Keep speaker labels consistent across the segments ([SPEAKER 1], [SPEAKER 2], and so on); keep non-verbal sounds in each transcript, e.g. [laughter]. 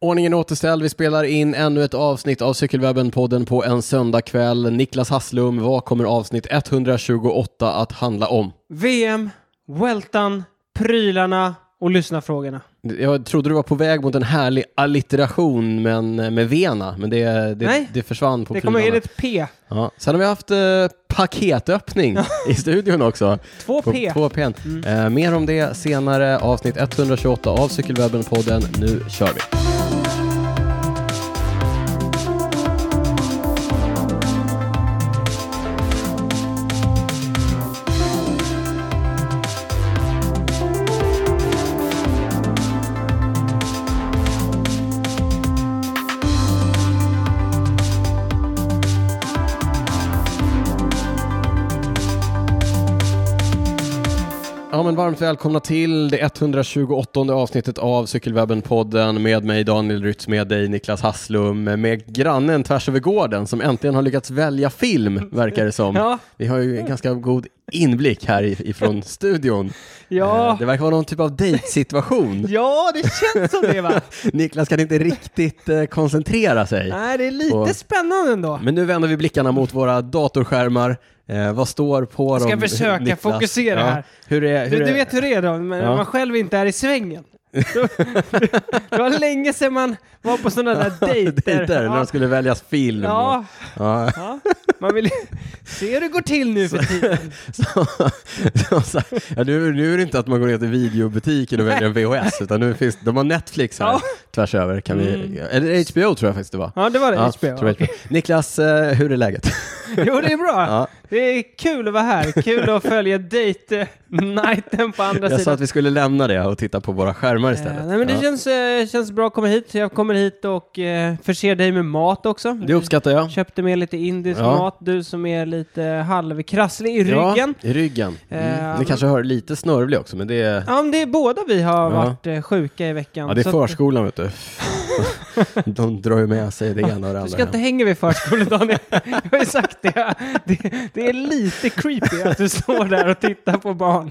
[SPEAKER 1] Ordningen är återställd. Vi spelar in ännu ett avsnitt av Cykelwebben-podden på en söndagkväll. Niklas Hasslum, vad kommer avsnitt 128 att handla om?
[SPEAKER 2] VM, Weltan, prylarna och lyssnarfrågorna.
[SPEAKER 1] Jag trodde du var på väg mot en härlig allitteration men, eh, med Vena, men det, det,
[SPEAKER 2] Nej,
[SPEAKER 1] det försvann på
[SPEAKER 2] det kommer in
[SPEAKER 1] prylarna.
[SPEAKER 2] ett P.
[SPEAKER 1] Ja. Sen har vi haft eh, paketöppning i studion också.
[SPEAKER 2] [laughs] Två
[SPEAKER 1] På
[SPEAKER 2] P. Mm.
[SPEAKER 1] två P'n. Eh, mer om det senare, avsnitt 128 av Cykelwebben-podden. Nu kör vi! Ja, men varmt välkomna till det 128 avsnittet av Cykelwebben-podden med mig Daniel Rytz, med dig Niklas Hasslum, med grannen tvärs över gården som äntligen har lyckats välja film, verkar det som.
[SPEAKER 2] Ja,
[SPEAKER 1] Vi har ju en ganska god inblick här i- ifrån studion. Eh,
[SPEAKER 2] ja,
[SPEAKER 1] Det verkar vara någon typ av dejtsituation.
[SPEAKER 2] ja, det känns som
[SPEAKER 1] [laughs]
[SPEAKER 2] det va?
[SPEAKER 1] Niklas kan inte riktigt eh, koncentrera sig.
[SPEAKER 2] Nej, det är lite
[SPEAKER 1] Och-
[SPEAKER 2] spännande ändå.
[SPEAKER 1] Men nu vänder vi blickarna mot våra datorskärmar. Eh, vad står på
[SPEAKER 2] Jag ska
[SPEAKER 1] dem?
[SPEAKER 2] försöka fokusera här.
[SPEAKER 1] Hur är, hur
[SPEAKER 2] Du, du
[SPEAKER 1] är...
[SPEAKER 2] vet hur det är då, men
[SPEAKER 1] Ja.
[SPEAKER 2] man själv inte är i svängen. det var länge sedan man var på sådana där
[SPEAKER 1] [laughs]
[SPEAKER 2] dejter.
[SPEAKER 1] Dejter, när
[SPEAKER 2] ja.
[SPEAKER 1] de skulle väljas film.
[SPEAKER 2] Ja,
[SPEAKER 1] och- Ja.
[SPEAKER 2] ja, man vill se hur det går till nu för tiden.
[SPEAKER 1] Så, så, så, ja, nu, nu är det inte att man går ner till videobutiken och väljer en VHS, utan nu finns, de har Netflix här
[SPEAKER 2] Ja. Mm.
[SPEAKER 1] tvärs över. Kan vi, eller HBO tror jag faktiskt det var.
[SPEAKER 2] Ja, det var det.
[SPEAKER 1] Ja,
[SPEAKER 2] HBO.
[SPEAKER 1] tror jag HBO. Niklas, eh, hur är läget?
[SPEAKER 2] Jo, det är bra.
[SPEAKER 1] Ja.
[SPEAKER 2] Det är kul att vara här. Kul att följa date-nighten på andra
[SPEAKER 1] Jag sa
[SPEAKER 2] sidan.
[SPEAKER 1] att vi skulle lämna det och titta på våra skärmar
[SPEAKER 2] Eh,
[SPEAKER 1] istället.
[SPEAKER 2] nej, men det
[SPEAKER 1] ja.
[SPEAKER 2] känns, eh, känns bra att komma hit. Jag kommer hit och eh, förser dig med mat också.
[SPEAKER 1] det uppskattar jag.
[SPEAKER 2] Köpte med lite indisk
[SPEAKER 1] Ja.
[SPEAKER 2] mat. Du som är lite halvkrasslig i ryggen.
[SPEAKER 1] Ja, I ryggen. Mm.
[SPEAKER 2] Eh,
[SPEAKER 1] Ni kanske hör lite snörvlig också, men det är...
[SPEAKER 2] Ja, men det är båda vi har
[SPEAKER 1] Ja.
[SPEAKER 2] varit eh, sjuka i veckan.
[SPEAKER 1] Ja, det är
[SPEAKER 2] Så att-
[SPEAKER 1] förskolan vet
[SPEAKER 2] [laughs]
[SPEAKER 1] du. De drar ju med sig det ena och det
[SPEAKER 2] Du
[SPEAKER 1] andra.
[SPEAKER 2] ska inte hänga vid
[SPEAKER 1] [laughs]
[SPEAKER 2] förskolan Daniel. Jag har ju sagt det. det. Det är lite creepy att du står där och tittar på barn.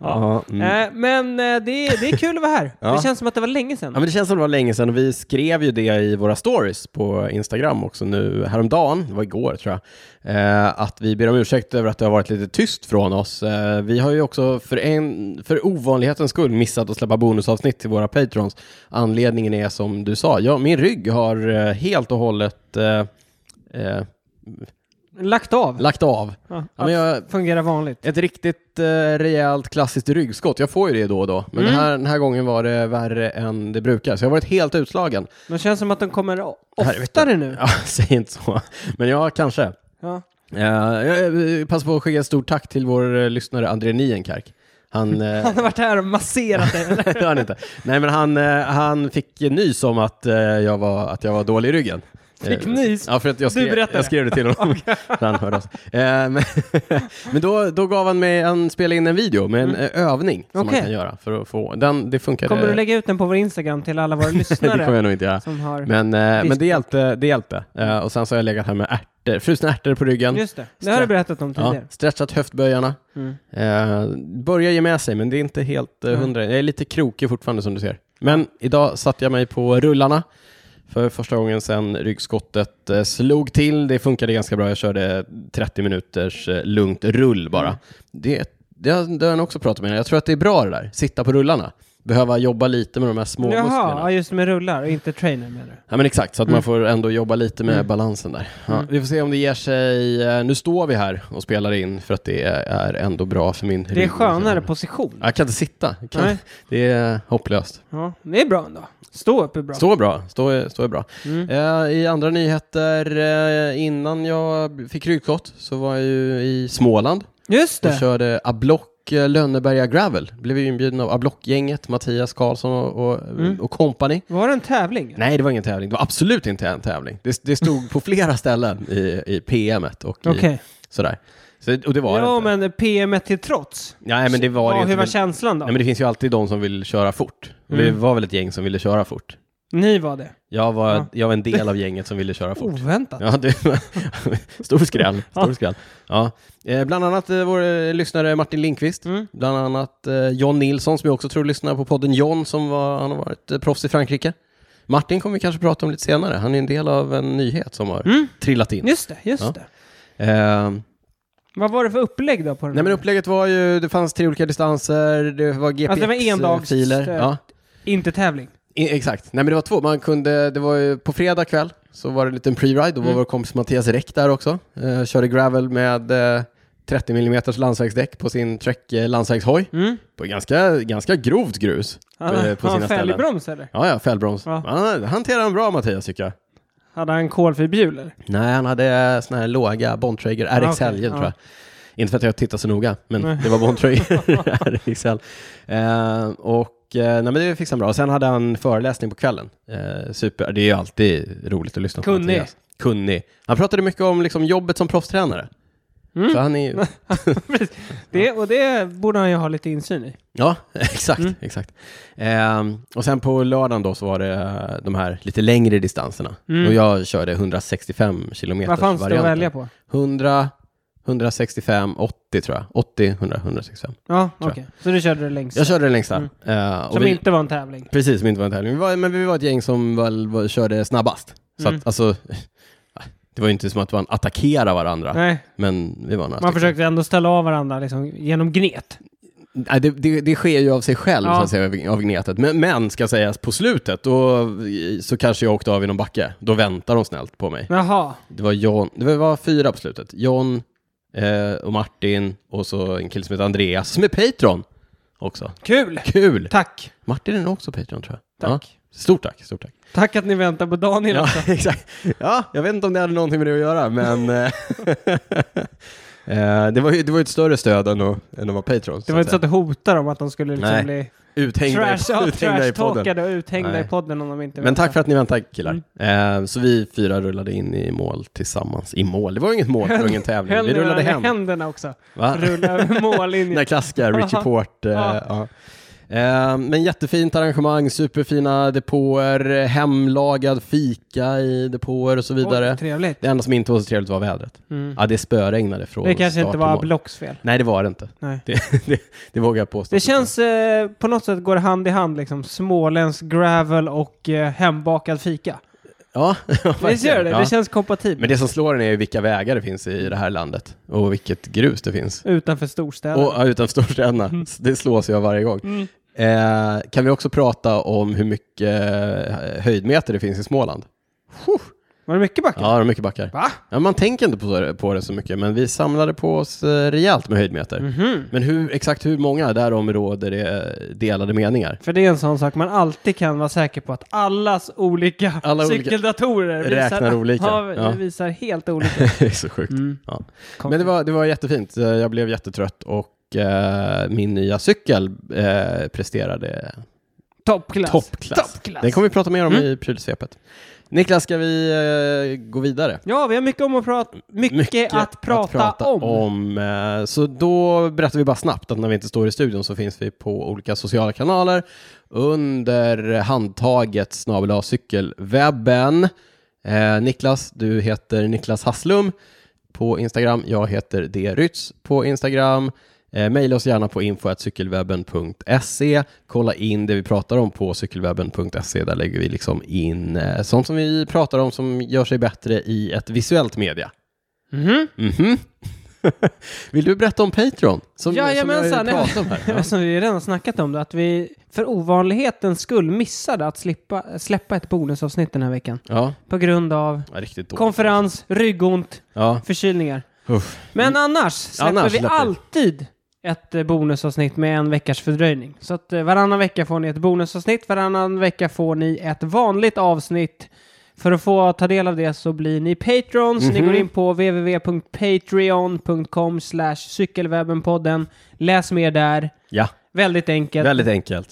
[SPEAKER 1] ja. Mm.
[SPEAKER 2] Eh, Men eh, det är, det är kul att vara här.
[SPEAKER 1] Ja.
[SPEAKER 2] Det känns som att det var länge sedan.
[SPEAKER 1] Ja, men det känns som det var länge sedan och vi skrev ju det i våra stories på Instagram också nu häromdagen, det var igår tror jag, eh, att vi ber om ursäkt över att det har varit lite tyst från oss. Eh, vi har ju också för, en, för ovanlighetens skull missat att släppa bonusavsnitt till våra patrons. Anledningen är som du sa, ja, min rygg har eh, helt och hållet eh, eh,
[SPEAKER 2] Lagt av.
[SPEAKER 1] lagt av.
[SPEAKER 2] Ja,
[SPEAKER 1] Ja, men jag,
[SPEAKER 2] Fungerar vanligt.
[SPEAKER 1] ett riktigt eh, rejält klassiskt ryggskott. Jag får ju det då och då, men
[SPEAKER 2] Mm.
[SPEAKER 1] den, här, den här gången var det värre än det brukar. Så jag har varit helt utslagen.
[SPEAKER 2] Det känns som att de kommer o-
[SPEAKER 1] Helvete.
[SPEAKER 2] oftare nu.
[SPEAKER 1] Ja, [laughs] säg inte så. Men ja, kanske.
[SPEAKER 2] Ja.
[SPEAKER 1] Eh, jag eh, passar på att skicka ett stort tack till vår eh, lyssnare André Nienkark. Han,
[SPEAKER 2] [laughs]
[SPEAKER 1] eh, [laughs]
[SPEAKER 2] Han har varit här och masserat dig.
[SPEAKER 1] det har han inte. Nej, men han, eh, han fick nys om att, eh, jag var, att jag var dålig i ryggen.
[SPEAKER 2] Fick
[SPEAKER 1] Eh,
[SPEAKER 2] nys?
[SPEAKER 1] Ja, för att jag
[SPEAKER 2] Du
[SPEAKER 1] skrev,
[SPEAKER 2] berättade.
[SPEAKER 1] jag skrev det till honom.
[SPEAKER 2] [laughs]
[SPEAKER 1] Så han hörde oss. Eh, men [laughs] men då, då gav han mig, han spelade in en video med en eh, övning som
[SPEAKER 2] Mm. Okej.
[SPEAKER 1] man kan göra för att få, den, det funkade.
[SPEAKER 2] Kommer du lägga ut den på vår Instagram till alla våra
[SPEAKER 1] [laughs] det kommer
[SPEAKER 2] lyssnare?
[SPEAKER 1] jag nog inte göra.
[SPEAKER 2] som har...
[SPEAKER 1] Men, eh, men det hjälpte. Det hjälpte. Eh, och sen så har jag legat här med ärtor, frusna ärtor på ryggen.
[SPEAKER 2] Just det, det har du berättat om
[SPEAKER 1] Ja,
[SPEAKER 2] tidigare.
[SPEAKER 1] stretchat höftböjarna.
[SPEAKER 2] Mm.
[SPEAKER 1] Eh, börjar ge med sig, men det är inte helt eh,
[SPEAKER 2] Mm.
[SPEAKER 1] hundra. Jag är lite krokig fortfarande som du ser. Men idag satte jag mig på rullarna för första gången sedan ryggskottet eh, slog till. Det funkade ganska bra. Jag körde 30 minuters eh, lugnt rull bara.
[SPEAKER 2] Mm.
[SPEAKER 1] Det, det, har- det har jag också pratat med. Jag tror att det är bra det där, sitta på rullarna. Behöva jobba lite med de här små
[SPEAKER 2] Jaha,
[SPEAKER 1] musklerna.
[SPEAKER 2] ja, just med rullar och inte trainer menar du?
[SPEAKER 1] Ja men exakt, så att man
[SPEAKER 2] Mm.
[SPEAKER 1] får ändå jobba lite med
[SPEAKER 2] Mm.
[SPEAKER 1] balansen där. Ja,
[SPEAKER 2] Mm.
[SPEAKER 1] Vi får se om det ger sig. eh, Nu står vi här och spelar in för att det är ändå bra för min
[SPEAKER 2] Det är skönare position.
[SPEAKER 1] Jag kan inte sitta. Jag Kan.
[SPEAKER 2] Nej.
[SPEAKER 1] Det är hopplöst.
[SPEAKER 2] Ja, det är bra ändå. Stå upp är bra.
[SPEAKER 1] Stå är bra. Stå är, stå är bra.
[SPEAKER 2] Mm.
[SPEAKER 1] Eh, I andra nyheter, eh, innan jag fick ryggskott så var jag ju i Småland
[SPEAKER 2] Just
[SPEAKER 1] och
[SPEAKER 2] det.
[SPEAKER 1] körde Ablock eh, Lönneberga Gravel. Blev ju inbjuden av Ablock-gänget, Mattias Karlsson och, och,
[SPEAKER 2] Mm.
[SPEAKER 1] och company.
[SPEAKER 2] Var det en tävling?
[SPEAKER 1] Nej, det var ingen tävling. Det var absolut inte en tävling. Det, det stod på flera ställen i, i PMet och i,
[SPEAKER 2] Okej.
[SPEAKER 1] sådär. Så, och det var det
[SPEAKER 2] Ja,
[SPEAKER 1] inte.
[SPEAKER 2] men PM till trots.
[SPEAKER 1] Nej, men det var det
[SPEAKER 2] ja,
[SPEAKER 1] inte.
[SPEAKER 2] hur var
[SPEAKER 1] Men-
[SPEAKER 2] känslan då?
[SPEAKER 1] Nej, men det finns ju alltid de som vill köra fort. Och Vi
[SPEAKER 2] Mm.
[SPEAKER 1] var väl ett gäng som ville köra fort.
[SPEAKER 2] Ni var det.
[SPEAKER 1] Jag var,
[SPEAKER 2] Ja.
[SPEAKER 1] jag var en del av gänget som ville köra fort.
[SPEAKER 2] Oväntat.
[SPEAKER 1] Ja, det var [laughs] stor skräll. Stor
[SPEAKER 2] Ja.
[SPEAKER 1] skräll. Ja. Eh, bland annat eh, vår eh, lyssnare Martin Lindqvist.
[SPEAKER 2] Mm.
[SPEAKER 1] Bland annat eh, John Nilsson som jag också tror lyssnar på podden John som var, han har varit eh, proffs i Frankrike. Martin kommer vi kanske prata om lite senare. Han är en del av en nyhet som har
[SPEAKER 2] Mm.
[SPEAKER 1] trillat in.
[SPEAKER 2] Just det, just
[SPEAKER 1] Ja.
[SPEAKER 2] det.
[SPEAKER 1] Ehm,
[SPEAKER 2] Vad var det för upplägg då? På den
[SPEAKER 1] nej men
[SPEAKER 2] här?
[SPEAKER 1] upplägget var ju, det fanns tre olika distanser, det var
[SPEAKER 2] det var
[SPEAKER 1] GPX-filer.
[SPEAKER 2] endagsstöd.
[SPEAKER 1] eh, ja.
[SPEAKER 2] Inte tävling.
[SPEAKER 1] I- Exakt. Nej men det var två. Man kunde, det var ju på fredag kväll så var det en liten pre-ride. Då var
[SPEAKER 2] Mm.
[SPEAKER 1] vår kompis Mattias Räck där också. Eh, körde gravel med eh, 30 mm landsvägsdäck på sin Trek eh, landsvägshoj.
[SPEAKER 2] Mm.
[SPEAKER 1] På ganska, ganska grovt grus.
[SPEAKER 2] Han,
[SPEAKER 1] Eh, på
[SPEAKER 2] har
[SPEAKER 1] sina
[SPEAKER 2] han
[SPEAKER 1] ställen.
[SPEAKER 2] fälgbroms eller?
[SPEAKER 1] Ja, ja, fällbroms.
[SPEAKER 2] Ja.
[SPEAKER 1] Han hanterade han bra Mattias tycker jag.
[SPEAKER 2] Hade han kolfiberhjul eller?
[SPEAKER 1] Nej, han hade såna här låga Bontrager
[SPEAKER 2] Ah,
[SPEAKER 1] RXL,
[SPEAKER 2] okej,
[SPEAKER 1] tror
[SPEAKER 2] ja.
[SPEAKER 1] jag. Inte för att jag tittar så noga, men
[SPEAKER 2] Nej.
[SPEAKER 1] det var [laughs]
[SPEAKER 2] [laughs]
[SPEAKER 1] Bontrager RXL. Eh, och eh, nej, men det fixade han bra. Och sen hade han föreläsning på kvällen. Eh, super. Det är ju alltid roligt att lyssna på
[SPEAKER 2] Kunnig.
[SPEAKER 1] Mattias. Kunnig. Han pratade mycket om liksom, jobbet som proffstränare.
[SPEAKER 2] Mm.
[SPEAKER 1] Så han är ju...
[SPEAKER 2] Det, och det borde han ju ha lite insyn i.
[SPEAKER 1] Ja, [laughs] exakt.
[SPEAKER 2] Mm.
[SPEAKER 1] exakt. Ehm, och sen på lördagen då så var det eh, de här lite längre distanserna.
[SPEAKER 2] Mm.
[SPEAKER 1] Och jag körde 165 kilometer.
[SPEAKER 2] Vad fanns det att välja på?
[SPEAKER 1] 100, 165, 80 tror jag. 80, 100, 165.
[SPEAKER 2] Ja, okej.
[SPEAKER 1] jag.
[SPEAKER 2] Så du körde det längst.
[SPEAKER 1] Jag körde den längsta. Eh, och
[SPEAKER 2] Mm. Som
[SPEAKER 1] vi,
[SPEAKER 2] inte var en tävling.
[SPEAKER 1] Precis, som inte var en tävling. Vi var, men vi var ett gäng som väl, var, körde snabbast. Så
[SPEAKER 2] Mm.
[SPEAKER 1] att, alltså, [laughs] det var ju inte som att man attackerade varandra,
[SPEAKER 2] Nej,
[SPEAKER 1] men vi var några
[SPEAKER 2] man
[SPEAKER 1] stycken.
[SPEAKER 2] försökte ändå ställa av varandra liksom, genom gnet.
[SPEAKER 1] Nej, det, det, det sker ju av sig själv,
[SPEAKER 2] Ja.
[SPEAKER 1] så att säga, av gnetet. Men, men ska sägas, på slutet, då, så kanske jag åkte av i någon backe. Då väntar de snällt på mig.
[SPEAKER 2] Jaha.
[SPEAKER 1] Det var, John, det var fyra på slutet. John eh, och Martin och så en kille som heter Andreas, som är Patreon också.
[SPEAKER 2] Kul!
[SPEAKER 1] Kul!
[SPEAKER 2] Tack!
[SPEAKER 1] Martin är nog också Patreon tror jag.
[SPEAKER 2] Tack.
[SPEAKER 1] Ja. Stort tack, stort tack.
[SPEAKER 2] Tack att ni väntar på Daniel
[SPEAKER 1] Ja,
[SPEAKER 2] också.
[SPEAKER 1] [laughs] exakt. Ja, jag vet inte om det hade någonting med det att göra, men eh, [laughs] eh, det, var ju, det var ju ett större stöd än att, än att vara Patreon.
[SPEAKER 2] Det
[SPEAKER 1] så
[SPEAKER 2] var
[SPEAKER 1] att
[SPEAKER 2] inte så att du hotade dem att de skulle liksom
[SPEAKER 1] Nej.
[SPEAKER 2] bli
[SPEAKER 1] säga. uthängda, [laughs]
[SPEAKER 2] trash- ja,
[SPEAKER 1] i, uthängda i podden.
[SPEAKER 2] trash-talkade och uthängda
[SPEAKER 1] Nej.
[SPEAKER 2] i podden om de inte
[SPEAKER 1] Men tack för att ni väntar killar.
[SPEAKER 2] Mm.
[SPEAKER 1] Eh, så vi fyra rullade in i mål tillsammans. I mål? Det var ju inget mål, det
[SPEAKER 2] [laughs]
[SPEAKER 1] var ingen tävling.
[SPEAKER 2] Höll
[SPEAKER 1] Vi
[SPEAKER 2] ni
[SPEAKER 1] rullade
[SPEAKER 2] varandra i
[SPEAKER 1] hem.
[SPEAKER 2] händerna också.
[SPEAKER 1] Va? [laughs]
[SPEAKER 2] Rulla över
[SPEAKER 1] Den där
[SPEAKER 2] mållinjen.
[SPEAKER 1] klassiska
[SPEAKER 2] [laughs]
[SPEAKER 1] Richie Port. Eh,
[SPEAKER 2] Ja.
[SPEAKER 1] ja. Eh, men jättefint arrangemang, superfina depåer, eh, hemlagad fika i depåer och så vidare.
[SPEAKER 2] Oj, trevligt.
[SPEAKER 1] Det enda som inte var så trevligt var vädret.
[SPEAKER 2] Mm.
[SPEAKER 1] Ja, det spöregnade från
[SPEAKER 2] Det kanske
[SPEAKER 1] start
[SPEAKER 2] inte
[SPEAKER 1] till
[SPEAKER 2] var
[SPEAKER 1] mål.
[SPEAKER 2] Blocks fel.
[SPEAKER 1] Nej, det var det inte.
[SPEAKER 2] Nej.
[SPEAKER 1] Det, det, [laughs] det vågar jag påstå.
[SPEAKER 2] Det känns eh, på något sätt går det hand i hand liksom. Småländsk gravel och eh, hembakad fika.
[SPEAKER 1] Ja, [laughs]
[SPEAKER 2] Visst
[SPEAKER 1] verkligen.
[SPEAKER 2] gör det?
[SPEAKER 1] Ja.
[SPEAKER 2] Det känns kompatibelt.
[SPEAKER 1] Men det som slår en är ju vilka vägar det finns i det här landet och vilket grus det finns.
[SPEAKER 2] Utanför storstäderna.
[SPEAKER 1] Och ja, utanför storstäderna, det slås jag varje gång.
[SPEAKER 2] Mm.
[SPEAKER 1] Eh, kan vi också prata om hur mycket eh, höjdmeter det finns i Småland?
[SPEAKER 2] Var det mycket backar?
[SPEAKER 1] Ja, det är mycket backar.
[SPEAKER 2] Va?
[SPEAKER 1] Ja, man tänker inte på det, på det så mycket, men vi samlade på oss eh, rejält med höjdmeter.
[SPEAKER 2] Mhm.
[SPEAKER 1] Men hur, exakt hur många, därom råder det eh, delade meningar.
[SPEAKER 2] För det är en sån sak man alltid kan vara säker på att allas olika
[SPEAKER 1] Alla olika-
[SPEAKER 2] cykeldatorer
[SPEAKER 1] Räknar
[SPEAKER 2] visar,
[SPEAKER 1] olika.
[SPEAKER 2] Ja,
[SPEAKER 1] Ja.
[SPEAKER 2] visar helt olika.
[SPEAKER 1] [laughs] [laughs]
[SPEAKER 2] Mm.
[SPEAKER 1] det är så sjukt. Ja. Mm. Men det var, det var jättefint. Eh, Jag blev jättetrött och eh, min nya cykel eh, presterade
[SPEAKER 2] toppklass.
[SPEAKER 1] toppklass.
[SPEAKER 2] Toppklass.
[SPEAKER 1] Den kommer vi prata mer om
[SPEAKER 2] Mm.
[SPEAKER 1] i prylsvepet. Niklas, ska vi eh, gå vidare?
[SPEAKER 2] Ja, vi har mycket, om att prata, mycket, att, prata om.
[SPEAKER 1] eh, Så då berättar vi bara snabbt att när vi inte står i studion så finns vi på olika sociala kanaler under handtaget snabel A cykelwebben. Eh, Niklas, du heter Niklas Hasslum på Instagram. Jag heter drytz på Instagram. Eh, Maila oss gärna på info.cykelwebben.se. E. Kolla in det vi pratar om på cykelwebben.se. Där lägger vi liksom in eh, sånt som vi pratar om som gör sig bättre i ett visuellt media.
[SPEAKER 2] Mhm.
[SPEAKER 1] Mhm. [laughs] Vill du berätta om Patreon? Som,
[SPEAKER 2] Jajamensan,
[SPEAKER 1] som jag pratade om
[SPEAKER 2] [laughs]
[SPEAKER 1] här. Ja.
[SPEAKER 2] Som vi redan snackat om det, att vi för ovanlighetens skull missade att slippa, släppa ett bonusavsnitt den här veckan.
[SPEAKER 1] Ja.
[SPEAKER 2] På grund av
[SPEAKER 1] ja, riktigt dåligt.
[SPEAKER 2] konferens, ryggont,
[SPEAKER 1] Ja.
[SPEAKER 2] förkylningar.
[SPEAKER 1] Uff.
[SPEAKER 2] Men annars släpper
[SPEAKER 1] Mm. Annars
[SPEAKER 2] vi
[SPEAKER 1] släpper vi.
[SPEAKER 2] alltid ett eh, bonusavsnitt med en veckas fördröjning. Så att eh, varannan vecka får ni ett bonusavsnitt, varannan vecka får ni ett vanligt avsnitt. För att få ta del av det så blir ni patrons. Ni
[SPEAKER 1] Mhm.
[SPEAKER 2] går in på www.patreon.com cykelwebbenpodden. Läs mer där.
[SPEAKER 1] ja,
[SPEAKER 2] Väldigt enkelt.
[SPEAKER 1] väldigt enkelt.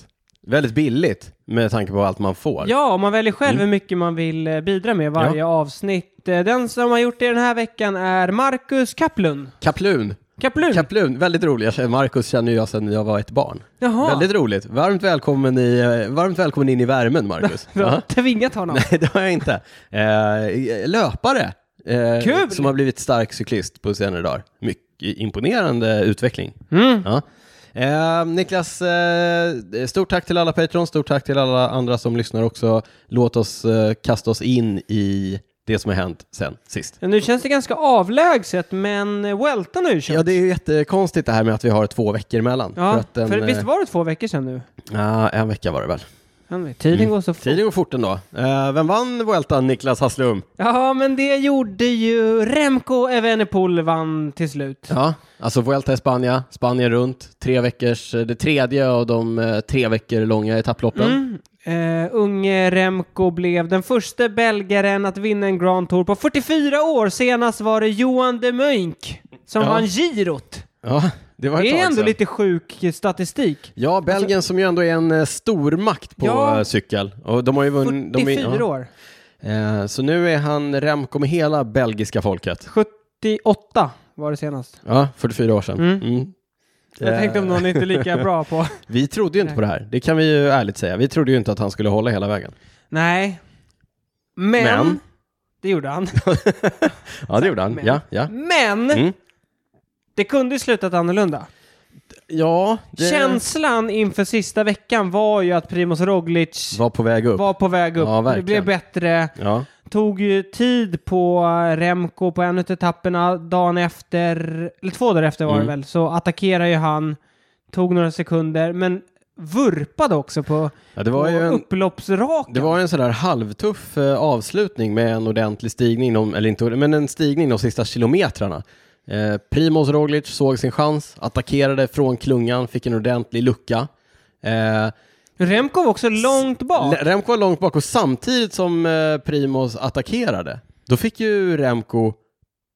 [SPEAKER 1] Väldigt billigt med tanke på allt man får.
[SPEAKER 2] Ja, och man väljer själv hur mycket man vill eh, bidra med varje
[SPEAKER 1] Mm. Ja.
[SPEAKER 2] avsnitt. Eh, Den som har gjort det den här veckan är Marcus Kaplund.
[SPEAKER 1] Kaplun.
[SPEAKER 2] Kaplund?
[SPEAKER 1] Kaplun, väldigt rolig. Jag känner- Marcus känner ju jag sedan jag var ett barn.
[SPEAKER 2] Jaha.
[SPEAKER 1] Väldigt roligt. Varmt välkommen, i, eh, varmt välkommen in i värmen,
[SPEAKER 2] [laughs]
[SPEAKER 1] Marcus.
[SPEAKER 2] Du har
[SPEAKER 1] Ja.
[SPEAKER 2] tvingat honom.
[SPEAKER 1] Nej, det har jag inte. Eh, löpare. eh,
[SPEAKER 2] Kul!
[SPEAKER 1] Som har blivit stark cyklist på senare dagar. Mycket imponerande utveckling.
[SPEAKER 2] Mm.
[SPEAKER 1] Ja. Eh, Niklas, eh, stort tack till alla Patreons, stort tack till alla andra som lyssnar också. Låt oss eh, kasta oss in i det som har hänt sen sist.
[SPEAKER 2] Nu känns det ganska avlägset, men eh, Welton har ju kört.
[SPEAKER 1] Ja, det är ju jättekonstigt det här med att vi har två veckor emellan.
[SPEAKER 2] Ja,
[SPEAKER 1] för att en, eh,
[SPEAKER 2] för visst var det två veckor sedan nu?
[SPEAKER 1] Ja, en vecka var det väl.
[SPEAKER 2] Jag vet, Tiden går så fort.
[SPEAKER 1] Mm. Tiden går fort ändå. Eh, vem vann Vueltan, Niklas Hasslum?
[SPEAKER 2] Ja, men det gjorde ju Remco Evenepoel vann till slut.
[SPEAKER 1] Ja, alltså Vuelta i Spanien, Spanien runt, tre veckors, eh, det tredje av de eh, tre veckor långa etapploppen.
[SPEAKER 2] Eh, unge Remco blev den första belgaren att vinna en Grand Tour på 44 år. Senast var det Johan de Munk som
[SPEAKER 1] Ja.
[SPEAKER 2] vann girot.
[SPEAKER 1] Ja, det var ett
[SPEAKER 2] Det
[SPEAKER 1] tag
[SPEAKER 2] är ändå
[SPEAKER 1] sedan.
[SPEAKER 2] lite sjuk statistik.
[SPEAKER 1] Ja, Belgien som ju ändå är en eh, stormakt på
[SPEAKER 2] Ja.
[SPEAKER 1] eh, cykel. Och de har ju vunnit...
[SPEAKER 2] 44
[SPEAKER 1] de är, ja.
[SPEAKER 2] år.
[SPEAKER 1] Eh, Så nu är han Remco med hela belgiska folket.
[SPEAKER 2] 78 var det senast.
[SPEAKER 1] Ja, 44 år sedan.
[SPEAKER 2] Mm.
[SPEAKER 1] Mm.
[SPEAKER 2] Jag
[SPEAKER 1] Eh,
[SPEAKER 2] tänkte om någon inte är lika
[SPEAKER 1] [laughs]
[SPEAKER 2] bra på.
[SPEAKER 1] Vi trodde ju inte på det här, det kan vi ju ärligt säga. Vi trodde ju inte att han skulle hålla hela vägen.
[SPEAKER 2] Nej. Men.
[SPEAKER 1] Men.
[SPEAKER 2] Det gjorde han.
[SPEAKER 1] Ja, det gjorde han.
[SPEAKER 2] Men.
[SPEAKER 1] Ja, ja.
[SPEAKER 2] Men.
[SPEAKER 1] Mm.
[SPEAKER 2] Det kunde ju slutat annorlunda.
[SPEAKER 1] ja det
[SPEAKER 2] Känslan inför sista veckan var ju att Primoz Roglic
[SPEAKER 1] var på väg upp.
[SPEAKER 2] var på väg upp.
[SPEAKER 1] Ja,
[SPEAKER 2] det
[SPEAKER 1] verkligen.
[SPEAKER 2] blev bättre.
[SPEAKER 1] Ja.
[SPEAKER 2] Tog ju tid på Remco på en av etapperna dagen efter, eller två dagar efter var det
[SPEAKER 1] Mm.
[SPEAKER 2] väl, så attackerade ju han, tog några sekunder, men vurpade också på,
[SPEAKER 1] Ja, det var
[SPEAKER 2] på
[SPEAKER 1] ju en,
[SPEAKER 2] upploppsraken.
[SPEAKER 1] det var en sådär halvtuff eh, avslutning med en ordentlig stigning, de, eller inte, men en stigning de sista kilometrarna. Eh, Primoz Roglic såg sin chans, attackerade från klungan, fick en ordentlig lucka. Eh,
[SPEAKER 2] Remco var också långt bak.
[SPEAKER 1] Le- Remco var långt bak och samtidigt som eh, Primoz attackerade, då fick ju Remco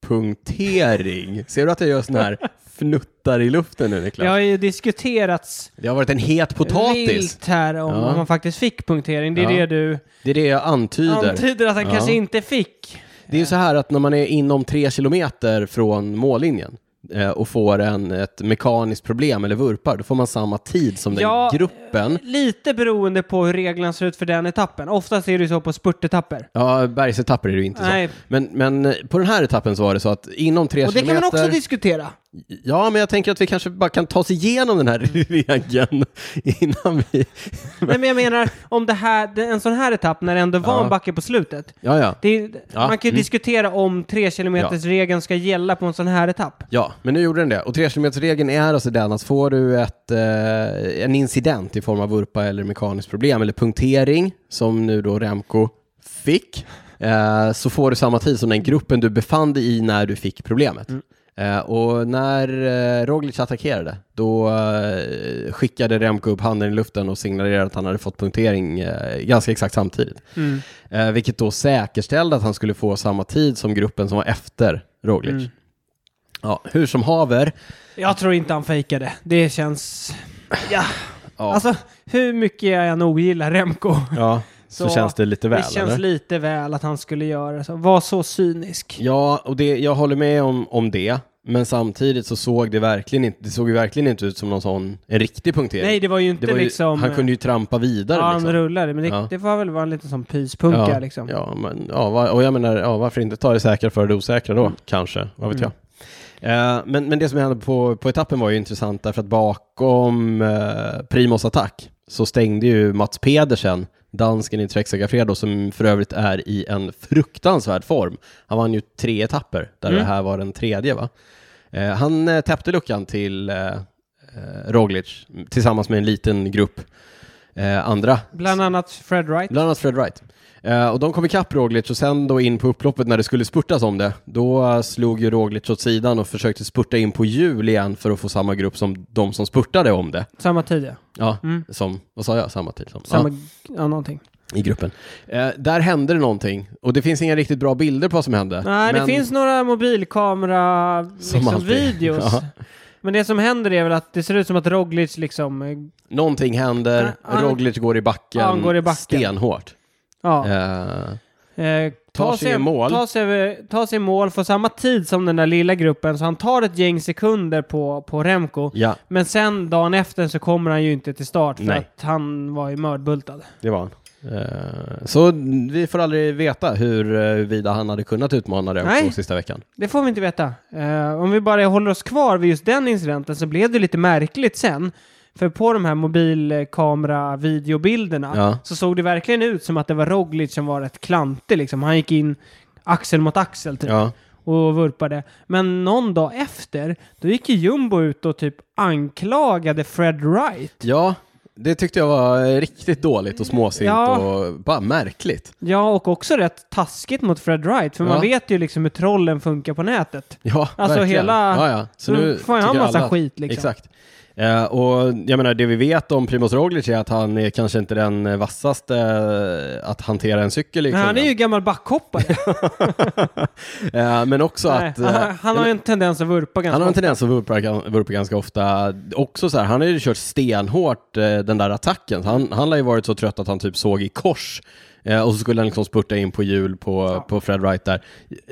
[SPEAKER 1] punktering. Ser du att jag gör sån här fnuttar i luften nu
[SPEAKER 2] Det
[SPEAKER 1] Niklas?
[SPEAKER 2] har ju diskuterats
[SPEAKER 1] Det har varit en het potatis.
[SPEAKER 2] vilt här om
[SPEAKER 1] Ja.
[SPEAKER 2] om han faktiskt fick punktering. Det är
[SPEAKER 1] Ja.
[SPEAKER 2] det du
[SPEAKER 1] Det är det jag antyder.
[SPEAKER 2] antyder att han
[SPEAKER 1] Ja.
[SPEAKER 2] kanske inte fick.
[SPEAKER 1] Det är ju så här att när man är inom tre kilometer från mållinjen eh, och får en, ett mekaniskt problem eller vurpar, då får man samma tid som den
[SPEAKER 2] Ja,
[SPEAKER 1] gruppen.
[SPEAKER 2] Lite beroende på hur reglerna ser ut för den etappen. Oftast är det ju så på spurtetapper.
[SPEAKER 1] Ja, bergsetapper är det ju inte
[SPEAKER 2] Nej.
[SPEAKER 1] så. Men, men eh, på den här etappen så var det så att inom tre
[SPEAKER 2] Och det
[SPEAKER 1] kilometer...
[SPEAKER 2] kan man också diskutera.
[SPEAKER 1] Ja, men jag tänker att vi kanske bara kan ta oss igenom den här [laughs] regeln innan vi...
[SPEAKER 2] Nej, men jag menar, om det här, det- en sån här etapp när det ändå var
[SPEAKER 1] Ja.
[SPEAKER 2] en backe på slutet.
[SPEAKER 1] Ja, ja.
[SPEAKER 2] Det är,
[SPEAKER 1] Ja,
[SPEAKER 2] Man kan ju
[SPEAKER 1] mm.
[SPEAKER 2] diskutera om 3 regeln ska gälla på en sån här etapp.
[SPEAKER 1] Ja, men nu gjorde den det. Och trekilometersregeln är alltså den att får du ett, eh, en incident i form av vurpa eller mekaniskt problem eller punktering, som nu då Remco fick, eh, så får du samma tid som den gruppen du befann dig i när du fick problemet. Eh, och när eh, Roglic attackerade, då eh, skickade Remco upp handen i luften och signalerade att han hade fått punktering eh, ganska exakt samtidigt. Eh, vilket då säkerställde att han skulle få samma tid som gruppen som var efter Roglic. Ja, hur som haver.
[SPEAKER 2] Jag tror inte han fejkade. Det känns... Ja.
[SPEAKER 1] Ja.
[SPEAKER 2] Alltså, hur mycket jag än ogillar Remco.
[SPEAKER 1] Ja, så,
[SPEAKER 2] så
[SPEAKER 1] känns det lite väl.
[SPEAKER 2] det känns
[SPEAKER 1] eller?
[SPEAKER 2] lite väl att han skulle göra så. Var så cynisk.
[SPEAKER 1] Ja, och det, jag håller med om, om det. Men samtidigt så såg det verkligen inte, det såg ju verkligen inte ut som någon sån, en riktig punktering.
[SPEAKER 2] Nej, det var ju inte
[SPEAKER 1] det var ju,
[SPEAKER 2] liksom...
[SPEAKER 1] han kunde ju trampa vidare.
[SPEAKER 2] ja,
[SPEAKER 1] liksom.
[SPEAKER 2] han rullade. Men det,
[SPEAKER 1] Ja.
[SPEAKER 2] det var väl vara en liten sån pyspunka
[SPEAKER 1] ja,
[SPEAKER 2] liksom.
[SPEAKER 1] Ja, men, ja, va- och jag menar, ja, varför inte ta det säkra för det osäkra då,
[SPEAKER 2] Mm.
[SPEAKER 1] kanske? Vad vet jag? Eh, men, men det som hände på, på etappen var ju intressant därför att bakom eh, Primos attack så stängde ju Mats Pedersen, dansken i Trek Segafredo, som för övrigt är i en fruktansvärd form. Han vann ju tre etapper, där
[SPEAKER 2] Mm.
[SPEAKER 1] det här var den tredje va? Eh, han eh, täppte luckan till eh, eh, Roglic tillsammans med en liten grupp eh, andra
[SPEAKER 2] Bland annat Fred Wright.
[SPEAKER 1] Bland annat Fred Wright. Eh, och de kom ikapp Roglic och sen då in på upploppet när det skulle spurtas om det, då eh, slog ju Roglic åt sidan och försökte spurta in på hjul igen för att få samma grupp som de som spurtade om det.
[SPEAKER 2] Samma tid ja.
[SPEAKER 1] Ja,
[SPEAKER 2] Mm.
[SPEAKER 1] som, vad sa jag, samma tid som?
[SPEAKER 2] Samma... Ja, någonting.
[SPEAKER 1] Ja, I gruppen. Eh, där hände det någonting och det finns inga riktigt bra bilder på vad som hände.
[SPEAKER 2] Nej, det
[SPEAKER 1] Men-
[SPEAKER 2] finns några mobilkamera-videos.
[SPEAKER 1] Som
[SPEAKER 2] Liksom,
[SPEAKER 1] alltid.
[SPEAKER 2] videos.
[SPEAKER 1] Ja.
[SPEAKER 2] Men det som händer är väl att det ser ut som att Roglic liksom... eh,
[SPEAKER 1] Någonting händer,
[SPEAKER 2] Ja, han-
[SPEAKER 1] Roglic går i backen,
[SPEAKER 2] Ja, han går i backen.
[SPEAKER 1] stenhårt.
[SPEAKER 2] Ja,
[SPEAKER 1] Eh,
[SPEAKER 2] eh,
[SPEAKER 1] tar sig i mål.
[SPEAKER 2] Ta sig, över- ta sig i mål, får samma tid som den där lilla gruppen, så han tar ett gäng sekunder på, på Remco.
[SPEAKER 1] ja,
[SPEAKER 2] Men sen dagen efter så kommer han ju inte till start för
[SPEAKER 1] Nej.
[SPEAKER 2] att han var ju mördbultad.
[SPEAKER 1] det var han. Eh, Så vi får aldrig veta hur eh, huruvida han hade kunnat utmana det
[SPEAKER 2] Nej.
[SPEAKER 1] också sista veckan.
[SPEAKER 2] Det får vi inte veta. Eh, om vi bara håller oss kvar vid just den incidenten så blev det lite märkligt sen. För på de här mobilkamera-videobilderna
[SPEAKER 1] Ja.
[SPEAKER 2] så såg det verkligen ut som att det var Roglic som var rätt klantig liksom. Han gick in axel mot axel typ
[SPEAKER 1] Ja.
[SPEAKER 2] och vurpade. Men någon dag efter, då gick ju Jumbo ut och typ anklagade Fred Wright.
[SPEAKER 1] ja, det tyckte jag var eh, riktigt dåligt och småsint
[SPEAKER 2] Ja.
[SPEAKER 1] och bara märkligt.
[SPEAKER 2] Ja, och också rätt taskigt mot Fred Wright, för man
[SPEAKER 1] Ja.
[SPEAKER 2] vet ju liksom hur trollen funkar på nätet.
[SPEAKER 1] Ja,
[SPEAKER 2] Alltså
[SPEAKER 1] verkligen.
[SPEAKER 2] hela-
[SPEAKER 1] Ja, ja.
[SPEAKER 2] Så nu får han
[SPEAKER 1] tycker
[SPEAKER 2] massa skit liksom.
[SPEAKER 1] Exakt. Eh, och jag menar, det vi vet om Primoz Roglic är att han är kanske inte den eh, vassaste eh, att hantera en cykel i
[SPEAKER 2] Men han är
[SPEAKER 1] klungan.
[SPEAKER 2] ju
[SPEAKER 1] [laughs]
[SPEAKER 2] gammal backhoppare.
[SPEAKER 1] Eh, Men också
[SPEAKER 2] Nej,
[SPEAKER 1] att... eh,
[SPEAKER 2] han, han har ju en tendens att vurpa ganska
[SPEAKER 1] Han har en
[SPEAKER 2] ofta.
[SPEAKER 1] tendens att vurpa, gan- vurpa ganska ofta. Också så här, han har ju kört stenhårt eh, den där attacken. Han, han har ju varit så trött att han typ såg i kors. Eh, och så skulle han liksom spurta in på hjul på, på Fred Wright där.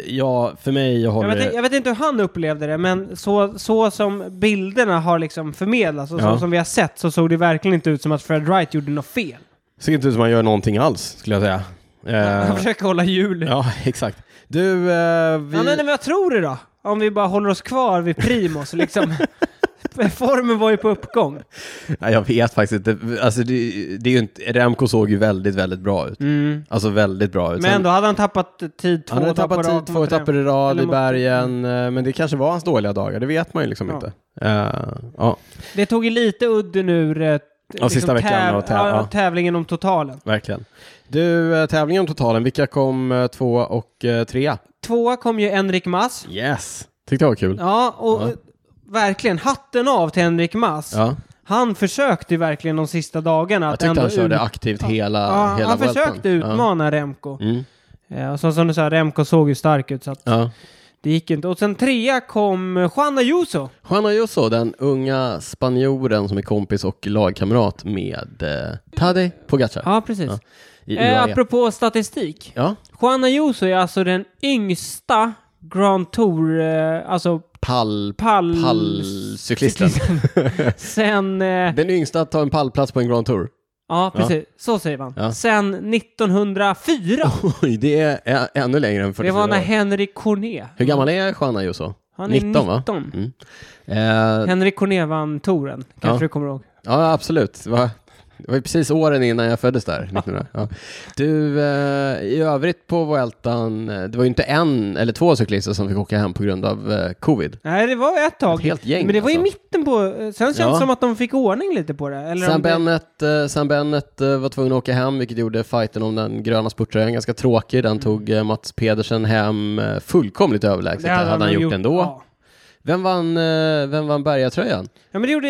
[SPEAKER 1] Ja, för mig jag
[SPEAKER 2] Jag
[SPEAKER 1] håller...
[SPEAKER 2] vet, jag vet inte hur han upplevde det, men så, så som bilderna har liksom förmedlats och
[SPEAKER 1] Ja.
[SPEAKER 2] så som vi har sett så såg det verkligen inte ut som att Fred Wright gjorde något fel.
[SPEAKER 1] Ser inte ut som han gör någonting alls, skulle jag
[SPEAKER 2] [laughs]
[SPEAKER 1] säga.
[SPEAKER 2] Han
[SPEAKER 1] Eh,
[SPEAKER 2] försöker hålla hjulet.
[SPEAKER 1] ja, [laughs] exakt. Du, eh, vi...
[SPEAKER 2] Ja, men men vad tror du då? Om vi bara håller oss kvar vid
[SPEAKER 1] [laughs]
[SPEAKER 2] Primoz liksom. Formen var ju på uppgång.
[SPEAKER 1] Nej, jag vet faktiskt inte. Alltså, det, det är ju inte... Remco såg ju väldigt, väldigt bra ut. Alltså väldigt bra ut. Sen-
[SPEAKER 2] Men då hade han tappat tid två
[SPEAKER 1] Han hade
[SPEAKER 2] etapper
[SPEAKER 1] tappat tid
[SPEAKER 2] rad
[SPEAKER 1] två
[SPEAKER 2] mot Remco.
[SPEAKER 1] etapper i rad
[SPEAKER 2] Eller
[SPEAKER 1] i
[SPEAKER 2] mot-
[SPEAKER 1] bergen, eh, men det kanske var hans dåliga dagar, det vet man ju liksom
[SPEAKER 2] Ja.
[SPEAKER 1] inte. Eh, ja,
[SPEAKER 2] Det tog ju lite udden ur eh,
[SPEAKER 1] sista veckan
[SPEAKER 2] täv-
[SPEAKER 1] och täv-
[SPEAKER 2] ja,
[SPEAKER 1] ja.
[SPEAKER 2] tävlingen om totalen.
[SPEAKER 1] verkligen. Du, eh, tävlingen om totalen, vilka kom eh, tvåa och eh, trea?
[SPEAKER 2] Tvåa kom ju Enrik Mas.
[SPEAKER 1] Yes! Tyckte jag var kul.
[SPEAKER 2] Ja, och
[SPEAKER 1] Ja.
[SPEAKER 2] eh, verkligen hatten av till Henrik Mass.
[SPEAKER 1] Ja.
[SPEAKER 2] Han försökte ju verkligen de sista dagarna
[SPEAKER 1] Jag
[SPEAKER 2] att
[SPEAKER 1] tyckte
[SPEAKER 2] ändå
[SPEAKER 1] han körde
[SPEAKER 2] ut-
[SPEAKER 1] aktivt hela
[SPEAKER 2] ja,
[SPEAKER 1] hela vueltan.
[SPEAKER 2] Han försökte utmana Remco.
[SPEAKER 1] Ja. Mm.
[SPEAKER 2] Ja, och sen som du sa, Remco såg ju stark ut så att
[SPEAKER 1] Ja.
[SPEAKER 2] det gick inte. Och sen trea kom eh, Juan Ayuso.
[SPEAKER 1] Juan Ayuso, den unga spanjoren som är kompis och lagkamrat med eh, Tadej Pogacar
[SPEAKER 2] Ja, precis.
[SPEAKER 1] i
[SPEAKER 2] Eh,
[SPEAKER 1] UAE.
[SPEAKER 2] apropå statistik.
[SPEAKER 1] Ja,
[SPEAKER 2] Juan Ayuso är alltså den yngsta Grand Tour, eh, alltså
[SPEAKER 1] pall...
[SPEAKER 2] pall...
[SPEAKER 1] Pallcyklisten.
[SPEAKER 2] [laughs] Sen... Eh,
[SPEAKER 1] Den yngsta att ta en pallplats på en Grand Tour.
[SPEAKER 2] ja, precis. Så säger man.
[SPEAKER 1] Ja. Oh,
[SPEAKER 2] Sen 1904.
[SPEAKER 1] Oj, det är ä- ännu längre än 44
[SPEAKER 2] Det var när
[SPEAKER 1] år.
[SPEAKER 2] Henry Cornet.
[SPEAKER 1] Hur gammal är Juan Ayuso?
[SPEAKER 2] Han är 19,
[SPEAKER 1] va? Mm. Eh,
[SPEAKER 2] Henry Cornet vann touren, kanske
[SPEAKER 1] Ja.
[SPEAKER 2] du kommer ihåg.
[SPEAKER 1] ja, absolut. Va? Det var ju precis åren innan jag föddes där. 1900. Ja. Du, eh, i övrigt på Vueltan, eh, det var ju inte en eller två cyklister som fick åka hem på grund av eh, covid.
[SPEAKER 2] Nej, det var ett tag.
[SPEAKER 1] Ett helt gäng,
[SPEAKER 2] Men det var i
[SPEAKER 1] alltså.
[SPEAKER 2] mitten på... eh, Sen känns det
[SPEAKER 1] Ja.
[SPEAKER 2] som att de fick ordning lite på det. Eller
[SPEAKER 1] Sam
[SPEAKER 2] om det...
[SPEAKER 1] Bennett, eh, Sam Bennett eh, var tvungen att åka hem, vilket gjorde fighten om den gröna spurttröjan ganska tråkig.
[SPEAKER 2] Mm.
[SPEAKER 1] Den tog eh, Mats Pedersen hem eh, fullkomligt överlägset. Det hade, han
[SPEAKER 2] nog
[SPEAKER 1] gjort, ändå.
[SPEAKER 2] Ja.
[SPEAKER 1] Vem vann, eh, vem vann bergatröjan?
[SPEAKER 2] ja, men det gjorde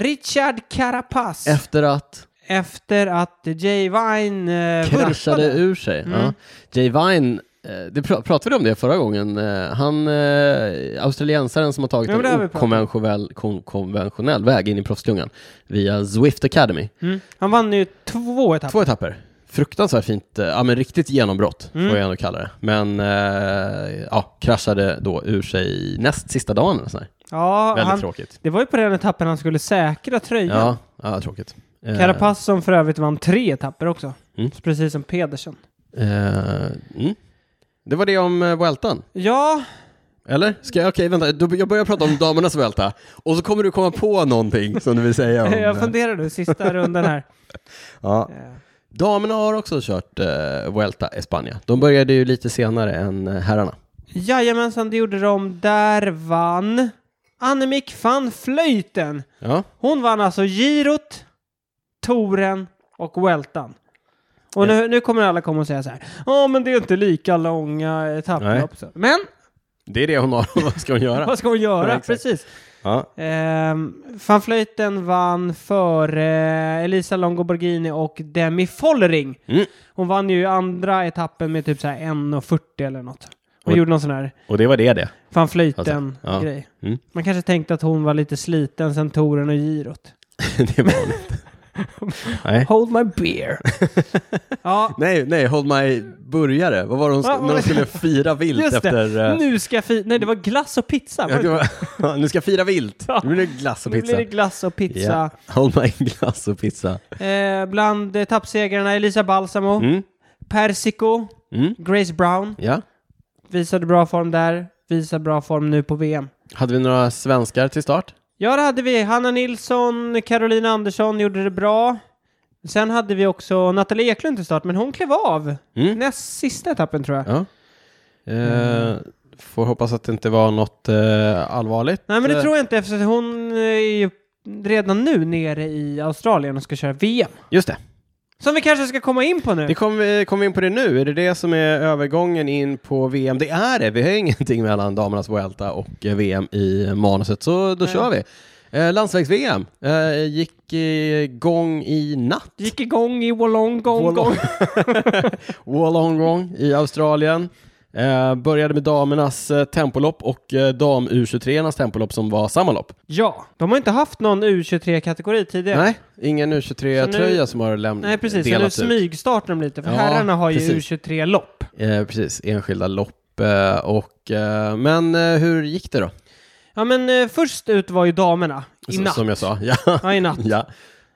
[SPEAKER 2] eh, Richard Carapaz
[SPEAKER 1] Efter att
[SPEAKER 2] efter att Jay Vine eh,
[SPEAKER 1] kraschade
[SPEAKER 2] vurpade. Mm.
[SPEAKER 1] ur sig. Ja. Jay Vine, eh, det pra- pratade vi om det förra gången. Eh, Han, eh, australiensaren som har tagit
[SPEAKER 2] Ja, men det har vi
[SPEAKER 1] en
[SPEAKER 2] pratat
[SPEAKER 1] konventionell, konventionell väg in i proffsklungan via Zwift Academy.
[SPEAKER 2] Mm. Han vann ju två etapper.
[SPEAKER 1] Två etapper. Fruktansvärt fint, eh, ja men riktigt genombrott
[SPEAKER 2] Mm.
[SPEAKER 1] får jag ändå kalla det. Men eh, ja, kraschade då ur sig näst sista dagen. eller sådär.
[SPEAKER 2] Ja,
[SPEAKER 1] Väldigt
[SPEAKER 2] han...
[SPEAKER 1] tråkigt.
[SPEAKER 2] Det var ju på den etappen han skulle säkra tröjan.
[SPEAKER 1] Ja, ja tråkigt. Eh,
[SPEAKER 2] Carapaz som för övrigt vann tre etapper också.
[SPEAKER 1] Mm.
[SPEAKER 2] Precis som Pedersen.
[SPEAKER 1] eh, mm. Det var det om eh, Vueltan.
[SPEAKER 2] Ja,
[SPEAKER 1] Eller? Ska jag, okej, vänta. Då- Jag börjar prata om damernas välta. Och så kommer du komma på någonting som du vill säga
[SPEAKER 2] [laughs]
[SPEAKER 1] om...
[SPEAKER 2] jag funderar nu, sista
[SPEAKER 1] [laughs]
[SPEAKER 2] rundan här.
[SPEAKER 1] ja.
[SPEAKER 2] Eh,
[SPEAKER 1] Damerna har också kört uh, Vuelta Espana. De började ju lite senare än eh, herrarna.
[SPEAKER 2] Jajamensan, det gjorde de. Där vann Annemiek van Vleuten.
[SPEAKER 1] Ja.
[SPEAKER 2] Hon vann alltså girot, touren och weltan. Och nu, nu kommer alla komma och säga så här. Ja, men det är inte lika långa etapplopp. så." Men
[SPEAKER 1] Det är det hon har. [laughs] Vad ska hon göra?
[SPEAKER 2] vad ska hon
[SPEAKER 1] Ja,
[SPEAKER 2] göra?
[SPEAKER 1] exakt.
[SPEAKER 2] Precis.
[SPEAKER 1] Ja.
[SPEAKER 2] Ehm, van Vleuten vann för eh, Elisa Longo Borghini och Demi Follering.
[SPEAKER 1] Mm.
[SPEAKER 2] Hon vann ju andra etappen med typ så här 1.40 eller något. Hon
[SPEAKER 1] Och-
[SPEAKER 2] gjorde någon sån här
[SPEAKER 1] Och det var det [laughs] det.
[SPEAKER 2] van Vleuten
[SPEAKER 1] Alltså, ja.
[SPEAKER 2] grej.
[SPEAKER 1] Mm.
[SPEAKER 2] Man kanske tänkte att hon var lite sliten sen touren och girot.
[SPEAKER 1] det var hon inte. Nej.
[SPEAKER 2] Hold my beer. [laughs] ja,
[SPEAKER 1] Nej, nej, Hold My Burgare. Vad var det hon,
[SPEAKER 2] Ja,
[SPEAKER 1] när de
[SPEAKER 2] men-
[SPEAKER 1] skulle fira vilt
[SPEAKER 2] just
[SPEAKER 1] efter...
[SPEAKER 2] det.
[SPEAKER 1] eh,
[SPEAKER 2] Nu ska fi- Nej, det var glass och pizza.
[SPEAKER 1] Ja, det var- Ja, [laughs] nu ska jag fira vilt.
[SPEAKER 2] Ja.
[SPEAKER 1] Nu blir det glass och
[SPEAKER 2] Nu blir
[SPEAKER 1] pizza.
[SPEAKER 2] det glass och pizza.
[SPEAKER 1] Ja. Hold my glass och pizza.
[SPEAKER 2] Eh, bland eh, tappsegrarna Elisa Balsamo,
[SPEAKER 1] Mm.
[SPEAKER 2] Persico,
[SPEAKER 1] Mm.
[SPEAKER 2] Grace Brown.
[SPEAKER 1] Ja.
[SPEAKER 2] Visade bra form där, visar bra form nu på VM.
[SPEAKER 1] Hade vi några svenskar till start?
[SPEAKER 2] Ja, det hade vi. Hanna Nilsson, Caroline Andersson gjorde det bra. Sen hade vi också Nathalie Eklund till start, men hon klev av.
[SPEAKER 1] Mm.
[SPEAKER 2] Näst sista etappen tror jag.
[SPEAKER 1] Ja. Eh, får hoppas att det inte var något eh, allvarligt.
[SPEAKER 2] Nej, men det
[SPEAKER 1] Eh,
[SPEAKER 2] tror jag inte eftersom hon eh, är ju redan nu nere i Australien och ska köra VM.
[SPEAKER 1] Just det.
[SPEAKER 2] Som vi kanske ska komma in på nu.
[SPEAKER 1] Det kom vi, kom vi in på det nu. Är det det som är övergången in på VM? Det är det. Vi har [laughs] ingenting mellan damernas Vuelta och eh, VM i manuset, så då
[SPEAKER 2] Nej.
[SPEAKER 1] kör vi. Eh, Landsvägs-VM eh, gick igång i natt.
[SPEAKER 2] Gick igång i Wollongong. Gong. [laughs]
[SPEAKER 1] Wollongong. Wollongong i Australien. Eh, började med damernas eh, tempolopp och eh, dam U23-ornas tempolopp som var samma lopp.
[SPEAKER 2] Ja, de har inte haft någon U23-kategori tidigare.
[SPEAKER 1] Nej, ingen
[SPEAKER 2] Så
[SPEAKER 1] U23-tröja
[SPEAKER 2] nu-
[SPEAKER 1] som har läm-
[SPEAKER 2] Nej, precis. Så nu
[SPEAKER 1] delats ut.
[SPEAKER 2] smygstartar de lite, för
[SPEAKER 1] Ja,
[SPEAKER 2] herrarna har ju
[SPEAKER 1] precis.
[SPEAKER 2] U23-lopp.
[SPEAKER 1] Eh, precis, enskilda lopp. Eh, och, eh, men eh, hur gick det då?
[SPEAKER 2] Ja, men eh, först ut var ju damerna. I
[SPEAKER 1] S-
[SPEAKER 2] natt.
[SPEAKER 1] Som jag sa. [laughs] Ja.
[SPEAKER 2] Ja, i natt.
[SPEAKER 1] ja.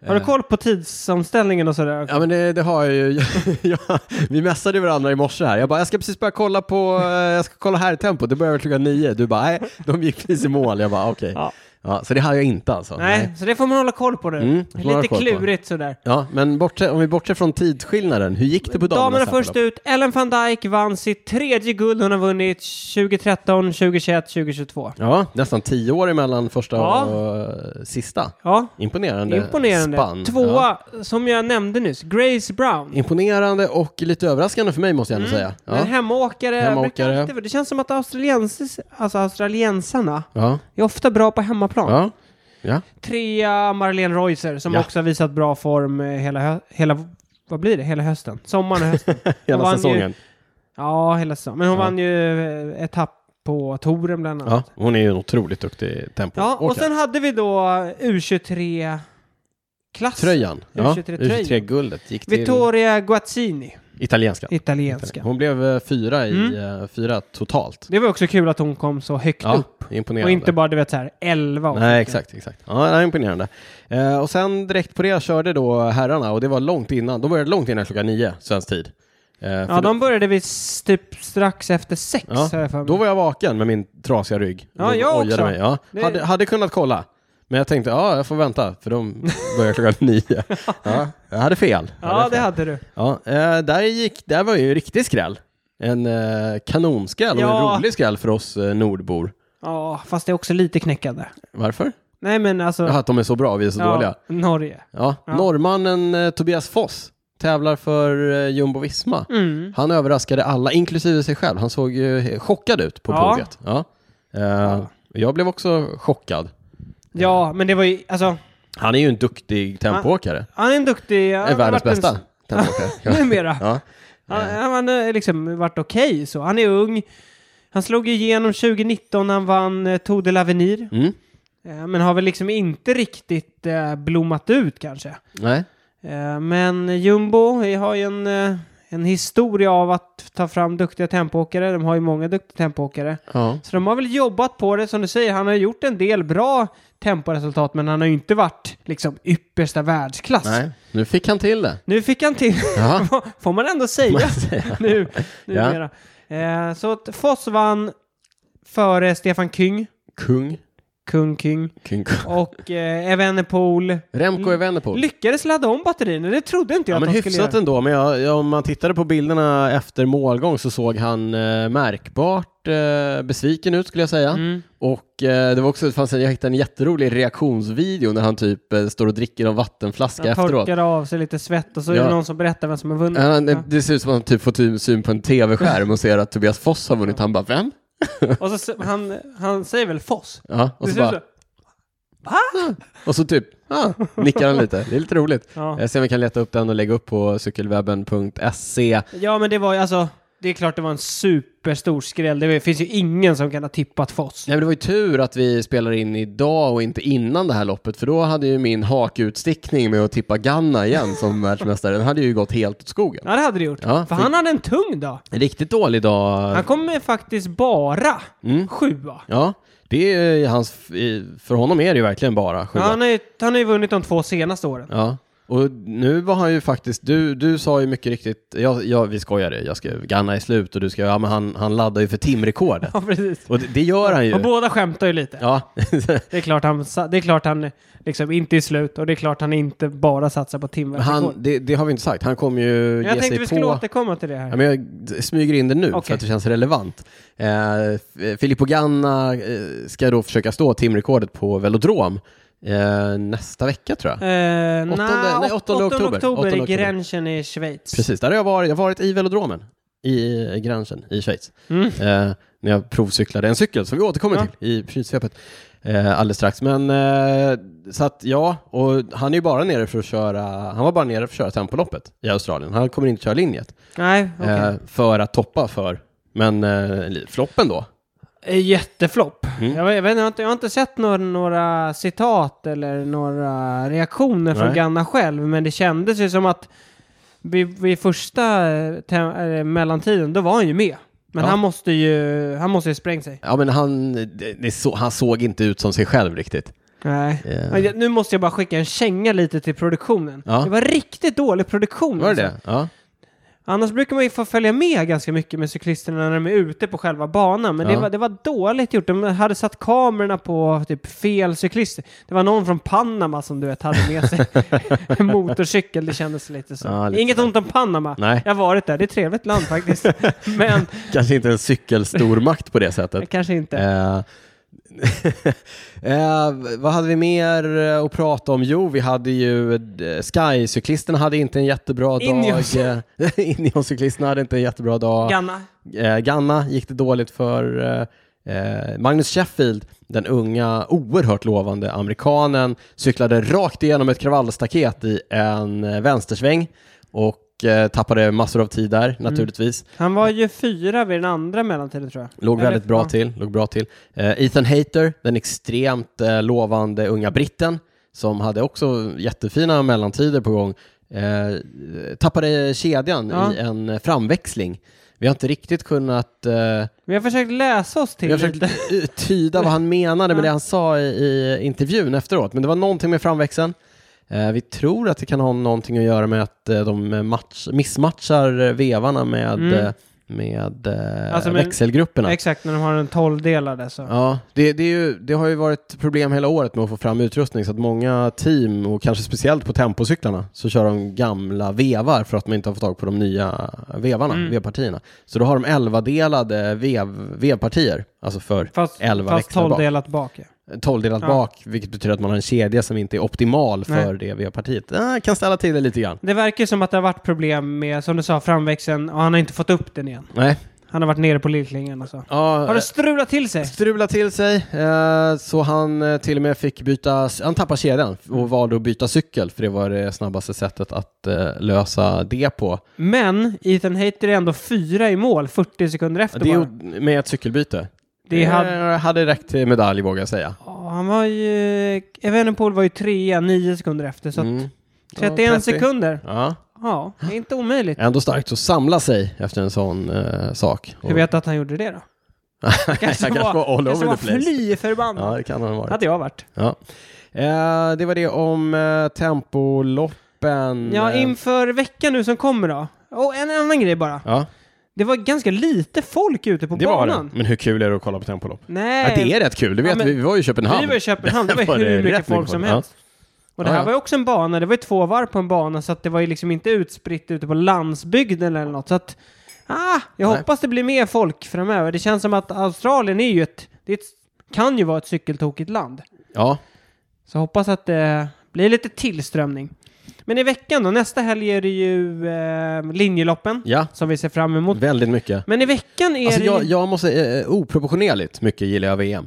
[SPEAKER 2] Har du koll på tidsomställningen och sådär?
[SPEAKER 1] Ja men det, det har jag ju. [laughs] Ja, vi messade varandra i morse här. Jag bara, jag ska precis börja kolla på, eh, jag ska kolla här i tempo. Det börjar väl klockan nio. Du bara, nej, de gick precis i mål. Jag bara, okej.
[SPEAKER 2] Ja.
[SPEAKER 1] Ja, så det hade jag inte alltså.
[SPEAKER 2] Nej, så det får man hålla koll på nu.
[SPEAKER 1] Mm, får
[SPEAKER 2] Det är
[SPEAKER 1] man hålla
[SPEAKER 2] Lite
[SPEAKER 1] koll på.
[SPEAKER 2] klurigt sådär.
[SPEAKER 1] Ja, men bortse, om vi bortser från tidsskillnaden, hur gick det på damernas
[SPEAKER 2] Damerna först
[SPEAKER 1] Zappa-lopp?
[SPEAKER 2] ut. Ellen van Dijk vann sitt tredje guld hon har vunnit 2013, 2021, 2022.
[SPEAKER 1] Ja, nästan tio år emellan första
[SPEAKER 2] Ja.
[SPEAKER 1] och eh, sista.
[SPEAKER 2] Ja,
[SPEAKER 1] Imponerande,
[SPEAKER 2] imponerande.
[SPEAKER 1] spann. Ja.
[SPEAKER 2] Tvåa, som jag nämnde nyss, Grace Brown.
[SPEAKER 1] Imponerande och lite överraskande för mig måste jag ändå säga.
[SPEAKER 2] Mm. Men
[SPEAKER 1] Ja.
[SPEAKER 2] hemåkare,
[SPEAKER 1] Hemåkare.
[SPEAKER 2] brukar alltid- det känns som att australiensis, alltså australiensarna
[SPEAKER 1] Ja.
[SPEAKER 2] är ofta bra på hemmaplan.
[SPEAKER 1] Ja. Ja.
[SPEAKER 2] Trea Marlene Reuser som
[SPEAKER 1] Ja.
[SPEAKER 2] också har visat bra form eh, hela, hö- hela, vad blir det? Hela hösten? Sommaren
[SPEAKER 1] [laughs]
[SPEAKER 2] och hösten? Hon
[SPEAKER 1] Hela
[SPEAKER 2] vann ju-
[SPEAKER 1] säsongen.
[SPEAKER 2] ja, hela säsongen. Men hon
[SPEAKER 1] Ja.
[SPEAKER 2] vann ju eh, etapp på touren bland annat.
[SPEAKER 1] Ja, hon är ju en otroligt duktig tempo.
[SPEAKER 2] Ja, och
[SPEAKER 1] Åker.
[SPEAKER 2] sen hade vi då U23-klassen.
[SPEAKER 1] Tröjan. Ja,
[SPEAKER 2] U23-tröjan.
[SPEAKER 1] U23-guldet gick till
[SPEAKER 2] Vittoria Guazzini,
[SPEAKER 1] italienska.
[SPEAKER 2] italienska. Mm.
[SPEAKER 1] Hon blev eh, fyra, i, eh, fyra totalt.
[SPEAKER 2] Det var också kul att hon kom så högt
[SPEAKER 1] Ja,
[SPEAKER 2] upp. Och
[SPEAKER 1] imponerande.
[SPEAKER 2] inte bara, du vet, så här 11 och
[SPEAKER 1] Nej, exakt. exakt. Ja, det är imponerande. Eh, och sen direkt på det körde då herrarna och det var långt innan. De började långt innan klockan nio, svensk tid. Eh,
[SPEAKER 2] Ja,
[SPEAKER 1] för
[SPEAKER 2] de började vid s- typ strax efter sex,
[SPEAKER 1] Ja,
[SPEAKER 2] har jag för mig.
[SPEAKER 1] Då var jag vaken med min trasiga rygg.
[SPEAKER 2] Ja,
[SPEAKER 1] De
[SPEAKER 2] jag
[SPEAKER 1] ojade
[SPEAKER 2] också.
[SPEAKER 1] Mig. Ja.
[SPEAKER 2] Det-
[SPEAKER 1] Hade, hade kunnat kolla. Men jag tänkte, ja, jag får vänta, för de börjar klockan [laughs] nio. Ja, jag hade fel. Jag
[SPEAKER 2] Ja, det
[SPEAKER 1] fel.
[SPEAKER 2] hade du.
[SPEAKER 1] Ja, eh, där, gick, där var ju riktig skräll. En eh, kanonskräll och
[SPEAKER 2] Ja.
[SPEAKER 1] en rolig skräll för oss eh, nordbor.
[SPEAKER 2] Ja, fast det är också lite knäckande.
[SPEAKER 1] Varför?
[SPEAKER 2] Nej, men alltså...
[SPEAKER 1] Ja, att de är så bra och vi är så dåliga.
[SPEAKER 2] Norge.
[SPEAKER 1] Ja. Norrmannen eh, Tobias Foss tävlar för eh, Jumbo Visma.
[SPEAKER 2] Mm.
[SPEAKER 1] Han överraskade alla, inklusive sig själv. Han såg ju he- chockad ut på
[SPEAKER 2] Ja.
[SPEAKER 1] podiet. Ja. Eh, Jag blev också chockad.
[SPEAKER 2] Ja, men det var ju, alltså,
[SPEAKER 1] Han är ju en duktig tempoåkare.
[SPEAKER 2] han är en duktig...
[SPEAKER 1] är världens bästa
[SPEAKER 2] [laughs]
[SPEAKER 1] tempoåkare. Ja.
[SPEAKER 2] Numera.
[SPEAKER 1] Ja.
[SPEAKER 2] Han, han har nu liksom varit okej så. Han är ung. Han slog igenom 2019 när han vann eh, Tour de l'Avenir.
[SPEAKER 1] Mm.
[SPEAKER 2] Eh, men har väl liksom inte riktigt eh, blommat ut kanske.
[SPEAKER 1] Nej.
[SPEAKER 2] Eh, men Jumbo eh, har ju en, eh, en historia av att ta fram duktiga tempoåkare. De har ju många duktiga tempoåkare.
[SPEAKER 1] Ja.
[SPEAKER 2] Så de har väl jobbat på det, som du säger. Han har gjort en del bra temporesultat, men han har ju inte varit liksom yppersta världsklass.
[SPEAKER 1] Nej. Nu fick han till det.
[SPEAKER 2] Nu fick han till,
[SPEAKER 1] Ja.
[SPEAKER 2] [laughs] får man ändå säga [laughs] nu,
[SPEAKER 1] [laughs]
[SPEAKER 2] numera. Eh, så att Foss vann före Stefan Kyng,
[SPEAKER 1] Kung.
[SPEAKER 2] Kung Kyng,
[SPEAKER 1] Kung.
[SPEAKER 2] och eh, Evenepoel.
[SPEAKER 1] Remco Evenepoel.
[SPEAKER 2] Lyckades ladda om batterierna, det trodde inte jag
[SPEAKER 1] Ja, men
[SPEAKER 2] att de skulle
[SPEAKER 1] hyfsat
[SPEAKER 2] göra.
[SPEAKER 1] ändå, men jag, jag, om man tittade på bilderna efter målgång så såg han eh, märkbart eh, besviken ut skulle jag säga.
[SPEAKER 2] Mm.
[SPEAKER 1] Och eh, det var också, det fanns en, jag hittade en jätterolig reaktionsvideo när han typ eh, står och dricker en vattenflaska
[SPEAKER 2] Han
[SPEAKER 1] efteråt.
[SPEAKER 2] torkade av sig lite svett och så är
[SPEAKER 1] Ja.
[SPEAKER 2] det någon som berättar vem som har vunnit.
[SPEAKER 1] Han, det, det ser ut som att han typ får ty- syn på en tv-skärm och ser att Tobias Foss har vunnit. Han bara, vem?
[SPEAKER 2] Och så, s- han, han säger väl Foss?
[SPEAKER 1] Ja, och
[SPEAKER 2] Det
[SPEAKER 1] så,
[SPEAKER 2] ser ut
[SPEAKER 1] bara,
[SPEAKER 2] så.
[SPEAKER 1] och så typ, ah, nickar han lite. Det är lite roligt.
[SPEAKER 2] Ja.
[SPEAKER 1] Jag ser om vi kan leta upp den och lägga upp på cykelwebben.se.
[SPEAKER 2] Ja, men det var ju alltså... det- det är klart det var en superstor skräll. Det finns ju ingen som kan ha tippat Foss.
[SPEAKER 1] Nej, men det var ju tur att vi spelar in idag och inte innan det här loppet, för då hade ju min hakutstickning med att tippa Ganna igen som [laughs] världsmästare, den hade ju gått helt åt skogen.
[SPEAKER 2] Ja, det hade det gjort.
[SPEAKER 1] Ja,
[SPEAKER 2] för
[SPEAKER 1] för-
[SPEAKER 2] han hade en tung dag.
[SPEAKER 1] En riktigt dålig dag.
[SPEAKER 2] Han kom med faktiskt bara sjua.
[SPEAKER 1] Mm. Ja, det är ju hans, för honom är det ju verkligen bara
[SPEAKER 2] Ja,
[SPEAKER 1] sjua.
[SPEAKER 2] han, har ju, han har ju vunnit de två senaste åren.
[SPEAKER 1] Ja, och nu var han ju faktiskt, du, du sa ju mycket riktigt, jag, jag, vi skojade, jag skrev Ganna är slut och du skrev, ja men han, han laddar ju för
[SPEAKER 2] [laughs]
[SPEAKER 1] timrekordet.
[SPEAKER 2] Ja, precis.
[SPEAKER 1] Och det, det gör han
[SPEAKER 2] Och
[SPEAKER 1] ju.
[SPEAKER 2] båda skämtar ju lite.
[SPEAKER 1] Ja, [laughs]
[SPEAKER 2] Det är klart han, sa- det är klart han liksom inte är slut och det är klart han inte bara satsar på
[SPEAKER 1] men han,
[SPEAKER 2] timverkrekord.
[SPEAKER 1] det, det har vi inte sagt, han kommer ju
[SPEAKER 2] Jag
[SPEAKER 1] ge sig
[SPEAKER 2] tänkte
[SPEAKER 1] på...
[SPEAKER 2] vi skulle återkomma till det här.
[SPEAKER 1] Ja, men jag smyger in det nu för
[SPEAKER 2] Okej.
[SPEAKER 1] att det känns relevant. Eh, F- Filippo Ganna eh, ska då försöka stå timrekordet på velodrom eh, nästa vecka tror jag.
[SPEAKER 2] Eh,
[SPEAKER 1] Åttonde-
[SPEAKER 2] nej,
[SPEAKER 1] nej, åttonde
[SPEAKER 2] åttonde
[SPEAKER 1] oktober.
[SPEAKER 2] oktober
[SPEAKER 1] Åttonde
[SPEAKER 2] i
[SPEAKER 1] oktober.
[SPEAKER 2] Grenchen i Schweiz.
[SPEAKER 1] Precis, där har jag varit. Jag har varit i velodromen i eh, Granchen i Schweiz. Eh, när jag provcyklade en cykel som vi återkommer
[SPEAKER 2] Mm. Ja.
[SPEAKER 1] till i prylsvepet eh, alldeles strax. Men eh, så att ja, och han är ju bara nere för att köra, han var bara nere för att köra tempoloppet i Australien. Han kommer inte köra linjet
[SPEAKER 2] Nej, okej.
[SPEAKER 1] eh, för att toppa för, men eh, li- floppen då.
[SPEAKER 2] Eh, Jätteflopp.
[SPEAKER 1] Mm.
[SPEAKER 2] Jag, vet- jag, vet, inte, jag, har inte, jag har inte sett några, några citat eller några reaktioner från
[SPEAKER 1] Nej.
[SPEAKER 2] Ganna själv, men det kändes ju som att vid, vid första eh, tem- eh, mellantiden, då var han ju med. Men
[SPEAKER 1] Ja.
[SPEAKER 2] han måste ju han måste ju sprängt sig.
[SPEAKER 1] Ja men han, det, det så, han såg inte ut som sig själv riktigt.
[SPEAKER 2] Nej.
[SPEAKER 1] Eh,
[SPEAKER 2] Men jag- Nu måste jag bara skicka en känga lite till produktionen.
[SPEAKER 1] Ja.
[SPEAKER 2] Det var riktigt dålig produktion.
[SPEAKER 1] Var det
[SPEAKER 2] alltså.
[SPEAKER 1] det? Ja.
[SPEAKER 2] Annars brukar man ju få följa med ganska mycket med cyklisterna när de är ute på själva banan. Men
[SPEAKER 1] Ja.
[SPEAKER 2] det, var, det var dåligt gjort. De hade satt kamerorna på typ fel cyklister. Det var någon från Panama som du vet hade med sig
[SPEAKER 1] [laughs]
[SPEAKER 2] en motorcykel. Det kändes lite så.
[SPEAKER 1] Ja, lite
[SPEAKER 2] Inget ont om Panama.
[SPEAKER 1] Nej.
[SPEAKER 2] Jag har varit där. Det är ett trevligt land
[SPEAKER 1] [laughs]
[SPEAKER 2] faktiskt. men
[SPEAKER 1] Kanske inte en cykelstormakt på det sättet.
[SPEAKER 2] kanske inte.
[SPEAKER 1] Eh, eh, [laughs] vad hade vi mer eh, att prata om? Jo, vi hade ju eh, Sky-cyklisterna hade inte en jättebra
[SPEAKER 2] Ineos.
[SPEAKER 1] dag. Eh, [laughs] Ineos-cyklisterna hade inte en jättebra dag.
[SPEAKER 2] Ganna.
[SPEAKER 1] Eh, Ganna gick det dåligt för. eh, Eh, Magnus Sheffield, den unga, oerhört lovande amerikanen, cyklade rakt igenom ett kravallstaket i en eh, vänstersväng och eh, tappade massor av tid där naturligtvis.
[SPEAKER 2] Han var ju fyra vid den andra mellantiden tror jag.
[SPEAKER 1] Låg
[SPEAKER 2] Eller-
[SPEAKER 1] väldigt bra
[SPEAKER 2] ja.
[SPEAKER 1] till. Låg bra till. Eh, Ethan Hayter, den extremt eh, lovande unga britten som hade också jättefina mellantider på gång, eh, tappade kedjan
[SPEAKER 2] Ja.
[SPEAKER 1] i en eh, framväxling. Vi har inte riktigt kunnat eh,
[SPEAKER 2] Vi har försökt läsa oss till
[SPEAKER 1] jag
[SPEAKER 2] lite.
[SPEAKER 1] försökte tyda vad han menade med det han sa i, i intervjun efteråt, men det var någonting med framväxeln. Eh, vi tror att det kan ha någonting att göra med att eh, de match, missmatchar eh, vevarna med,
[SPEAKER 2] Mm.
[SPEAKER 1] eh, med, eh,
[SPEAKER 2] Alltså med-
[SPEAKER 1] växelgrupperna.
[SPEAKER 2] Exakt, när de har en tolvdelare så.
[SPEAKER 1] Ja, det, det, är ju, det har ju varit problem hela året med att få fram utrustning så att många team och kanske speciellt på tempocyklarna så kör de gamla vevar för att man inte har fått tag på de nya vevarna,
[SPEAKER 2] Mm.
[SPEAKER 1] vevpartierna. Så då har de 11-delade vev, vevpartier, alltså för
[SPEAKER 2] Fast,
[SPEAKER 1] 11
[SPEAKER 2] fast
[SPEAKER 1] växlar bak.
[SPEAKER 2] tolvdelat bak. ja.
[SPEAKER 1] 12-delat
[SPEAKER 2] Ja.
[SPEAKER 1] bak, vilket betyder att man har en kedja som inte är optimal för det vevpartiet. Ah, kan ställa till det lite grann.
[SPEAKER 2] Det verkar ju som att det har varit problem med, som du sa, framväxeln och han har inte fått upp den igen.
[SPEAKER 1] Nej.
[SPEAKER 2] Han har varit nere på lillklingan och så.
[SPEAKER 1] Ja,
[SPEAKER 2] Har
[SPEAKER 1] eh,
[SPEAKER 2] det strulat till sig?
[SPEAKER 1] strula till sig eh, så han eh, till och med fick byta, han tappade kedjan och valde att byta cykel för det var det snabbaste sättet att eh, lösa det på.
[SPEAKER 2] Men Ethan Hayter är ändå fyra i mål 40 sekunder efter
[SPEAKER 1] Det är
[SPEAKER 2] bara.
[SPEAKER 1] ju med ett cykelbyte.
[SPEAKER 2] Det
[SPEAKER 1] Det
[SPEAKER 2] hade-
[SPEAKER 1] hade... hade räckt till medalj vågar jag säga.
[SPEAKER 2] Ja, han var ju... Evenepoel var ju trea, nio sekunder efter. Så att
[SPEAKER 1] Mm. Ja,
[SPEAKER 2] 31
[SPEAKER 1] 30.
[SPEAKER 2] sekunder.
[SPEAKER 1] Ja,
[SPEAKER 2] Ja, det är inte omöjligt.
[SPEAKER 1] ändå starkt att samla sig efter en sån eh, sak.
[SPEAKER 2] Hur vet du att han
[SPEAKER 1] [laughs]
[SPEAKER 2] gjorde det då? Han
[SPEAKER 1] Han kanske var all
[SPEAKER 2] kanske
[SPEAKER 1] over
[SPEAKER 2] var
[SPEAKER 1] the place.
[SPEAKER 2] fly
[SPEAKER 1] Ja,
[SPEAKER 2] förbannad.
[SPEAKER 1] det kan han ha varit.
[SPEAKER 2] hade jag varit.
[SPEAKER 1] Ja. Eh, det var det om eh, tempoloppen.
[SPEAKER 2] Ja,
[SPEAKER 1] Eh,
[SPEAKER 2] inför veckan nu som kommer då. Och en annan grej bara.
[SPEAKER 1] ja,
[SPEAKER 2] Det var ganska lite folk ute på
[SPEAKER 1] det var
[SPEAKER 2] banan.
[SPEAKER 1] det. Men hur kul är det att kolla på tempolopp?
[SPEAKER 2] Nej,
[SPEAKER 1] Ja, det är rätt kul. Du vet,
[SPEAKER 2] Eh, Ja, men-
[SPEAKER 1] vi var ju i Köpenhamn.
[SPEAKER 2] vi var
[SPEAKER 1] [laughs]
[SPEAKER 2] i Köpenhamn, det
[SPEAKER 1] Där
[SPEAKER 2] var ju hur
[SPEAKER 1] rätt
[SPEAKER 2] mycket folk som
[SPEAKER 1] Ja.
[SPEAKER 2] helst. Och det
[SPEAKER 1] Ja,
[SPEAKER 2] här
[SPEAKER 1] ja.
[SPEAKER 2] var ju också en bana, det var ju två varv på en bana så att det var ju liksom inte utspritt ute på landsbygden eller något. Så att, ah, jag
[SPEAKER 1] Nej.
[SPEAKER 2] hoppas det blir mer folk framöver. Det känns som att Australien är ju ett, det är ett kan ju vara ett cykeltokigt land.
[SPEAKER 1] Ja.
[SPEAKER 2] Så hoppas att det blir lite tillströmning. Men i veckan då, nästa helg är det ju eh, linjeloppen
[SPEAKER 1] ja,
[SPEAKER 2] som vi ser fram emot.
[SPEAKER 1] väldigt mycket.
[SPEAKER 2] Men i veckan är
[SPEAKER 1] Alltså,
[SPEAKER 2] det
[SPEAKER 1] jag,
[SPEAKER 2] ju...
[SPEAKER 1] jag måste säga, eh, oproportionerligt mycket gillar jag VM.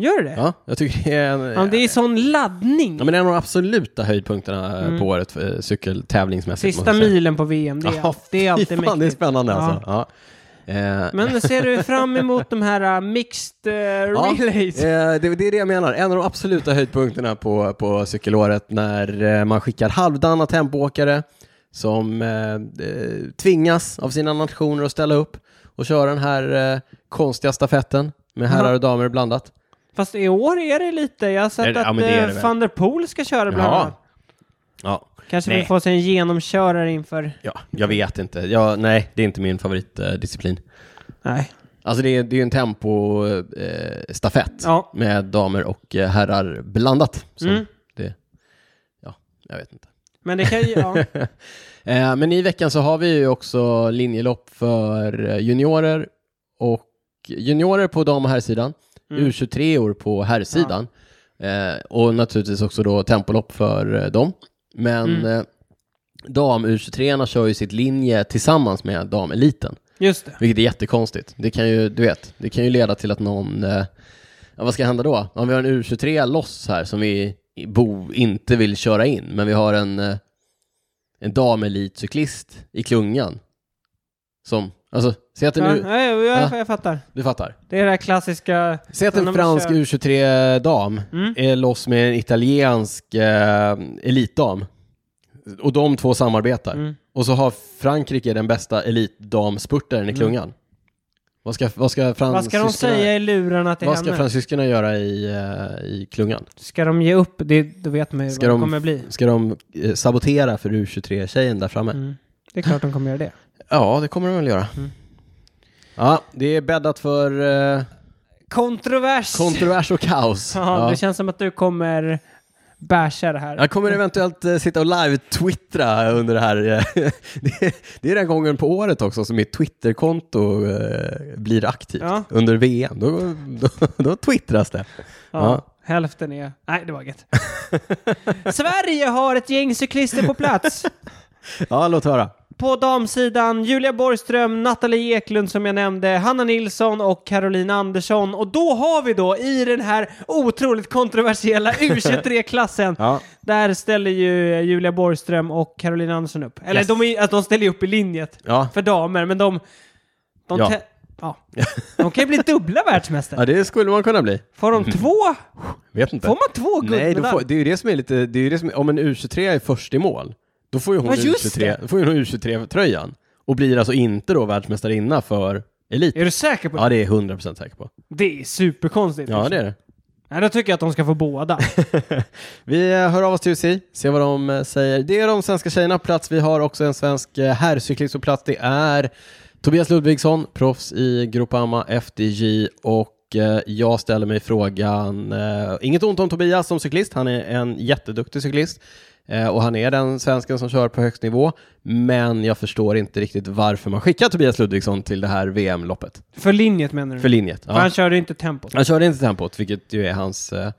[SPEAKER 2] Gör det?
[SPEAKER 1] Ja, jag tycker det är en,
[SPEAKER 2] Ja, det är sån laddning.
[SPEAKER 1] ja, men det är en av de absoluta höjdpunkterna eh,
[SPEAKER 2] Mm.
[SPEAKER 1] på året, eh, cykeltävlingsmässigt.
[SPEAKER 2] Sista
[SPEAKER 1] måste jag säga.
[SPEAKER 2] milen på VM, det är,
[SPEAKER 1] Ja,
[SPEAKER 2] det är alltid
[SPEAKER 1] Fy fan, det är
[SPEAKER 2] mäktigt.
[SPEAKER 1] spännande
[SPEAKER 2] Ja.
[SPEAKER 1] alltså. Ja. Eh,
[SPEAKER 2] Men ser du fram emot de här eh, mixed eh,
[SPEAKER 1] Ja,
[SPEAKER 2] relays?
[SPEAKER 1] eh, det, det är det jag menar. En av de absoluta höjdpunkterna på, på cykelåret när eh, man skickar halvdana tempoåkare som eh, eh, tvingas av sina nationer att ställa upp och köra den här eh, konstiga stafetten med herrar
[SPEAKER 2] Ja.
[SPEAKER 1] och damer blandat.
[SPEAKER 2] Fast i år är det lite. Jag har
[SPEAKER 1] Är
[SPEAKER 2] sett
[SPEAKER 1] det- ja,
[SPEAKER 2] att
[SPEAKER 1] men det är
[SPEAKER 2] eh,
[SPEAKER 1] det väl.
[SPEAKER 2] van der Poel ska köra bland
[SPEAKER 1] Ja.
[SPEAKER 2] annat.
[SPEAKER 1] Ja,
[SPEAKER 2] Kanske
[SPEAKER 1] Nej.
[SPEAKER 2] vill få sig en genomkörare inför...
[SPEAKER 1] ja jag vet inte. Jag, nej, det är inte min favoritdisciplin.
[SPEAKER 2] Nej.
[SPEAKER 1] Alltså det är, det är ju en tempostafett eh, stafett
[SPEAKER 2] Ja.
[SPEAKER 1] med damer och eh, herrar blandat. Som
[SPEAKER 2] Mm.
[SPEAKER 1] det, ja, jag vet inte.
[SPEAKER 2] Men det kan ju...
[SPEAKER 1] [laughs]
[SPEAKER 2] Ja.
[SPEAKER 1] Eh, men i veckan så har vi ju också linjelopp för eh, juniorer och juniorer på dam och herrsidan,
[SPEAKER 2] Mm.
[SPEAKER 1] U23-or på herrsidan eh, och naturligtvis också då tempolopp för eh, dem. Men
[SPEAKER 2] Mm.
[SPEAKER 1] eh, dam U23-orna kör ju sitt linje tillsammans med dameliten.
[SPEAKER 2] Just det.
[SPEAKER 1] Vilket är jättekonstigt. Det kan ju, du vet, det kan ju leda till att någon, eh, ja, vad ska hända då? Om vi har en U23 loss här som vi i bo inte vill köra in, men vi har en, eh, en damelitcyklist i klungan. Som, alltså, säg att en,
[SPEAKER 2] Ja,
[SPEAKER 1] U-
[SPEAKER 2] ja, jag, jag,
[SPEAKER 1] Ja.
[SPEAKER 2] jag fattar.
[SPEAKER 1] du fattar.
[SPEAKER 2] Det är det här klassiska...
[SPEAKER 1] Säg att
[SPEAKER 2] Men
[SPEAKER 1] en
[SPEAKER 2] de
[SPEAKER 1] fransk
[SPEAKER 2] kör-
[SPEAKER 1] U23-dam
[SPEAKER 2] Mm.
[SPEAKER 1] är loss med en italiensk eh, elitdam. Och de två samarbetar.
[SPEAKER 2] Mm.
[SPEAKER 1] Och så har Frankrike den bästa elitdamspurtaren i klungan. Vad ska, vad ska
[SPEAKER 2] Mm. Vad ska de
[SPEAKER 1] fransyskorna-
[SPEAKER 2] säga i lurarna till
[SPEAKER 1] Vad
[SPEAKER 2] henne?
[SPEAKER 1] ska fransyskorna göra i, eh, i klungan?
[SPEAKER 2] Ska de ge upp? Det, då vet man ju
[SPEAKER 1] Ska
[SPEAKER 2] vad
[SPEAKER 1] de-
[SPEAKER 2] det kommer bli.
[SPEAKER 1] Ska de eh, sabotera för U23-tjejen där framme?
[SPEAKER 2] Mm. Det är klart de kommer göra det.
[SPEAKER 1] Ja, det kommer de väl göra.
[SPEAKER 2] Mm.
[SPEAKER 1] Ja, det är bäddat för eh, [laughs]
[SPEAKER 2] Kontrovers! [laughs]
[SPEAKER 1] kontrovers och kaos.
[SPEAKER 2] ja,
[SPEAKER 1] Ja.
[SPEAKER 2] Det känns som att du kommer basha det här.
[SPEAKER 1] Jag kommer eventuellt eh, sitta och live-twittra under det här. eh, [laughs] det, är, det är den gången på året också som mitt Twitterkonto eh, blir aktivt
[SPEAKER 2] Ja.
[SPEAKER 1] under VM. Då, då, då twittras det.
[SPEAKER 2] Ja, Hälften är... Nej, det var inget. [laughs] Sverige har ett gäng cyklister på plats.
[SPEAKER 1] Ja, låt höra.
[SPEAKER 2] På damsidan Julia Borgström, Nathalie Eklund som jag nämnde, Hanna Nilsson och Caroline Andersson. Och då har vi då i den här
[SPEAKER 1] [laughs]
[SPEAKER 2] otroligt kontroversiella U23-klassen,
[SPEAKER 1] Ja.
[SPEAKER 2] där ställer ju Julia Borgström och Caroline Andersson upp. Eller
[SPEAKER 1] Yes.
[SPEAKER 2] de, är, alltså, de ställer ju upp i linjet
[SPEAKER 1] Ja.
[SPEAKER 2] för damer, men de... De,
[SPEAKER 1] Ja.
[SPEAKER 2] te- ja. de kan ju bli dubbla världsmästare.
[SPEAKER 1] ja, det skulle man kunna bli.
[SPEAKER 2] Får de två?
[SPEAKER 1] Vet inte.
[SPEAKER 2] Får man två
[SPEAKER 1] Nej, då får,
[SPEAKER 2] guldmedaljer?
[SPEAKER 1] det är ju det som är lite, det är ju det som, om en U23 är först i mål, då får ju hon
[SPEAKER 2] Ja, just
[SPEAKER 1] U23, då får ju hon U23-tröjan och blir alltså inte då världsmästarinna för elit.
[SPEAKER 2] Är du säker på det?
[SPEAKER 1] Ja, det är jag 100% säker på. Liksom.
[SPEAKER 2] Det är superkonstigt. liksom.
[SPEAKER 1] Ja, det är det.
[SPEAKER 2] Nej, då tycker jag att de ska
[SPEAKER 1] [laughs]
[SPEAKER 2] få båda.
[SPEAKER 1] Vi eh, hör av oss till UCI, ser vad de eh, säger. Det är de svenska tjejerna på plats. Vi har också en svensk eh, herrcyklist på plats. Det är Tobias Ludvigsson, proffs i Groupama FDJ och eh, jag ställer mig frågan, eh, inget ont om Tobias som cyklist, han är en jätteduktig cyklist eh, och han är den svensken som kör på högst nivå, men jag förstår inte riktigt varför man skickar Tobias Ludvigsson till det här VM-loppet,
[SPEAKER 2] För linjet menar du?
[SPEAKER 1] för linjet. Ja.
[SPEAKER 2] För han körde ju inte tempot.
[SPEAKER 1] Han körde inte tempot, vilket ju är hans, eh,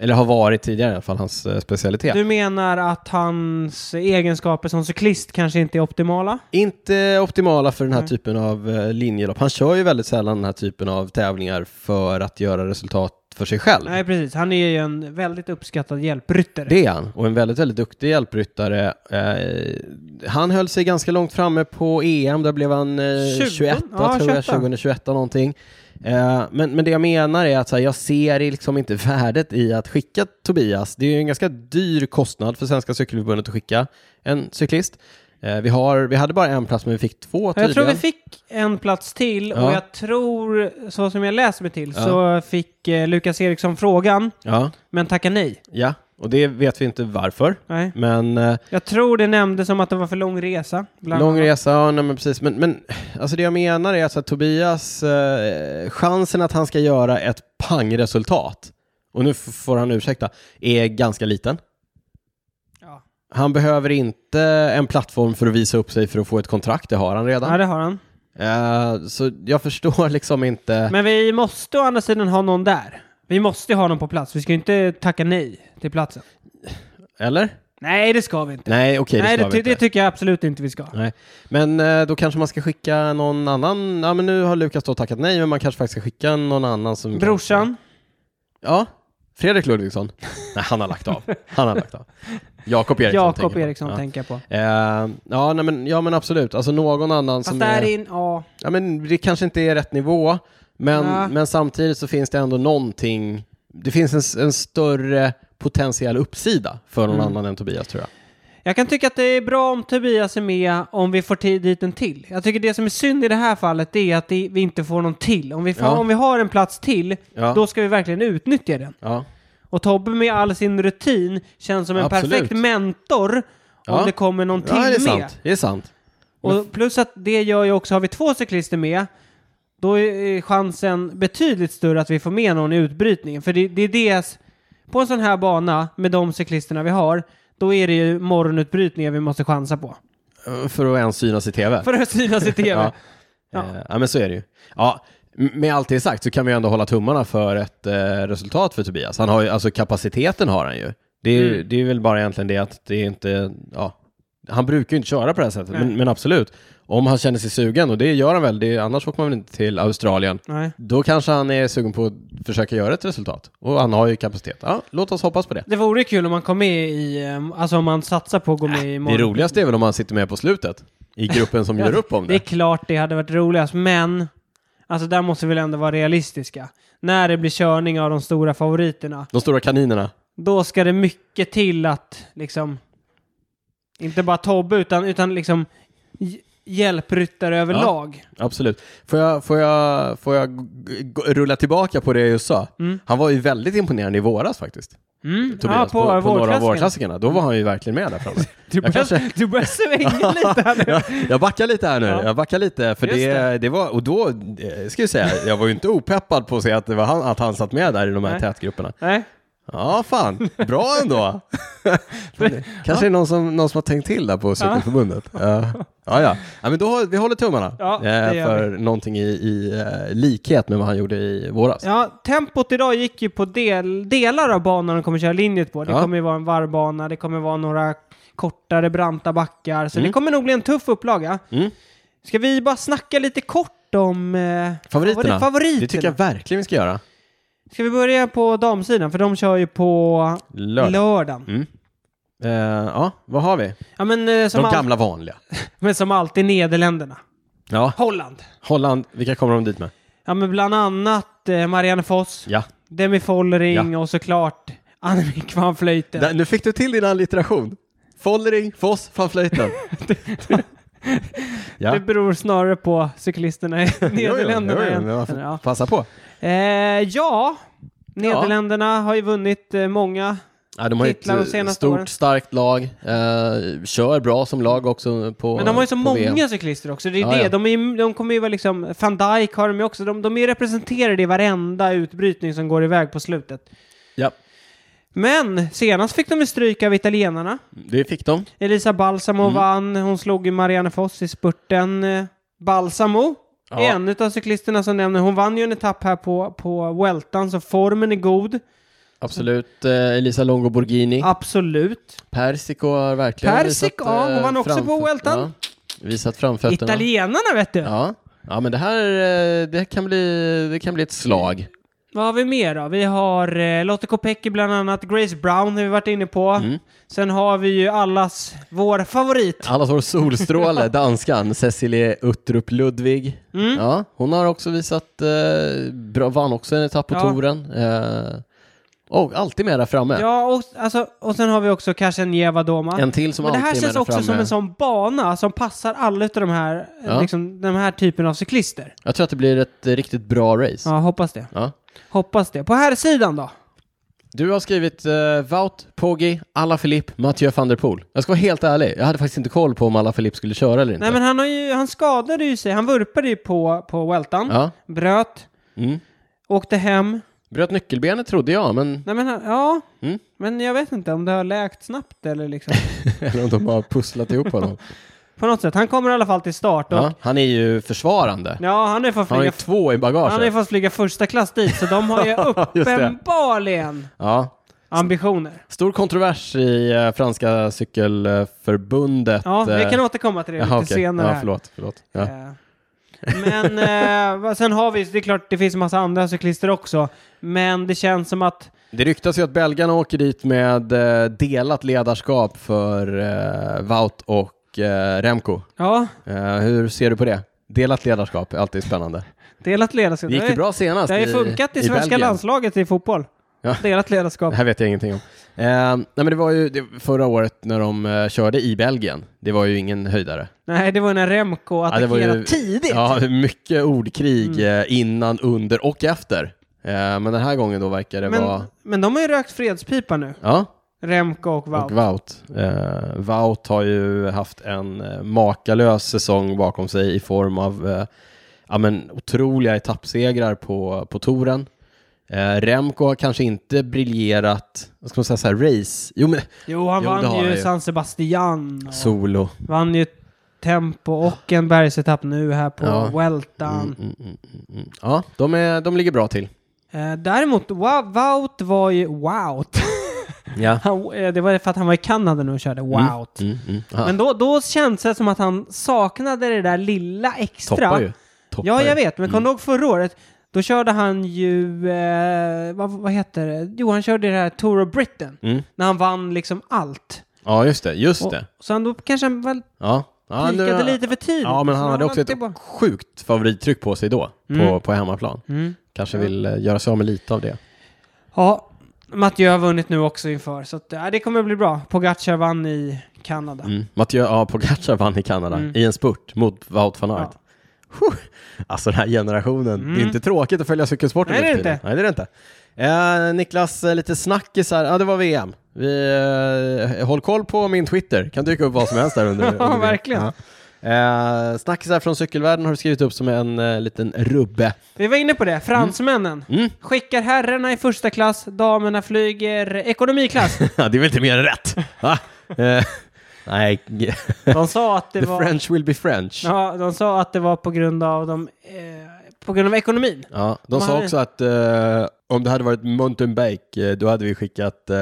[SPEAKER 1] eller har varit tidigare i alla fall, hans eh, specialitet.
[SPEAKER 2] Du menar att hans egenskaper som cyklist kanske inte är optimala?
[SPEAKER 1] Inte optimala för den här
[SPEAKER 2] Nej.
[SPEAKER 1] typen av eh, linjelopp. Han kör ju väldigt sällan den här typen av tävlingar för att göra resultat för sig själv.
[SPEAKER 2] Nej, precis. Han är ju en väldigt uppskattad hjälpryttare.
[SPEAKER 1] Det är han, och en väldigt, väldigt duktig hjälpryttare. Eh, han höll sig ganska långt framme på EM, där blev han eh,
[SPEAKER 2] 20,
[SPEAKER 1] 21,
[SPEAKER 2] ja,
[SPEAKER 1] tror jag,
[SPEAKER 2] 21.
[SPEAKER 1] 2021 någonting. Eh, men, men det jag menar är att så här, jag ser liksom inte värdet i att skicka Tobias. Det är ju en ganska dyr kostnad för Svenska Cykelförbundet att skicka en cyklist. Eh, vi, har, vi hade bara en plats, men vi fick två
[SPEAKER 2] jag tror
[SPEAKER 1] tydligen.
[SPEAKER 2] vi fick en plats till
[SPEAKER 1] Ja.
[SPEAKER 2] och jag tror, så som jag läser mig till,
[SPEAKER 1] Ja.
[SPEAKER 2] så fick eh, Lukas Eriksson frågan,
[SPEAKER 1] Ja.
[SPEAKER 2] men tackade nej.
[SPEAKER 1] Ja, och det vet vi inte varför.
[SPEAKER 2] Nej.
[SPEAKER 1] Men eh,
[SPEAKER 2] Jag tror det nämndes som att det var för lång resa. bland
[SPEAKER 1] lång
[SPEAKER 2] annat.
[SPEAKER 1] resa, ja, nej, men precis. Men, men alltså det jag menar är alltså att Tobias, eh, chansen att han ska göra ett pangresultat, och nu f- får han ursäkta, är ganska liten.
[SPEAKER 2] Ja.
[SPEAKER 1] Han behöver inte en plattform för att visa upp sig för att få ett kontrakt, det har han redan.
[SPEAKER 2] ja, det har han.
[SPEAKER 1] Eh, så jag förstår [laughs] liksom inte.
[SPEAKER 2] Men vi måste å andra sidan ha någon där. Vi måste ha någon på plats. Vi ska ju inte tacka nej till platsen.
[SPEAKER 1] Eller?
[SPEAKER 2] Nej, det ska vi inte.
[SPEAKER 1] Nej, okej, det
[SPEAKER 2] nej, det,
[SPEAKER 1] ska vi
[SPEAKER 2] ty-
[SPEAKER 1] inte.
[SPEAKER 2] det tycker jag absolut inte vi ska.
[SPEAKER 1] Nej. Men eh, då kanske man ska skicka någon annan. Ja, men nu har Lukas då tackat nej, men man kanske faktiskt ska skicka någon annan som...
[SPEAKER 2] Brorsan,
[SPEAKER 1] Ja, Fredrik Ludvigsson? [laughs] Nej, han har lagt av. Han har lagt
[SPEAKER 2] [laughs]
[SPEAKER 1] av. Jakob Eriksson
[SPEAKER 2] Jakob
[SPEAKER 1] tänker jag på.
[SPEAKER 2] Eriksson
[SPEAKER 1] ja.
[SPEAKER 2] tänker jag på.
[SPEAKER 1] Eh, ja, nej, men, ja, men absolut. Alltså någon annan
[SPEAKER 2] Fast
[SPEAKER 1] som
[SPEAKER 2] där
[SPEAKER 1] är...
[SPEAKER 2] är... in, ja.
[SPEAKER 1] Ja, men det kanske inte är rätt nivå, men,
[SPEAKER 2] Nej.
[SPEAKER 1] men samtidigt så finns det ändå någonting. Det finns en, s- en större potentiell uppsida för någon
[SPEAKER 2] Mm.
[SPEAKER 1] annan än Tobias tror jag.
[SPEAKER 2] Jag kan tycka att det är bra om Tobias är med om vi får tid dit en till. Jag tycker det som är synd i det här fallet det är att det, vi inte får någon till. Om vi, får,
[SPEAKER 1] Ja.
[SPEAKER 2] om vi har en plats till,
[SPEAKER 1] Ja.
[SPEAKER 2] då ska vi verkligen utnyttja den.
[SPEAKER 1] Ja.
[SPEAKER 2] Och Tobbe med all sin rutin känns som en
[SPEAKER 1] Absolut.
[SPEAKER 2] perfekt mentor
[SPEAKER 1] Ja.
[SPEAKER 2] om det kommer någon till
[SPEAKER 1] ja, det är
[SPEAKER 2] med.
[SPEAKER 1] sant. Det är sant.
[SPEAKER 2] Och plus att det gör ju också, har vi två cyklister med, då är chansen betydligt större att vi får med någon i utbrytningen. För det, det är det, på en sån här bana med de cyklisterna vi har, då är det ju morgonutbrytningar vi måste chansa på.
[SPEAKER 1] Eh, För att ens synas i tv.
[SPEAKER 2] För att synas i tv.
[SPEAKER 1] Ja.
[SPEAKER 2] ja.
[SPEAKER 1] Ja. Eh, ja, men så är det ju. Ja, m- med allt det sagt så kan vi ändå hålla tummarna för ett eh, resultat för Tobias. Han har ju, alltså kapaciteten har han ju. Det är, ju-
[SPEAKER 2] Mm.
[SPEAKER 1] det är väl bara egentligen det att det är inte, ja, han brukar ju inte köra på det här sättet, men, men absolut. Om han känner sig sugen, och det gör han väl, det är, annars åker man väl inte till Australien,
[SPEAKER 2] Nej.
[SPEAKER 1] då kanske han är sugen på att försöka göra ett resultat. Och han har ju kapacitet. Ja, låt oss hoppas på det.
[SPEAKER 2] Det vore kul om man kom med i, ehm, alltså om man satsar på att gå med i
[SPEAKER 1] Det
[SPEAKER 2] morgon.
[SPEAKER 1] roligaste är väl om han sitter med på slutet, i gruppen [laughs] som gör upp om
[SPEAKER 2] Det är
[SPEAKER 1] det.
[SPEAKER 2] klart det hade varit roligast, men alltså där måste vi väl ändå vara realistiska. När det blir körning av de stora favoriterna,
[SPEAKER 1] De stora kaninerna.
[SPEAKER 2] då ska det mycket till att liksom, inte bara Tobbe utan, utan liksom hj- hjälpryttare överlag.
[SPEAKER 1] Absolut. Får jag, får jag, får jag g- g- rulla tillbaka på det jag just sa?
[SPEAKER 2] Mm.
[SPEAKER 1] Han var ju väldigt imponerande i våras faktiskt,
[SPEAKER 2] Mm.
[SPEAKER 1] Tobias, på, på, några av vårklassikerna. Då var han ju verkligen med
[SPEAKER 2] [laughs]
[SPEAKER 1] där framme.
[SPEAKER 2] Du
[SPEAKER 1] Jag, kanske,
[SPEAKER 2] börjar, du
[SPEAKER 1] [laughs]
[SPEAKER 2] börjar svänga lite här nu.
[SPEAKER 1] jag, jag backar lite här nu,
[SPEAKER 2] Ja.
[SPEAKER 1] jag backar lite, för
[SPEAKER 2] Just
[SPEAKER 1] det, det.
[SPEAKER 2] det.
[SPEAKER 1] var, och då, eh, ska jag säga, jag var ju inte opeppad på att se att, det var han, att han satt med där i de här
[SPEAKER 2] Nej.
[SPEAKER 1] tätgrupperna.
[SPEAKER 2] Nej.
[SPEAKER 1] Ja, fan, bra [laughs] ändå. kanske är det någon som, någon som har tänkt till där på Cykelförbundet. [laughs] Ja, ja. ja. ja men då, har- vi håller tummarna
[SPEAKER 2] Ja, det
[SPEAKER 1] eh,
[SPEAKER 2] gör
[SPEAKER 1] för någonting i, i eh, likhet med vad han gjorde i våras.
[SPEAKER 2] Ja, tempot idag gick ju på del, delar av banan de kommer köra linjet på. Det
[SPEAKER 1] Ja.
[SPEAKER 2] kommer ju vara en varvbana, det kommer vara några kortare branta backar, så det kommer nog bli en tuff upplaga.
[SPEAKER 1] Mm.
[SPEAKER 2] Ska vi bara snacka lite kort om eh,
[SPEAKER 1] Favoriterna.
[SPEAKER 2] favori- favoriterna?
[SPEAKER 1] Det tycker jag verkligen vi ska göra.
[SPEAKER 2] Ska vi börja på damsidan? För de kör ju på
[SPEAKER 1] Lördag.
[SPEAKER 2] lördagen.
[SPEAKER 1] Mm. Eh, ja, vad har vi?
[SPEAKER 2] Ja, men, eh, som
[SPEAKER 1] De
[SPEAKER 2] al-
[SPEAKER 1] gamla vanliga.
[SPEAKER 2] men som alltid Nederländerna.
[SPEAKER 1] Ja.
[SPEAKER 2] Holland.
[SPEAKER 1] Holland, vilka kommer de dit med?
[SPEAKER 2] Ja, men bland annat eh, Marianne Foss,
[SPEAKER 1] Ja.
[SPEAKER 2] Demi Follering och såklart Annemiek van Vleuten.
[SPEAKER 1] Där, nu fick du till din allitteration. Follering, Foss, van [laughs] Vleuten. ja.
[SPEAKER 2] Det beror snarare på cyklisterna i Nederländerna.
[SPEAKER 1] [laughs] Jo, jo, jo,
[SPEAKER 2] än-
[SPEAKER 1] men varför-
[SPEAKER 2] ja.
[SPEAKER 1] Passa på.
[SPEAKER 2] Eh, ja, Nederländerna har ju vunnit eh, många.
[SPEAKER 1] Ja, de har ju
[SPEAKER 2] Titlar de
[SPEAKER 1] ett eh,
[SPEAKER 2] senaste
[SPEAKER 1] stort,
[SPEAKER 2] åren.
[SPEAKER 1] starkt lag. Eh, kör bra som lag också på
[SPEAKER 2] Men de har ju så
[SPEAKER 1] på
[SPEAKER 2] många
[SPEAKER 1] VM.
[SPEAKER 2] cyklister också. Det är
[SPEAKER 1] Ja,
[SPEAKER 2] det.
[SPEAKER 1] ja.
[SPEAKER 2] De, är, ju- de kommer ju vara liksom... Van Dijk har de ju också. De, de är ju representerade i varenda utbrytning som går iväg på slutet.
[SPEAKER 1] Ja,
[SPEAKER 2] Men senast fick de ju stryk av italienarna.
[SPEAKER 1] det fick de.
[SPEAKER 2] Elisa Balsamo
[SPEAKER 1] Mm.
[SPEAKER 2] vann. Hon slog ju Marianne Foss i spurten. Eh, Balsamo
[SPEAKER 1] Ja.
[SPEAKER 2] är en av cyklisterna som nämner. Hon vann ju en etapp här på, på Weltan, så formen är god.
[SPEAKER 1] Mm. Absolut. Eh, Elisa Longo Borghini.
[SPEAKER 2] Absolut.
[SPEAKER 1] Persico har verkligen
[SPEAKER 2] Persic, ja, hon
[SPEAKER 1] eh,
[SPEAKER 2] vann också på Weltan.
[SPEAKER 1] Ja, visat framfötterna.
[SPEAKER 2] Italienarna vet du.
[SPEAKER 1] Ja. ja, men det här eh, det kan, bli, det kan bli ett slag.
[SPEAKER 2] Vad har vi mer då? Vi har eh, Lotte Kopecky bland annat. Grace Brown har vi varit inne på.
[SPEAKER 1] Mm.
[SPEAKER 2] Sen har vi ju allas vår favorit.
[SPEAKER 1] Allas vår
[SPEAKER 2] [laughs]
[SPEAKER 1] solstråle, danskan, Cecilie Uttrup Ludvig.
[SPEAKER 2] Mm.
[SPEAKER 1] Ja, hon har också visat, eh, bra, vann också en etapp på
[SPEAKER 2] Ja.
[SPEAKER 1] touren. Eh, och alltid med där framme.
[SPEAKER 2] Ja, och, alltså, och sen har vi också Kasenjeva Doma.
[SPEAKER 1] En till som
[SPEAKER 2] Men det här
[SPEAKER 1] alltid är med
[SPEAKER 2] känns
[SPEAKER 1] där
[SPEAKER 2] också
[SPEAKER 1] framme.
[SPEAKER 2] som en sån bana som passar alla utav de här,
[SPEAKER 1] Ja.
[SPEAKER 2] liksom, den här typen av cyklister.
[SPEAKER 1] Jag tror att det blir ett eh, riktigt bra race. Ja.
[SPEAKER 2] Ja, hoppas det. Hoppas det. På här sidan då?
[SPEAKER 1] Du har skrivit eh, Wout, Poggi, Alaphilippe, Mathieu van der Poel. Jag ska vara helt ärlig, jag hade faktiskt inte koll på om Alaphilippe skulle köra eller inte.
[SPEAKER 2] Nej, men han, har ju, han skadade ju sig. Han vurpade ju på, på Weltan.
[SPEAKER 1] Ja.
[SPEAKER 2] Bröt.
[SPEAKER 1] Mm.
[SPEAKER 2] Åkte hem.
[SPEAKER 1] Bröt nyckelbenet trodde jag, men
[SPEAKER 2] Nej, men han, ja.
[SPEAKER 1] Mm.
[SPEAKER 2] Men jag vet inte om det har läkt snabbt [laughs] eller liksom.
[SPEAKER 1] eller om de bara pusslat ihop honom.
[SPEAKER 2] på något sätt. Han kommer i alla fall till start. Och, ja.
[SPEAKER 1] [laughs] Ja, han är ju försvarande.
[SPEAKER 2] han har ju fått
[SPEAKER 1] Han har ju
[SPEAKER 2] flyga,
[SPEAKER 1] två i bagaget.
[SPEAKER 2] han har ju fått flyga första klass dit, så
[SPEAKER 1] [laughs]
[SPEAKER 2] de har ju
[SPEAKER 1] det.
[SPEAKER 2] uppenbarligen
[SPEAKER 1] Ja.
[SPEAKER 2] ambitioner.
[SPEAKER 1] Stor kontrovers i eh, franska cykelförbundet.
[SPEAKER 2] Ja, vi
[SPEAKER 1] eh,
[SPEAKER 2] kan återkomma till det lite
[SPEAKER 1] jaha, okej.
[SPEAKER 2] senare.
[SPEAKER 1] Ja,
[SPEAKER 2] här.
[SPEAKER 1] förlåt. förlåt. Ja.
[SPEAKER 2] Eh,
[SPEAKER 1] [laughs]
[SPEAKER 2] Men eh, vad- sen har vi, det är klart det finns en massa andra cyklister också, men det känns som att
[SPEAKER 1] Det ryktas ju att belgarna åker dit med eh, delat ledarskap för eh, Wout och eh, Remco.
[SPEAKER 2] Ja,
[SPEAKER 1] Eh, hur ser du på det? Delat ledarskap är alltid spännande.
[SPEAKER 2] delat ledarskap.
[SPEAKER 1] Det gick ju bra senast
[SPEAKER 2] Det har ju funkat i, svenska
[SPEAKER 1] Belgien.
[SPEAKER 2] landslaget i fotboll.
[SPEAKER 1] Ja.
[SPEAKER 2] Delat ledarskap.
[SPEAKER 1] Det här vet jag ingenting om. Eh, nej, men det var ju det, förra året när de eh, körde i Belgien. Det var ju ingen höjdare.
[SPEAKER 2] Nej, det var när Remco
[SPEAKER 1] det var
[SPEAKER 2] attackerade
[SPEAKER 1] ju-
[SPEAKER 2] tidigt. Mm.
[SPEAKER 1] Ja, mycket ordkrig eh, innan, under och efter. Eh, men den här gången då verkar det
[SPEAKER 2] men,
[SPEAKER 1] vara...
[SPEAKER 2] men de har ju rökt fredspipa nu.
[SPEAKER 1] Ja,
[SPEAKER 2] Remco och Wout.
[SPEAKER 1] och Wout. Eh, Wout har ju haft en eh, makalös säsong bakom sig i form av eh, ja, men otroliga etappsegrar på, på touren. Eh, Remco har kanske inte briljerat, vad ska man säga, så här, race. Jo, men
[SPEAKER 2] Jo, han
[SPEAKER 1] Jo, det har
[SPEAKER 2] vann
[SPEAKER 1] han
[SPEAKER 2] ju
[SPEAKER 1] ju.
[SPEAKER 2] San Sebastian. Och
[SPEAKER 1] solo.
[SPEAKER 2] Vann ju Tempo och en bergsetapp nu här på
[SPEAKER 1] Ja.
[SPEAKER 2] Weltan.
[SPEAKER 1] Mm, mm, mm, mm. Ja, de, är, de ligger bra till.
[SPEAKER 2] Eh, däremot, Wa- Wout var ju... Wout! [laughs]
[SPEAKER 1] Ja.
[SPEAKER 2] Han, eh, det var för att han var i Kanada nu och körde Wout.
[SPEAKER 1] Mm, mm. Ja,
[SPEAKER 2] Men då, då kändes det som att han saknade det där lilla extra.
[SPEAKER 1] toppar ju. Toppar
[SPEAKER 2] Ja, jag
[SPEAKER 1] ju. Mm.
[SPEAKER 2] vet. Men kom du ihåg förra året? Då körde han ju... Eh, vad, vad heter det? Jo, han körde det här Tour of Britain.
[SPEAKER 1] Mm.
[SPEAKER 2] När han vann liksom allt.
[SPEAKER 1] Ja, just det. Just det.
[SPEAKER 2] Och, så han då kanske han väl
[SPEAKER 1] Ja. Ja, nu-
[SPEAKER 2] pikade lite för tidigt.
[SPEAKER 1] Ja, men han
[SPEAKER 2] Så
[SPEAKER 1] hade
[SPEAKER 2] var
[SPEAKER 1] också ett
[SPEAKER 2] tillbaka.
[SPEAKER 1] sjukt favorittryck på sig då, på,
[SPEAKER 2] Mm.
[SPEAKER 1] på hemmaplan.
[SPEAKER 2] Mm.
[SPEAKER 1] Kanske vill eh, göra sig av med lite av det.
[SPEAKER 2] Ja, Mathieu har vunnit nu också inför. Så att, ja, det kommer bli bra. Pogacar vann i Kanada.
[SPEAKER 1] Mm. Mathieu ja, Pogacar vann i Kanada
[SPEAKER 2] Mm.
[SPEAKER 1] i en spurt mot Wout van Aert. Huh. Alltså den här generationen, det är inte tråkigt att följa cykelsporten
[SPEAKER 2] Mm. Nej, det
[SPEAKER 1] nu
[SPEAKER 2] är det
[SPEAKER 1] för tiden.
[SPEAKER 2] inte.
[SPEAKER 1] Nej, det är det inte. Eh, Niklas, eh, lite snackisar. Ja, det var VM. Vi, eh, håll koll på min Twitter, kan dyka upp vad som helst där
[SPEAKER 2] [laughs]
[SPEAKER 1] under. under
[SPEAKER 2] Ja,
[SPEAKER 1] VM.
[SPEAKER 2] verkligen.
[SPEAKER 1] Ja. Eh, snackisar från cykelvärlden har du skrivit upp som en eh, liten rubbe.
[SPEAKER 2] Vi var inne på det. Fransmännen.
[SPEAKER 1] Mm.
[SPEAKER 2] Skickar herrarna i första klass, damerna flyger
[SPEAKER 1] [laughs]
[SPEAKER 2] ekonomiklass.
[SPEAKER 1] [laughs] Ja, det är väl inte mer än rätt? Va? Eh, [laughs] Nej, g-
[SPEAKER 2] De sa att
[SPEAKER 1] [laughs]
[SPEAKER 2] det
[SPEAKER 1] the
[SPEAKER 2] var...
[SPEAKER 1] French will be French. Ja,
[SPEAKER 2] Ja, de sa att det var på grund av de, eh, på grund av ekonomin.
[SPEAKER 1] de sa
[SPEAKER 2] Man-
[SPEAKER 1] också att eh, om det hade varit Mountainbike, eh, då hade vi skickat eh,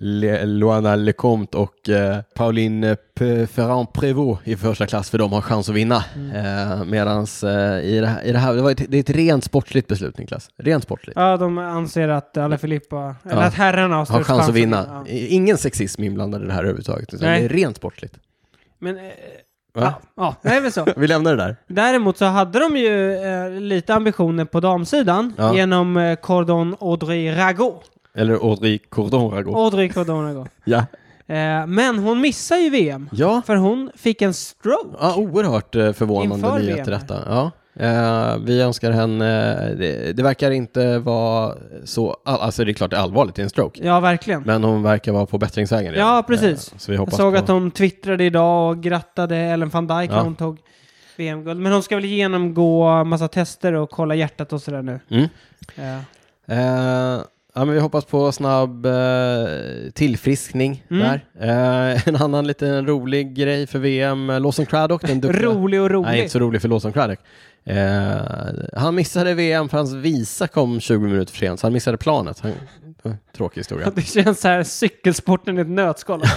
[SPEAKER 1] Le- Loana Lecomte och eh, Pauline P- Ferrand-Prévot i första klass, för de har chans att vinna.
[SPEAKER 2] Mm.
[SPEAKER 1] Eh, medans eh, i, det här, i det här, det, var ett, det är ett rent sportsligt beslut Niklas. Rent sportsligt.
[SPEAKER 2] Ja, de anser att Alaphilippa, eller
[SPEAKER 1] Ja.
[SPEAKER 2] att herrarna har
[SPEAKER 1] Har
[SPEAKER 2] störst
[SPEAKER 1] chans att vinna.
[SPEAKER 2] Ja.
[SPEAKER 1] I- Ingen sexism inblandad i det här överhuvudtaget. utan Det
[SPEAKER 2] Nej.
[SPEAKER 1] är rent sportsligt.
[SPEAKER 2] Men, eh,
[SPEAKER 1] Va?
[SPEAKER 2] ja, ja, det är väl så.
[SPEAKER 1] Vi lämnar det där.
[SPEAKER 2] Däremot så hade de ju eh, lite ambitioner på damsidan
[SPEAKER 1] Ja.
[SPEAKER 2] genom eh, Cordon Audrey Rago.
[SPEAKER 1] Eller Audrey Cordon Rago.
[SPEAKER 2] Audrey Cordon Rago.
[SPEAKER 1] Ja.
[SPEAKER 2] [laughs] Eh, men hon missar ju VM,
[SPEAKER 1] Ja,
[SPEAKER 2] för hon fick en stroke.
[SPEAKER 1] ja oerhört eh, förvånande
[SPEAKER 2] Inför
[SPEAKER 1] nyheter
[SPEAKER 2] VM.
[SPEAKER 1] detta. Ja. Eh, vi önskar henne, eh, det, det verkar inte vara så, all, alltså det är klart det är allvarligt, det är en stroke.
[SPEAKER 2] Ja, verkligen.
[SPEAKER 1] Men hon verkar vara på bättringsvägen redan.
[SPEAKER 2] Ja, precis.
[SPEAKER 1] Eh, så vi
[SPEAKER 2] Jag
[SPEAKER 1] hoppas
[SPEAKER 2] såg
[SPEAKER 1] på...
[SPEAKER 2] att hon twittrade idag och grattade Ellen van Dijk när
[SPEAKER 1] Ja.
[SPEAKER 2] hon tog VM-guld. Men hon ska väl genomgå massa tester och kolla hjärtat och sådär nu.
[SPEAKER 1] Mm.
[SPEAKER 2] Eh,
[SPEAKER 1] Eh, ja, men vi hoppas på snabb eh, tillfriskning
[SPEAKER 2] Mm.
[SPEAKER 1] där. Eh, en annan liten rolig grej för VM, eh, Lawson Craddock, den duktiga...
[SPEAKER 2] rolig och rolig.
[SPEAKER 1] Nej, inte så rolig för Lawson Craddock. Eh, han missade VM för hans visa kom 20 minuter för sent, så han missade planet. Han, tråkig
[SPEAKER 2] [laughs]
[SPEAKER 1] historia.
[SPEAKER 2] Det känns så här, cykelsporten i
[SPEAKER 1] [laughs]
[SPEAKER 2] ett nötskal.
[SPEAKER 1] Ja,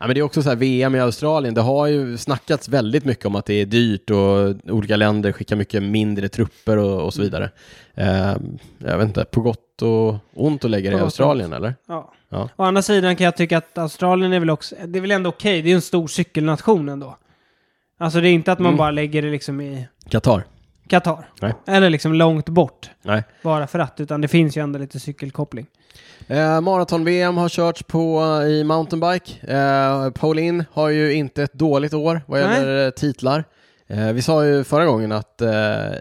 [SPEAKER 1] ja, men det är också så här, VM i Australien, det har ju snackats väldigt mycket om att det är dyrt och olika länder skickar mycket mindre trupper och, och så vidare. Eh, jag vet inte, på gott och ont att lägga det
[SPEAKER 2] På
[SPEAKER 1] i
[SPEAKER 2] gott och
[SPEAKER 1] Australien eller?
[SPEAKER 2] Ja.
[SPEAKER 1] Ja.
[SPEAKER 2] Å andra sidan kan jag tycka att Australien är väl också, det är väl ändå okej, det är ju en stor cykelnation ändå. Alltså det är inte att man
[SPEAKER 1] Mm.
[SPEAKER 2] bara lägger det liksom i
[SPEAKER 1] Qatar?
[SPEAKER 2] Qatar.
[SPEAKER 1] Nej.
[SPEAKER 2] Eller liksom långt bort,
[SPEAKER 1] Nej.
[SPEAKER 2] bara för att, utan det finns ju ändå lite cykelkoppling.
[SPEAKER 1] Eh, Maraton-VM har körts på eh, i mountainbike. Eh, Pauline har ju inte ett dåligt år vad
[SPEAKER 2] Nej.
[SPEAKER 1] gäller eh, titlar. Eh, vi sa ju förra gången att eh,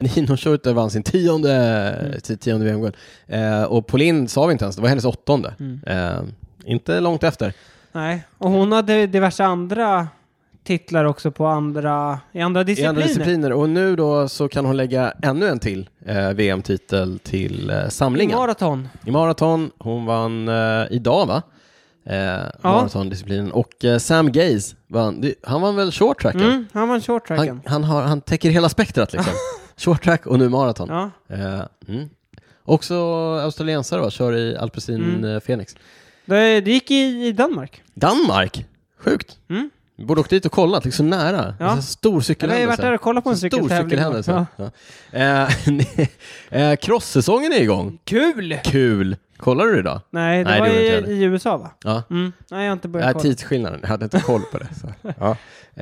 [SPEAKER 1] [laughs] Nino Schurter vann sin tionde,
[SPEAKER 2] Mm.
[SPEAKER 1] ti- tionde VM-guld. Eh, och Pauline sa vi inte ens, det var hennes åttonde.
[SPEAKER 2] Mm.
[SPEAKER 1] Eh, inte långt efter.
[SPEAKER 2] Nej, och hon hade diverse andra titlar också på andra, i andra
[SPEAKER 1] I
[SPEAKER 2] discipliner.
[SPEAKER 1] andra discipliner. Och nu då så kan hon lägga ännu en till eh, VM-titel till eh,
[SPEAKER 2] I
[SPEAKER 1] samlingen.
[SPEAKER 2] maraton.
[SPEAKER 1] I maraton, hon vann eh, idag va? Eh, Maratondisciplinen. Och eh, Sam Gaze vann, det- han vann väl short tracken?
[SPEAKER 2] Mm, han vann short
[SPEAKER 1] Han,
[SPEAKER 2] tracken.
[SPEAKER 1] han, har, han täcker hela spektrat
[SPEAKER 2] [laughs]
[SPEAKER 1] liksom. short track och nu maraton.
[SPEAKER 2] Ja.
[SPEAKER 1] Eh, mm. Också australiensare va, kör i Alpecin
[SPEAKER 2] Mm.
[SPEAKER 1] eh, Phoenix.
[SPEAKER 2] Det, det gick i, i Danmark.
[SPEAKER 1] Danmark, sjukt.
[SPEAKER 2] Mm.
[SPEAKER 1] Vi Borde åkt dit och kollat, liksom nära.
[SPEAKER 2] Ja.
[SPEAKER 1] En stor
[SPEAKER 2] Jag har ju varit där
[SPEAKER 1] cykelhändelse.
[SPEAKER 2] och kollat på en
[SPEAKER 1] Stor
[SPEAKER 2] cykeltävling.
[SPEAKER 1] cykelhändelse. [laughs]
[SPEAKER 2] Ja.
[SPEAKER 1] Ja. Eh, eh, Cross-säsongen är igång.
[SPEAKER 2] Kul!
[SPEAKER 1] Kul! Kollar du idag?
[SPEAKER 2] Nej, det
[SPEAKER 1] Nej, det
[SPEAKER 2] var
[SPEAKER 1] gjorde inte jag
[SPEAKER 2] i,
[SPEAKER 1] heller.
[SPEAKER 2] i USA va?
[SPEAKER 1] Ja.
[SPEAKER 2] Mm. Nej, jag har inte börjat
[SPEAKER 1] Nej,
[SPEAKER 2] kolla.
[SPEAKER 1] tidsskillnaden. Jag hade inte koll på det.
[SPEAKER 2] [laughs]
[SPEAKER 1] Så. Ja.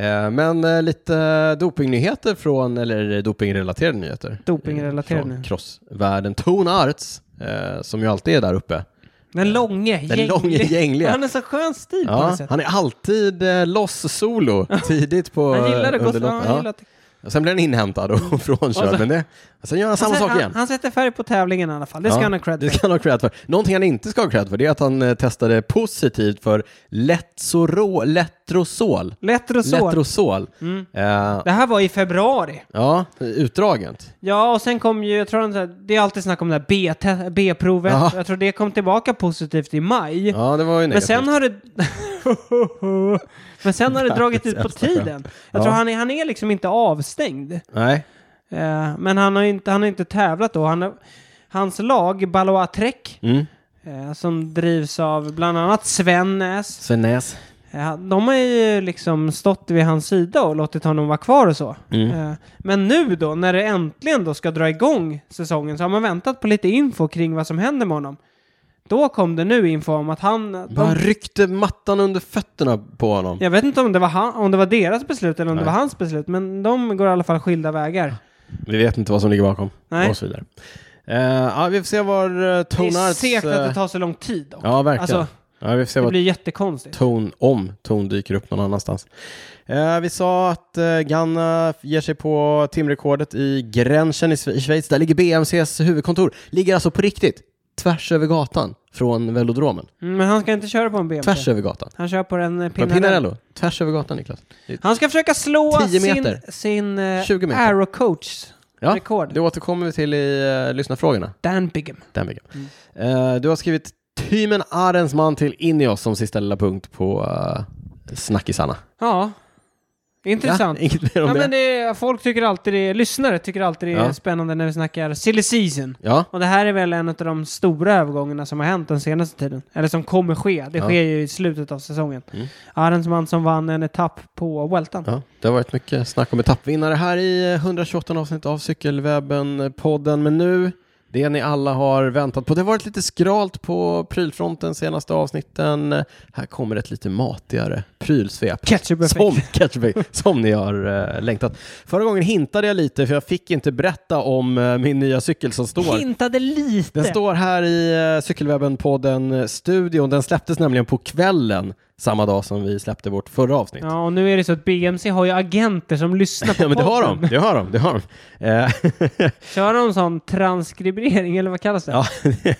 [SPEAKER 1] Eh, Men eh, lite dopingnyheter från, eller dopingrelaterade nyheter. Eh,
[SPEAKER 2] Dopingrelaterade
[SPEAKER 1] Från
[SPEAKER 2] nyheter.
[SPEAKER 1] crossvärlden. Tone Arts, eh, som ju alltid är där uppe.
[SPEAKER 2] Den långe,
[SPEAKER 1] typ- Den långe
[SPEAKER 2] gänglig.
[SPEAKER 1] gängliga.
[SPEAKER 2] Han har så skön stil på
[SPEAKER 1] Ja,
[SPEAKER 2] något sätt.
[SPEAKER 1] han är alltid eh, loss solo tidigt på
[SPEAKER 2] Han gillar det,
[SPEAKER 1] under
[SPEAKER 2] Gotland.
[SPEAKER 1] loppet.
[SPEAKER 2] Han,
[SPEAKER 1] Ja.
[SPEAKER 2] gillar det.
[SPEAKER 1] Och Sen blir han inhämtad och frånkörd.
[SPEAKER 2] så-
[SPEAKER 1] Men det, sen gör han samma
[SPEAKER 2] han,
[SPEAKER 1] sak
[SPEAKER 2] han,
[SPEAKER 1] igen.
[SPEAKER 2] han sätter färg på tävlingen i alla fall. Det ska
[SPEAKER 1] Ja,
[SPEAKER 2] han ha cred
[SPEAKER 1] Det
[SPEAKER 2] för.
[SPEAKER 1] ska han ha cred för. Någonting han inte ska ha cred för det är att han eh, testade positivt för letzoro, letrosol.
[SPEAKER 2] Letrosol.
[SPEAKER 1] Letrosol.
[SPEAKER 2] Mm.
[SPEAKER 1] Eh,
[SPEAKER 2] Det här var i februari.
[SPEAKER 1] ja, utdragent.
[SPEAKER 2] Ja, och sen kom ju, jag tror att det är alltid snack om det här B-te- B-provet.
[SPEAKER 1] Ja.
[SPEAKER 2] Jag tror det kom tillbaka positivt i maj.
[SPEAKER 1] Ja, det var ju
[SPEAKER 2] Men
[SPEAKER 1] negativt.
[SPEAKER 2] sen har det... [laughs] Men sen har
[SPEAKER 1] [laughs]
[SPEAKER 2] det dragit ut på tiden. Jag
[SPEAKER 1] Ja.
[SPEAKER 2] tror han är, han är liksom inte avstängd.
[SPEAKER 1] Nej.
[SPEAKER 2] Eh, men han har ju inte, han har inte tävlat då. Han har, hans lag, Baloa Trek,
[SPEAKER 1] Mm.
[SPEAKER 2] eh, som drivs av bland annat Sven Näs,
[SPEAKER 1] Svennäs.
[SPEAKER 2] Ja, Eh, de har ju liksom stått vid hans sida och låtit honom vara kvar och så.
[SPEAKER 1] Mm.
[SPEAKER 2] Eh, Men nu då, när det äntligen då ska dra igång säsongen, så har man väntat på lite info kring vad som händer med honom. Då kom det nu info om att han...
[SPEAKER 1] Man
[SPEAKER 2] De,
[SPEAKER 1] ryckte mattan under fötterna på honom.
[SPEAKER 2] jag vet inte om det, var han, om det var deras beslut eller om det
[SPEAKER 1] Nej.
[SPEAKER 2] var hans beslut, men de går i alla fall skilda vägar.
[SPEAKER 1] Vi vet inte vad som ligger bakom.
[SPEAKER 2] Nej.
[SPEAKER 1] Och så vidare. Eh, ja, vi får se var eh,
[SPEAKER 2] Det
[SPEAKER 1] Tone
[SPEAKER 2] är
[SPEAKER 1] Arts...
[SPEAKER 2] segt att
[SPEAKER 1] eh,
[SPEAKER 2] det tar så lång tid dock.
[SPEAKER 1] Ja, verkligen.
[SPEAKER 2] Alltså,
[SPEAKER 1] ja, vi får se
[SPEAKER 2] det
[SPEAKER 1] vad
[SPEAKER 2] blir jättekonstigt.
[SPEAKER 1] ton, om ton dyker upp någon annanstans. Eh, vi sa att eh, Ganna ger sig på timrekordet i Gränchen i, Sve- i Schweiz. Där ligger BMCs huvudkontor. Ligger alltså på riktigt tvärs över gatan från velodromen.
[SPEAKER 2] Mm, Men han ska inte köra på en BMW.
[SPEAKER 1] Tvärs över gatan.
[SPEAKER 2] Han kör på en
[SPEAKER 1] Från
[SPEAKER 2] eh, Pinarello.
[SPEAKER 1] Pinarello. Tvärs över gatan, Niklas.
[SPEAKER 2] Han ska försöka slå
[SPEAKER 1] 10
[SPEAKER 2] sin,
[SPEAKER 1] meter.
[SPEAKER 2] sin eh,
[SPEAKER 1] 20 meter.
[SPEAKER 2] Arrow Coach
[SPEAKER 1] Ja,
[SPEAKER 2] rekord.
[SPEAKER 1] det återkommer vi till i uh, lyssnarfrågorna.
[SPEAKER 2] Dan Bigham.
[SPEAKER 1] Den veckan. Eh,
[SPEAKER 2] Mm.
[SPEAKER 1] du har skrivit Tymen Arens man till Ineos som sista lilla punkt på eh, snackisarna.
[SPEAKER 2] Ja. Intressant.
[SPEAKER 1] Ja, [laughs] inget mer om
[SPEAKER 2] Ja,
[SPEAKER 1] det.
[SPEAKER 2] men det är, folk tycker alltid det, lyssnare tycker alltid det är
[SPEAKER 1] Ja.
[SPEAKER 2] spännande när vi snackar silly season.
[SPEAKER 1] Ja,
[SPEAKER 2] Och det här är väl en av de stora övergångarna som har hänt den senaste tiden. Eller som kommer ske. Det
[SPEAKER 1] Ja.
[SPEAKER 2] sker ju i slutet av säsongen.
[SPEAKER 1] Mm.
[SPEAKER 2] Arensman som vann en etapp på Weltan.
[SPEAKER 1] Ja, det har varit mycket snack om etappvinnare här i 128 avsnitt av Cykelwebben-podden. Men nu, det ni alla har väntat på. Det har varit lite skralt på prylfronten senaste avsnitten. Här kommer ett lite matigare prylsvep.
[SPEAKER 2] Ketchup effect.
[SPEAKER 1] Som, Ketchup, som ni har eh, längtat. Förra gången hintade jag lite för jag fick inte berätta om eh, min nya cykel som står.
[SPEAKER 2] Hintade lite.
[SPEAKER 1] Den står här i eh, Cykelwebben-podden-studion. eh, Den släpptes nämligen på kvällen samma dag som vi släppte vårt förra avsnitt.
[SPEAKER 2] Ja, och nu är det så att BMC har ju agenter som lyssnar
[SPEAKER 1] [laughs]
[SPEAKER 2] på
[SPEAKER 1] Ja men det har
[SPEAKER 2] podden.
[SPEAKER 1] de, det har de, det har de. Eh, [laughs]
[SPEAKER 2] Kör de sån transkribering, eller vad kallas det?
[SPEAKER 1] ja,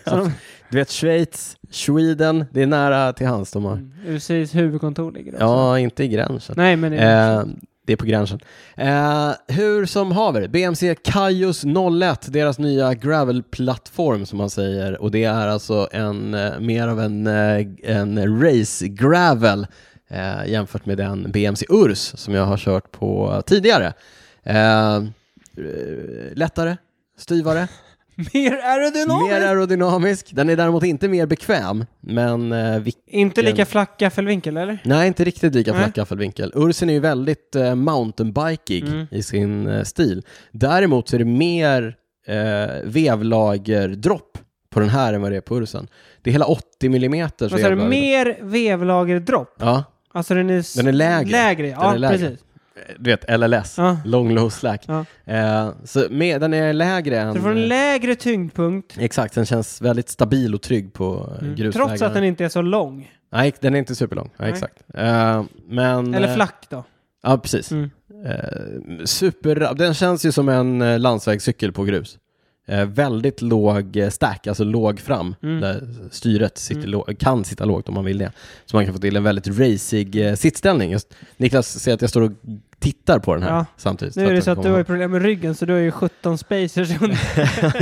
[SPEAKER 2] Så de,
[SPEAKER 1] du vet Schweiz, Sweden, det är nära till hands de
[SPEAKER 2] Mm.
[SPEAKER 1] har.
[SPEAKER 2] UCs huvudkontor ligger där också.
[SPEAKER 1] Ja, inte i gränsen.
[SPEAKER 2] Nej, men...
[SPEAKER 1] Eh, det är på gränsen. Eh, hur som haver, BMC Kaius 01, deras nya gravelplattform som man säger. Och det är alltså en, eh, mer av en, eh, en race-gravel eh, jämfört med den BMC Urs som jag har kört på tidigare. Eh, eh, lättare, styvare.
[SPEAKER 2] Mer aerodynamiskt!
[SPEAKER 1] Mer aerodynamisk. Den är däremot inte mer bekväm, men eh, vi...
[SPEAKER 2] Inte lika flack gaffelvinkel, eller?
[SPEAKER 1] Nej, inte riktigt lika
[SPEAKER 2] Nej.
[SPEAKER 1] flack gaffelvinkel. Ursen är ju väldigt eh, mountainbikig
[SPEAKER 2] Mm.
[SPEAKER 1] i sin eh, stil. Däremot så är det mer eh, vevlagerdropp på den här än vad det är på Ursen. Det är hela 80 millimeter.
[SPEAKER 2] Vad sa du? Mer vevlagerdropp?
[SPEAKER 1] Ja,
[SPEAKER 2] Alltså den är... s-
[SPEAKER 1] Den är lägre.
[SPEAKER 2] Lägre, ja.
[SPEAKER 1] Den är lägre.
[SPEAKER 2] precis.
[SPEAKER 1] du vet LLS,
[SPEAKER 2] Ja.
[SPEAKER 1] long low slack.
[SPEAKER 2] Ja.
[SPEAKER 1] Eh, så med, den är lägre än...
[SPEAKER 2] Så du får en lägre tyngdpunkt, Mm.
[SPEAKER 1] Exakt, den känns väldigt stabil och trygg på eh, grusvägarna.
[SPEAKER 2] trots att den inte är så lång.
[SPEAKER 1] Nej, den är inte superlång. Ja,
[SPEAKER 2] Nej.
[SPEAKER 1] exakt. Eh, men,
[SPEAKER 2] Eller
[SPEAKER 1] eh,
[SPEAKER 2] flack då.
[SPEAKER 1] Ja, precis.
[SPEAKER 2] Mm.
[SPEAKER 1] Eh, super, den känns ju som en eh, landsvägscykel på grus. Eh, väldigt låg eh, stack, alltså låg fram,
[SPEAKER 2] Mm.
[SPEAKER 1] där styret sitter lå- kan sitta lågt om man vill det. Så man kan få till en väldigt racig eh, sittställning. Just, Niklas ser att jag står och tittar på den här
[SPEAKER 2] Ja.
[SPEAKER 1] samtidigt.
[SPEAKER 2] Nu är det
[SPEAKER 1] den
[SPEAKER 2] så att du
[SPEAKER 1] kommer
[SPEAKER 2] har ju problem med ryggen, så du har ju 17 spacers under.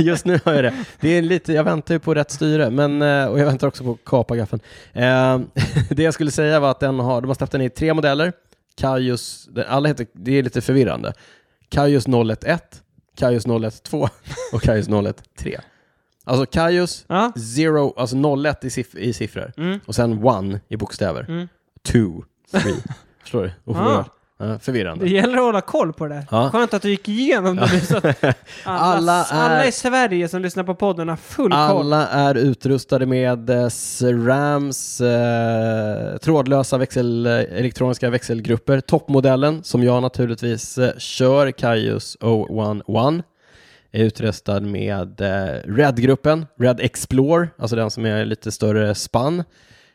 [SPEAKER 1] [laughs] Just nu har jag det. det är lite, jag väntar ju på rätt styre, men, eh, och jag väntar också på att kapa gaffeln. Eh, [laughs] Det jag skulle säga var att den har, de har släppt den i tre modeller. Kaius, den- alla heter, det är lite förvirrande. Kaius 011, Kaius 012 och Kaius 013. Alltså Kaius,
[SPEAKER 2] Ja.
[SPEAKER 1] zero, alltså 01 i, siff- i siffror
[SPEAKER 2] Mm.
[SPEAKER 1] och sen one i bokstäver.
[SPEAKER 2] Mm.
[SPEAKER 1] Two, three. Förstår du? Ofattbart. Ja, förvirrande.
[SPEAKER 2] Det gäller att hålla koll på det.
[SPEAKER 1] Ja.
[SPEAKER 2] Skönt att du gick igenom det nu
[SPEAKER 1] [laughs]
[SPEAKER 2] så att alla, alla,
[SPEAKER 1] Alla är-
[SPEAKER 2] i Sverige som lyssnar på podden har full koll.
[SPEAKER 1] Alla är utrustade med eh, SRAMs eh, trådlösa växel, eh, elektroniska växelgrupper. Toppmodellen som jag naturligtvis eh, kör, Kaius 011, är utrustad med eh, Red-gruppen, Red Explore, alltså den som är lite större spann,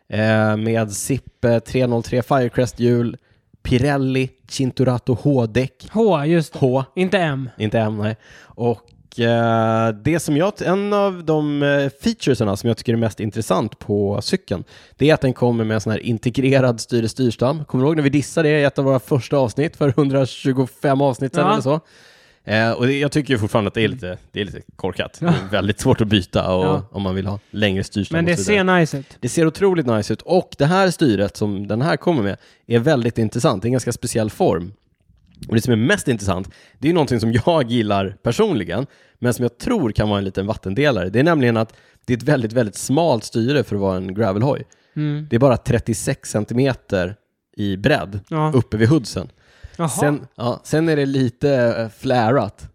[SPEAKER 1] eh, med SIP eh, 303 Firecrest-hjul, Pirelli Cinturato H-däck,
[SPEAKER 2] H, just det.
[SPEAKER 1] H
[SPEAKER 2] Inte M.
[SPEAKER 1] inte än, nej. Och eh, det som jag, en av de eh, featuresarna som jag tycker är mest intressant på cykeln, det är att den kommer med en sån här integrerad styr och styrstam. Kommer du ihåg när vi dissade det i ett av våra första avsnitt för 125 avsnitt sedan
[SPEAKER 2] Ja.
[SPEAKER 1] eller så? Eh, och det, jag tycker ju fortfarande att det är lite, det är lite korkat. Det är väldigt svårt att byta och,
[SPEAKER 2] Ja.
[SPEAKER 1] om man vill ha längre styrstam
[SPEAKER 2] Men det
[SPEAKER 1] och så vidare.
[SPEAKER 2] ser nice ut.
[SPEAKER 1] Det ser otroligt nice ut och det här styret som den här kommer med är väldigt intressant. Det är en ganska speciell form. Och det som är mest intressant, det är ju någonting som [laughs] jag gillar personligen, men som jag tror kan vara en liten vattendelare. Det är nämligen att det är ett väldigt, väldigt smalt styre för att vara en gravelhoj.
[SPEAKER 2] Mm.
[SPEAKER 1] Det är bara 36 centimeter i bredd
[SPEAKER 2] Ja.
[SPEAKER 1] uppe vid hoodsen.
[SPEAKER 2] Jaha.
[SPEAKER 1] Sen, ja, sen är det lite eh, flärat.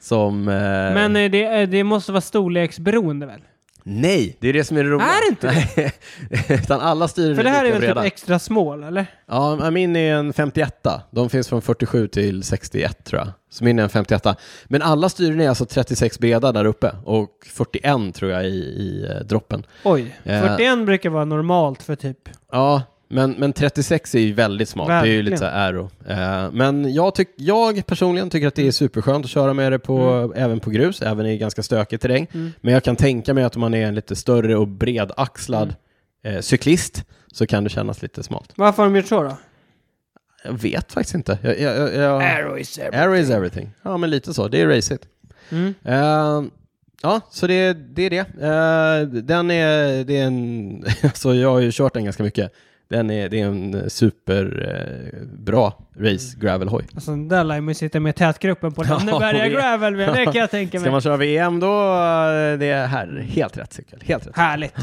[SPEAKER 1] Som... Eh,
[SPEAKER 2] Men eh, det, eh, det måste vara storleksberoende väl?
[SPEAKER 1] Nej, det är det som är det roliga.
[SPEAKER 2] Är det inte
[SPEAKER 1] [laughs] det? Utan alla styren liksom
[SPEAKER 2] För det här är
[SPEAKER 1] lika
[SPEAKER 2] väl
[SPEAKER 1] breda.
[SPEAKER 2] typ extra small, eller?
[SPEAKER 1] Ja, min är en 51. De finns från 47 till 61 tror jag. Så min är en 51. Men alla styren är alltså 36 breda där uppe och 41 tror jag i, i eh, droppen.
[SPEAKER 2] Oj.
[SPEAKER 1] Eh.
[SPEAKER 2] 41 brukar vara normalt för typ...
[SPEAKER 1] Ja, men, men 36 är ju väldigt smalt. Det är ju
[SPEAKER 2] Verkligen.
[SPEAKER 1] lite så här aero. Eh, men jag, tyck, jag personligen tycker att det är superskönt att köra med det på, även på grus, även i ganska stökig terräng. Men jag kan tänka mig att om man är en lite större och bredaxlad eh, cyklist så kan det kännas lite smalt.
[SPEAKER 2] Varför har de gjort så då?
[SPEAKER 1] Jag vet faktiskt inte. Jag, jag, jag, jag...
[SPEAKER 2] Arrow is everything.
[SPEAKER 1] Air is everything. Ja, men lite så. Det är racet.
[SPEAKER 2] Mm.
[SPEAKER 1] Eh, ja, så det, det är det. Eh, den är, det är en, [laughs] alltså jag har ju kört den ganska mycket. Den är, det är en superbra bra race gravelhoj.
[SPEAKER 2] Alltså den där lär man ju sitta med i
[SPEAKER 1] [laughs]
[SPEAKER 2] tätgruppen på
[SPEAKER 1] Ja,
[SPEAKER 2] Lönneberga
[SPEAKER 1] vi-
[SPEAKER 2] Gravel med, det kan jag tänka
[SPEAKER 1] Ska
[SPEAKER 2] mig.
[SPEAKER 1] man köra VM då, eh, det är här. Helt rätt cykel. Helt rätt.
[SPEAKER 2] Härligt.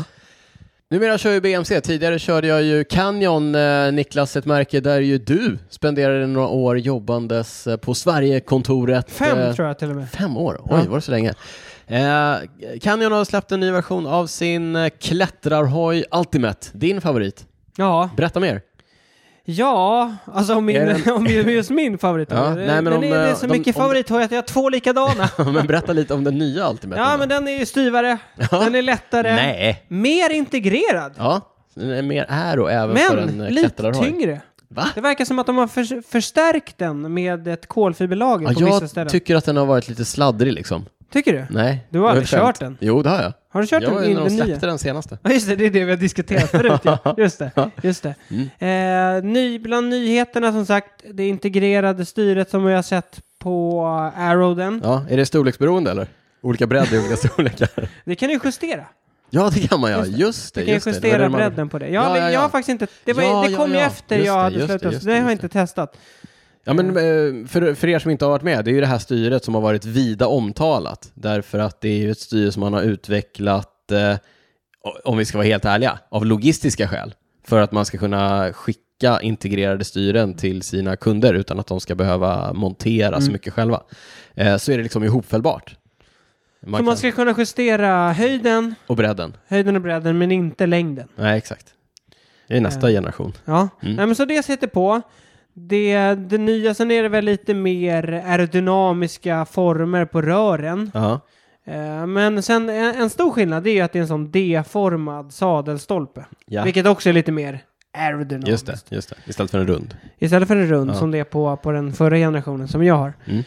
[SPEAKER 1] Numera kör jag ju BMC. Tidigare körde jag ju Canyon, eh, Niklas, ett märke där ju du spenderade några år jobbandes eh, på Sverigekontoret.
[SPEAKER 2] Fem
[SPEAKER 1] eh,
[SPEAKER 2] tror jag till och med.
[SPEAKER 1] Fem år? Oj,
[SPEAKER 2] Ja.
[SPEAKER 1] var det så länge? Eh, Canyon har släppt en ny version av sin eh, klättrarhoj Ultimate. Din favorit.
[SPEAKER 2] Ja,
[SPEAKER 1] Berätta mer. [laughs]
[SPEAKER 2] ja, alltså om, min,
[SPEAKER 1] Är den-
[SPEAKER 2] om ju- just min favorit.
[SPEAKER 1] Ja,
[SPEAKER 2] det,
[SPEAKER 1] nej, men
[SPEAKER 2] den
[SPEAKER 1] om,
[SPEAKER 2] är, det är
[SPEAKER 1] eh,
[SPEAKER 2] så
[SPEAKER 1] de-
[SPEAKER 2] mycket
[SPEAKER 1] om-
[SPEAKER 2] favorit att jag har
[SPEAKER 1] [laughs]
[SPEAKER 2] två likadana.
[SPEAKER 1] men berätta lite om den nya Ultimate.
[SPEAKER 2] ja, men den är ju styvare, den är lättare,
[SPEAKER 1] Nej.
[SPEAKER 2] mer integrerad,
[SPEAKER 1] Ja, den är mer aero även för en
[SPEAKER 2] men
[SPEAKER 1] eh,
[SPEAKER 2] lite
[SPEAKER 1] klättrarhoj.
[SPEAKER 2] tyngre.
[SPEAKER 1] Va?
[SPEAKER 2] Det verkar som att de har förs- förstärkt den med ett kolfiberlager
[SPEAKER 1] Ja,
[SPEAKER 2] på vissa
[SPEAKER 1] jag
[SPEAKER 2] ställen.
[SPEAKER 1] tycker att den har varit lite sladdrig liksom.
[SPEAKER 2] Tycker du?
[SPEAKER 1] Nej. det
[SPEAKER 2] Du har
[SPEAKER 1] var
[SPEAKER 2] aldrig
[SPEAKER 1] ett skämt.
[SPEAKER 2] kört den.
[SPEAKER 1] Jo, det har jag.
[SPEAKER 2] Har du kört
[SPEAKER 1] jag var
[SPEAKER 2] den
[SPEAKER 1] ju
[SPEAKER 2] i
[SPEAKER 1] när de
[SPEAKER 2] den
[SPEAKER 1] släppte
[SPEAKER 2] nya?
[SPEAKER 1] den senaste.
[SPEAKER 2] Ja, just det, det är det vi
[SPEAKER 1] [laughs]
[SPEAKER 2] har diskuterat förut. Ja. Just det. Just det.
[SPEAKER 1] Mm.
[SPEAKER 2] Eh, ny, bland nyheterna som sagt, det integrerade styret som vi har sett på Arrowden.
[SPEAKER 1] Ja, är det storleksberoende eller? Olika bredd i olika [laughs] storlekar.
[SPEAKER 2] Det kan du justera.
[SPEAKER 1] Ja, det kan man göra. Just det.
[SPEAKER 2] Du kan
[SPEAKER 1] just det. Det var
[SPEAKER 2] justera
[SPEAKER 1] det man-
[SPEAKER 2] bredden på det. Jag,
[SPEAKER 1] Ja, ja,
[SPEAKER 2] jag har
[SPEAKER 1] ja.
[SPEAKER 2] faktiskt inte... Det, var,
[SPEAKER 1] Ja,
[SPEAKER 2] det
[SPEAKER 1] ja,
[SPEAKER 2] kom ju
[SPEAKER 1] ja.
[SPEAKER 2] efter
[SPEAKER 1] Just
[SPEAKER 2] jag
[SPEAKER 1] det,
[SPEAKER 2] hade
[SPEAKER 1] just
[SPEAKER 2] slutat.
[SPEAKER 1] det,
[SPEAKER 2] Det,
[SPEAKER 1] just
[SPEAKER 2] det har
[SPEAKER 1] det,
[SPEAKER 2] jag
[SPEAKER 1] just
[SPEAKER 2] inte testat.
[SPEAKER 1] Ja, men eh, för, för er som inte har varit med, det är ju det här styret som har varit vida omtalat. Därför att det är ju ett styre som man har utvecklat, eh, om vi ska vara helt ärliga, av logistiska skäl. För att man ska kunna skicka integrerade styren till sina kunder utan att de ska behöva montera
[SPEAKER 2] Mm.
[SPEAKER 1] så mycket själva. Eh, så är det liksom ihopfällbart. Man
[SPEAKER 2] Så man
[SPEAKER 1] kan,
[SPEAKER 2] ska kunna justera höjden,
[SPEAKER 1] och bredden.
[SPEAKER 2] höjden och bredden, men inte längden.
[SPEAKER 1] Nej, exakt. Det är
[SPEAKER 2] Eh.
[SPEAKER 1] nästa generation.
[SPEAKER 2] Ja,
[SPEAKER 1] Mm.
[SPEAKER 2] Nej, men så det sitter på. Det, det nya, sen är det väl lite mer aerodynamiska former på rören.
[SPEAKER 1] Ja,
[SPEAKER 2] Eh, Men sen en, en stor skillnad det är ju att det är en sån D-formad sadelstolpe.
[SPEAKER 1] Ja.
[SPEAKER 2] Vilket också är lite mer aerodynamiskt.
[SPEAKER 1] just det, just det. Istället för en rund.
[SPEAKER 2] Istället för en rund som det är på, på den förra generationen som jag har.
[SPEAKER 1] Mm.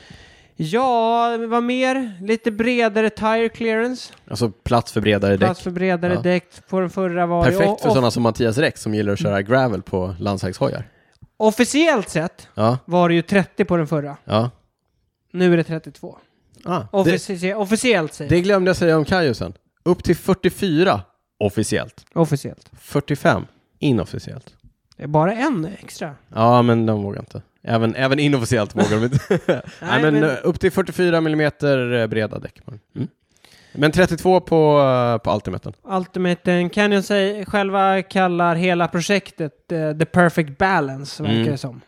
[SPEAKER 2] Ja, vad mer? Lite bredare tire clearance.
[SPEAKER 1] Alltså plats för bredare däck.
[SPEAKER 2] Plats för bredare
[SPEAKER 1] Ja.
[SPEAKER 2] däck. På den förra var det o-
[SPEAKER 1] Perfekt för
[SPEAKER 2] off-
[SPEAKER 1] sådana som Mattias Rex som gillar att köra gravel på landsvägshojar.
[SPEAKER 2] Officiellt sett
[SPEAKER 1] Ja,
[SPEAKER 2] var det ju 30 på den förra.
[SPEAKER 1] ja.
[SPEAKER 2] Nu är det 32.
[SPEAKER 1] Ah, det,
[SPEAKER 2] Officie- officiellt säger
[SPEAKER 1] det glömde jag säga om Kajusen. Upp till 44 officiellt.
[SPEAKER 2] jag. Officiellt.
[SPEAKER 1] 45 inofficiellt.
[SPEAKER 2] Det är bara en extra.
[SPEAKER 1] Ja, men de vågar inte. Även, även inofficiellt vågar [laughs] de inte. Nej,
[SPEAKER 2] Nej,
[SPEAKER 1] men,
[SPEAKER 2] men-
[SPEAKER 1] eh, upp till 44 mm breda däck. på den. Mm. Men 32 på, eh, på Ultimaten.
[SPEAKER 2] Ultimate Canyon säg, själva kallar hela projektet eh, The Perfect eh, Balance, verkar
[SPEAKER 1] Mm.
[SPEAKER 2] det som.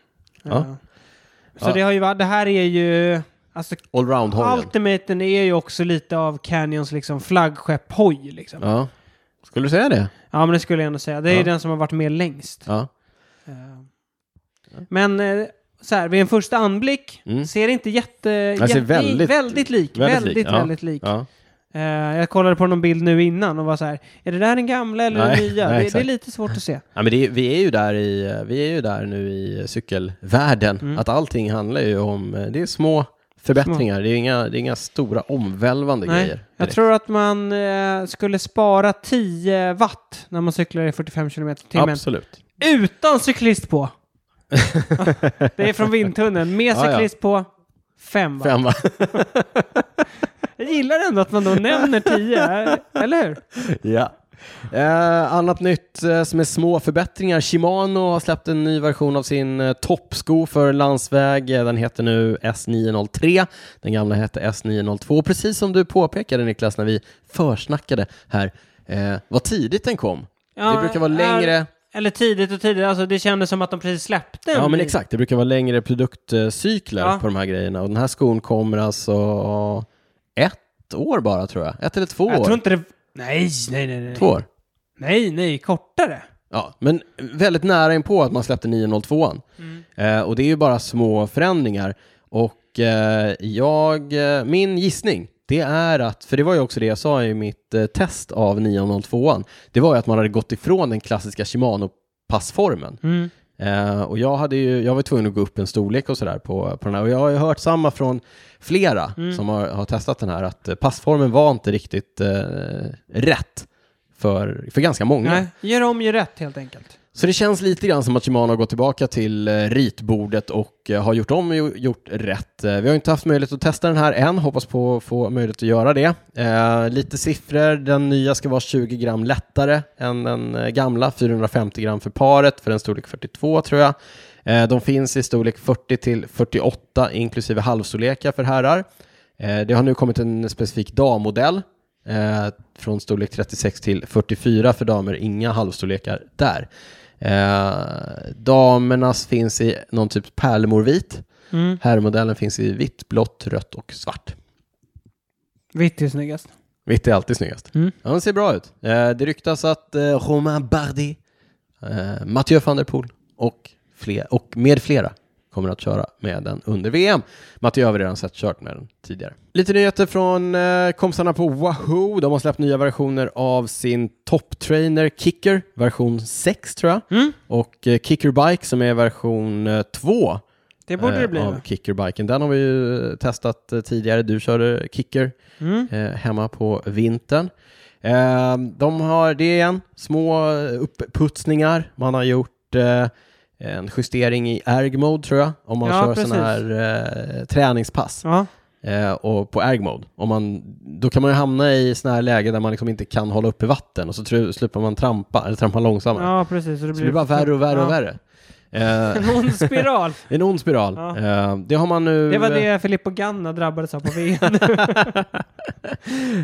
[SPEAKER 1] Ja.
[SPEAKER 2] Eh, Så
[SPEAKER 1] Ja.
[SPEAKER 2] det, har ju, varit- det här är ju... Alltså,
[SPEAKER 1] Allround-hojen.
[SPEAKER 2] Ultimaten är ju också lite av Canyons liksom flaggskepp-hoj. Liksom. Ja.
[SPEAKER 1] Ja. Skulle du säga det?
[SPEAKER 2] men det skulle jag ändå säga. Det är
[SPEAKER 1] Ja.
[SPEAKER 2] den som har varit med längst.
[SPEAKER 1] Ja.
[SPEAKER 2] Eh, Men eh, så här, vid en första anblick
[SPEAKER 1] Mm.
[SPEAKER 2] ser inte jätte...
[SPEAKER 1] ser
[SPEAKER 2] jätte
[SPEAKER 1] väldigt-
[SPEAKER 2] väldigt lik.
[SPEAKER 1] väldigt lik,
[SPEAKER 2] Väldigt,
[SPEAKER 1] ja.
[SPEAKER 2] väldigt lik.
[SPEAKER 1] ja.
[SPEAKER 2] Eh, jag kollade på någon bild nu innan och var så här, är det där den gamla eller
[SPEAKER 1] Nej,
[SPEAKER 2] den nya?
[SPEAKER 1] nej,
[SPEAKER 2] det, det är
[SPEAKER 1] exakt.
[SPEAKER 2] lite svårt att se.
[SPEAKER 1] Ja, men det, är- vi, är ju där i, vi är ju där nu i cykelvärlden.
[SPEAKER 2] Mm.
[SPEAKER 1] Att allting handlar ju om, eh, det är små förbättringar. Det, är inga, det är inga stora omvälvande
[SPEAKER 2] Nej,
[SPEAKER 1] grejer.
[SPEAKER 2] jag
[SPEAKER 1] direkt.
[SPEAKER 2] tror att man eh, skulle spara 10 watt när man cyklar i 45 km i timmen.
[SPEAKER 1] Absolut.
[SPEAKER 2] Utan
[SPEAKER 1] [laughs]
[SPEAKER 2] cyklist på! det är från vindtunneln. Med
[SPEAKER 1] Ja, ja.
[SPEAKER 2] cyklist på, 5 watt.
[SPEAKER 1] Femma.
[SPEAKER 2] Jag gillar ändå att man då nämner 10, eller hur?
[SPEAKER 1] [laughs] ja. Eh, annat nytt eh, som är små förbättringar. Shimano har släppt en ny version av sin eh, toppsko för landsväg. Eh, Den heter nu S903. Den gamla hette S902. Precis som du påpekade Niklas när vi försnackade här. Eh, vad tidigt den kom.
[SPEAKER 2] Ja,
[SPEAKER 1] det brukar vara
[SPEAKER 2] är-
[SPEAKER 1] längre...
[SPEAKER 2] Eller tidigt och tidigt, alltså det kändes som att de precis släppte en
[SPEAKER 1] Ja men
[SPEAKER 2] ny.
[SPEAKER 1] exakt, det brukar vara längre produktcykler
[SPEAKER 2] Ja.
[SPEAKER 1] på de här grejerna. Och den här skon kommer alltså ett år bara tror jag. Ett eller två
[SPEAKER 2] Jag
[SPEAKER 1] år.
[SPEAKER 2] tror inte det... Nej, nej, nej. nej.
[SPEAKER 1] Två år.
[SPEAKER 2] Nej, nej, kortare.
[SPEAKER 1] Ja, men väldigt nära inpå att man släppte 902an.
[SPEAKER 2] Mm.
[SPEAKER 1] Eh, och det är ju bara små förändringar. Och eh, jag, eh, min gissning, det är att, för det var ju också det jag sa i mitt eh, test av 902an, det var ju att man hade gått ifrån den klassiska Shimano-passformen. Eh, och jag, hade ju, jag var tvungen att gå upp en storlek och sådär på, på den här. Och jag har ju hört samma från flera som har, har testat den här, att eh, passformen var inte riktigt eh, rätt för, för ganska många.
[SPEAKER 2] Nej, gör om, gör rätt helt enkelt.
[SPEAKER 1] Så det känns lite grann som att Shimano har gått tillbaka till eh, ritbordet och eh, har gjort om och gjo- gjort rätt. Eh, Vi har ju inte haft möjlighet att testa den här än, hoppas på att få möjlighet att göra det. Eh, lite siffror, den nya ska vara 20 gram lättare än den eh, gamla, 450 gram för paret, för en storlek 42 tror jag. Eh, de finns i storlek 40 till 48 inklusive halvstorlekar för herrar. Eh, det har nu kommit en specifik dammodell eh, från storlek 36 till 44 för damer, inga halvstorlekar där. Eh, damernas finns i någon typ pärlemorvit.
[SPEAKER 2] Mm.
[SPEAKER 1] Herrmodellen finns i vitt, blått, rött och svart.
[SPEAKER 2] Vitt är snyggast.
[SPEAKER 1] Vitt är alltid snyggast.
[SPEAKER 2] Mm.
[SPEAKER 1] Ja, den ser bra ut. Eh, det ryktas att eh, Romain Bardi, eh, Mathieu van der Poel och, fler, och med flera kommer att köra med den under VM. Mattias har vi redan sett kört med den tidigare. Lite nyheter från eh, kompisarna på Wahoo. De har släppt nya versioner av sin topptrainer Kicker, version 6 tror jag.
[SPEAKER 2] Mm.
[SPEAKER 1] Och eh, Kicker Bike som är version eh, 2
[SPEAKER 2] Det borde det
[SPEAKER 1] eh,
[SPEAKER 2] bli.
[SPEAKER 1] av
[SPEAKER 2] va?
[SPEAKER 1] Kickerbiken. Den har vi ju testat eh, tidigare. Du körde Kicker
[SPEAKER 2] Mm.
[SPEAKER 1] eh, hemma på vintern. Eh, de har det igen, små eh, uppputsningar. Man har gjort eh, en justering i erg-mode tror jag, om man
[SPEAKER 2] Ja,
[SPEAKER 1] kör
[SPEAKER 2] precis.
[SPEAKER 1] sådana här eh, träningspass.
[SPEAKER 2] Ja.
[SPEAKER 1] Eh, och på erg-mode. Om man, då kan man ju hamna i sådana här läge där man liksom inte kan hålla uppe vatten och så tru- slipper man trampa, eller trampa långsammare.
[SPEAKER 2] ja, precis. Så det blir,
[SPEAKER 1] så det blir bara värre och värre
[SPEAKER 2] Ja.
[SPEAKER 1] och värre. Eh,
[SPEAKER 2] [laughs] En ond spiral.
[SPEAKER 1] [laughs] en ond spiral.
[SPEAKER 2] Ja.
[SPEAKER 1] Eh, det har man nu...
[SPEAKER 2] Det var det Filippo Ganna drabbades av på VM.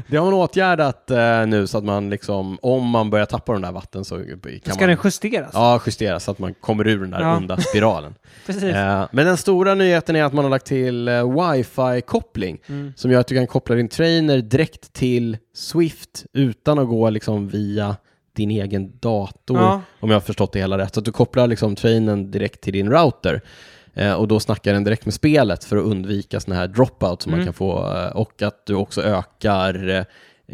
[SPEAKER 1] Det har man åtgärdat eh, nu så att man liksom, om man börjar tappa de där vatten så kan
[SPEAKER 2] Ska
[SPEAKER 1] man
[SPEAKER 2] den justeras?
[SPEAKER 1] ja, justera så att man kommer ur den där
[SPEAKER 2] Ja.
[SPEAKER 1] onda spiralen.
[SPEAKER 2] Precis.
[SPEAKER 1] eh, men den stora nyheten är att man har lagt till eh, wifi-koppling
[SPEAKER 2] Mm.
[SPEAKER 1] som gör att du kan koppla din trainer direkt till Swift utan att gå liksom via din egen dator,
[SPEAKER 2] Ja.
[SPEAKER 1] om jag har förstått det hela rätt. Så att du kopplar liksom trainern direkt till din router. eh, Och då snackar den direkt med spelet för att undvika sådana här dropout som man
[SPEAKER 2] Mm.
[SPEAKER 1] kan få. eh, Och att du också ökar eh,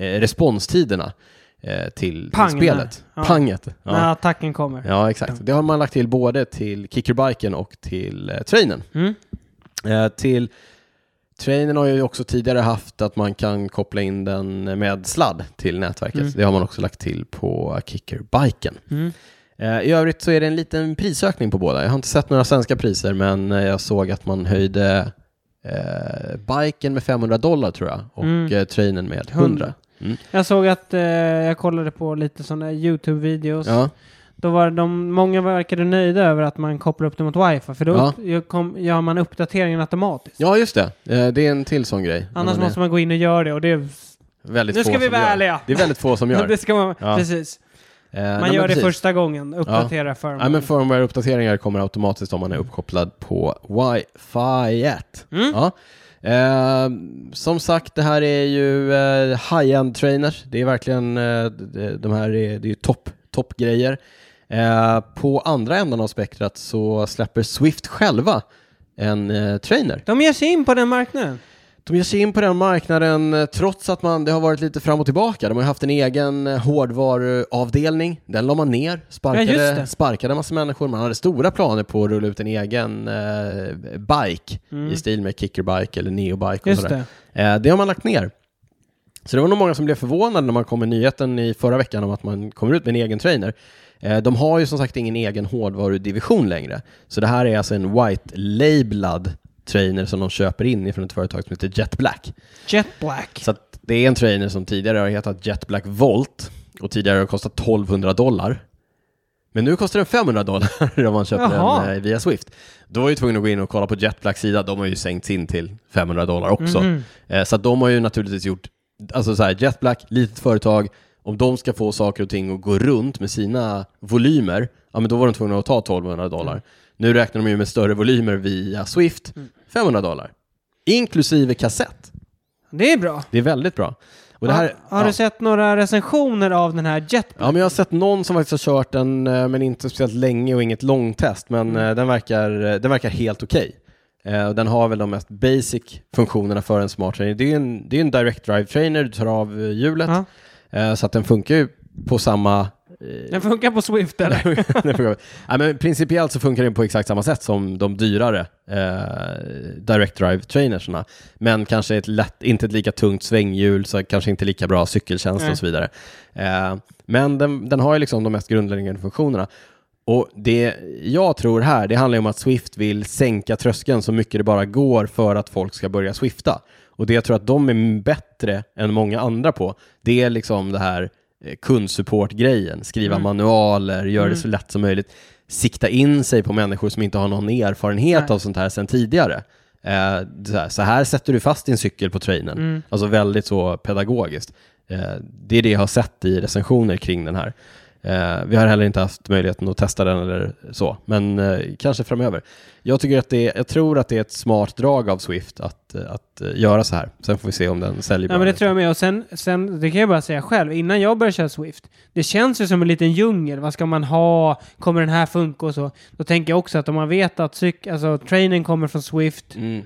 [SPEAKER 1] eh, responstiderna eh, till, till
[SPEAKER 2] Pang,
[SPEAKER 1] spelet.
[SPEAKER 2] nej. Ja.
[SPEAKER 1] Panget. Ja.
[SPEAKER 2] När attacken kommer.
[SPEAKER 1] ja, exakt. Det har man lagt till både till kickerbiken och till eh, trainern.
[SPEAKER 2] Mm.
[SPEAKER 1] Eh, till Trainen har ju också tidigare haft att man kan koppla in den med sladd till nätverket.
[SPEAKER 2] Mm.
[SPEAKER 1] Det har man också lagt till på eh, Kickerbiken.
[SPEAKER 2] Mm.
[SPEAKER 1] Eh, I övrigt så är det en liten prisökning på båda. Jag har inte sett några svenska priser men eh, jag såg att man höjde eh, biken med 500 dollar tror jag och
[SPEAKER 2] Mm.
[SPEAKER 1] eh, trainen med
[SPEAKER 2] 100.
[SPEAKER 1] 100.
[SPEAKER 2] Jag såg att eh, jag kollade på lite sådana YouTube-videos.
[SPEAKER 1] Ja.
[SPEAKER 2] Då var de, många verkade nöjda över att man kopplar upp det mot wifi. För då
[SPEAKER 1] Ja.
[SPEAKER 2] upp, ju kom, gör man uppdateringen automatiskt.
[SPEAKER 1] ja, just det. Eh, det är en till sån grej.
[SPEAKER 2] Annars
[SPEAKER 1] Men det är
[SPEAKER 2] måste man gå in och göra det och det,
[SPEAKER 1] väldigt
[SPEAKER 2] Nu ska
[SPEAKER 1] få
[SPEAKER 2] vi
[SPEAKER 1] som
[SPEAKER 2] vara
[SPEAKER 1] gör.
[SPEAKER 2] ärliga. [laughs]
[SPEAKER 1] Det är väldigt få som gör.
[SPEAKER 2] det ska man,
[SPEAKER 1] Ja.
[SPEAKER 2] precis.
[SPEAKER 1] Eh, Eh,
[SPEAKER 2] Man
[SPEAKER 1] nej, men
[SPEAKER 2] gör det
[SPEAKER 1] precis.
[SPEAKER 2] första gången, uppdaterar firmware.
[SPEAKER 1] Ja, men firmware-uppdateringar kommer automatiskt om man är uppkopplad på wifi.
[SPEAKER 2] Mm.
[SPEAKER 1] Ja. Eh, som sagt, det här är ju eh, high-end trainers. Det är verkligen eh, de- de här är, det är ju topp, toppgrejer. Eh, på andra änden av spektrat så släpper Swift själva en eh, trainer.
[SPEAKER 2] De ger sig in på den marknaden.
[SPEAKER 1] De ger sig in på den marknaden eh, trots att man, det har varit lite fram och tillbaka. De har ju haft en egen eh, hårdvaruavdelning. Den la man ner,
[SPEAKER 2] Ja,
[SPEAKER 1] sparkade,
[SPEAKER 2] just det.
[SPEAKER 1] sparkade en massa människor. Man hade stora planer på att rulla ut en egen eh, bike i stil med kickerbike eller neobike. Och
[SPEAKER 2] Mm. Just
[SPEAKER 1] sådär.
[SPEAKER 2] det.
[SPEAKER 1] Eh, det har man lagt ner. Så det var nog många som blev förvånade när man kom med nyheten i förra veckan om att man kommer ut med en egen trainer. Eh, de har ju som sagt ingen egen hårdvarudivision längre. Så det här är alltså en white-labelad trainer som de köper in ifrån ett företag som heter Jet Black.
[SPEAKER 2] Jet Black.
[SPEAKER 1] Så att det är en trainer som tidigare har hetat Jet Black Volt och tidigare har kostat 1200 dollar. Men nu kostar den 500 dollar [laughs] om man köper
[SPEAKER 2] Jaha.
[SPEAKER 1] den eh, via Swift. Då var jag ju tvungen att gå in och kolla på Jet Blacks sida. De har ju sänkt sin till 500 dollar också.
[SPEAKER 2] Mhm.
[SPEAKER 1] Eh, Så att de har ju naturligtvis gjort, alltså så här, Jet Black, litet företag, om de ska få saker och ting att gå runt med sina volymer, ja men då var de tvungna att ta 1200 dollar.
[SPEAKER 2] Mm.
[SPEAKER 1] Nu räknar de ju med större volymer via Swift, 500 dollar. Inklusive kassett.
[SPEAKER 2] Det är bra.
[SPEAKER 1] Det är väldigt bra. Och det här,
[SPEAKER 2] har, har
[SPEAKER 1] ja.
[SPEAKER 2] du sett några recensioner av den här Jet Black?
[SPEAKER 1] Ja, men jag har sett någon som faktiskt har kört den, eh, men inte speciellt länge och inget långtest, men
[SPEAKER 2] Mm.
[SPEAKER 1] eh, den, verkar, eh, den verkar helt okej. Eh, och Den har väl de mest basic funktionerna för en smart trainer. Det är ju en, det är en direct drive trainer, du tar av eh, hjulet,
[SPEAKER 2] Ja.
[SPEAKER 1] eh, så att den funkar ju på samma... eh,
[SPEAKER 2] Den funkar på Swift eller?
[SPEAKER 1] den funkar- ja, men principiellt så funkar den på exakt samma sätt som de dyrare eh, direct drive trainerserna. Men kanske ett lätt, inte ett lika tungt svänghjul, så kanske inte lika bra cykeltjänst
[SPEAKER 2] Nej.
[SPEAKER 1] och så vidare. Eh, men den, den har ju liksom de mest grundläggande funktionerna. Och det jag tror här, det handlar ju om att Swift vill sänka tröskeln så mycket det bara går för att folk ska börja Swifta. Och det jag tror att de är bättre än många andra på, det är liksom det här eh, kundsupport-grejen, skriva
[SPEAKER 2] Mm.
[SPEAKER 1] manualer, göra det
[SPEAKER 2] Mm.
[SPEAKER 1] så lätt som möjligt, sikta in sig på människor som inte har någon erfarenhet
[SPEAKER 2] Nej.
[SPEAKER 1] av sånt här sedan tidigare. Eh, så, här, så här sätter du fast din cykel på trainen.
[SPEAKER 2] Mm.
[SPEAKER 1] Alltså väldigt så pedagogiskt. Eh, det är det jag har sett i recensioner kring den här. Eh, vi har heller inte haft möjligheten att testa den eller så, men eh, kanske framöver. Jag, tycker att det är, jag tror att det är ett smart drag av Swift att, eh, att eh, göra så här. Sen får vi se om den säljer
[SPEAKER 2] Ja, men det tror jag med. Och sen, sen, det kan jag bara säga själv, innan jag började köra Swift, det känns ju som en liten djungel. Vad ska man ha? Kommer den här funka och så? Då tänker jag också att om man vet att cyk- alltså, trainen kommer från Swift,
[SPEAKER 1] Mm.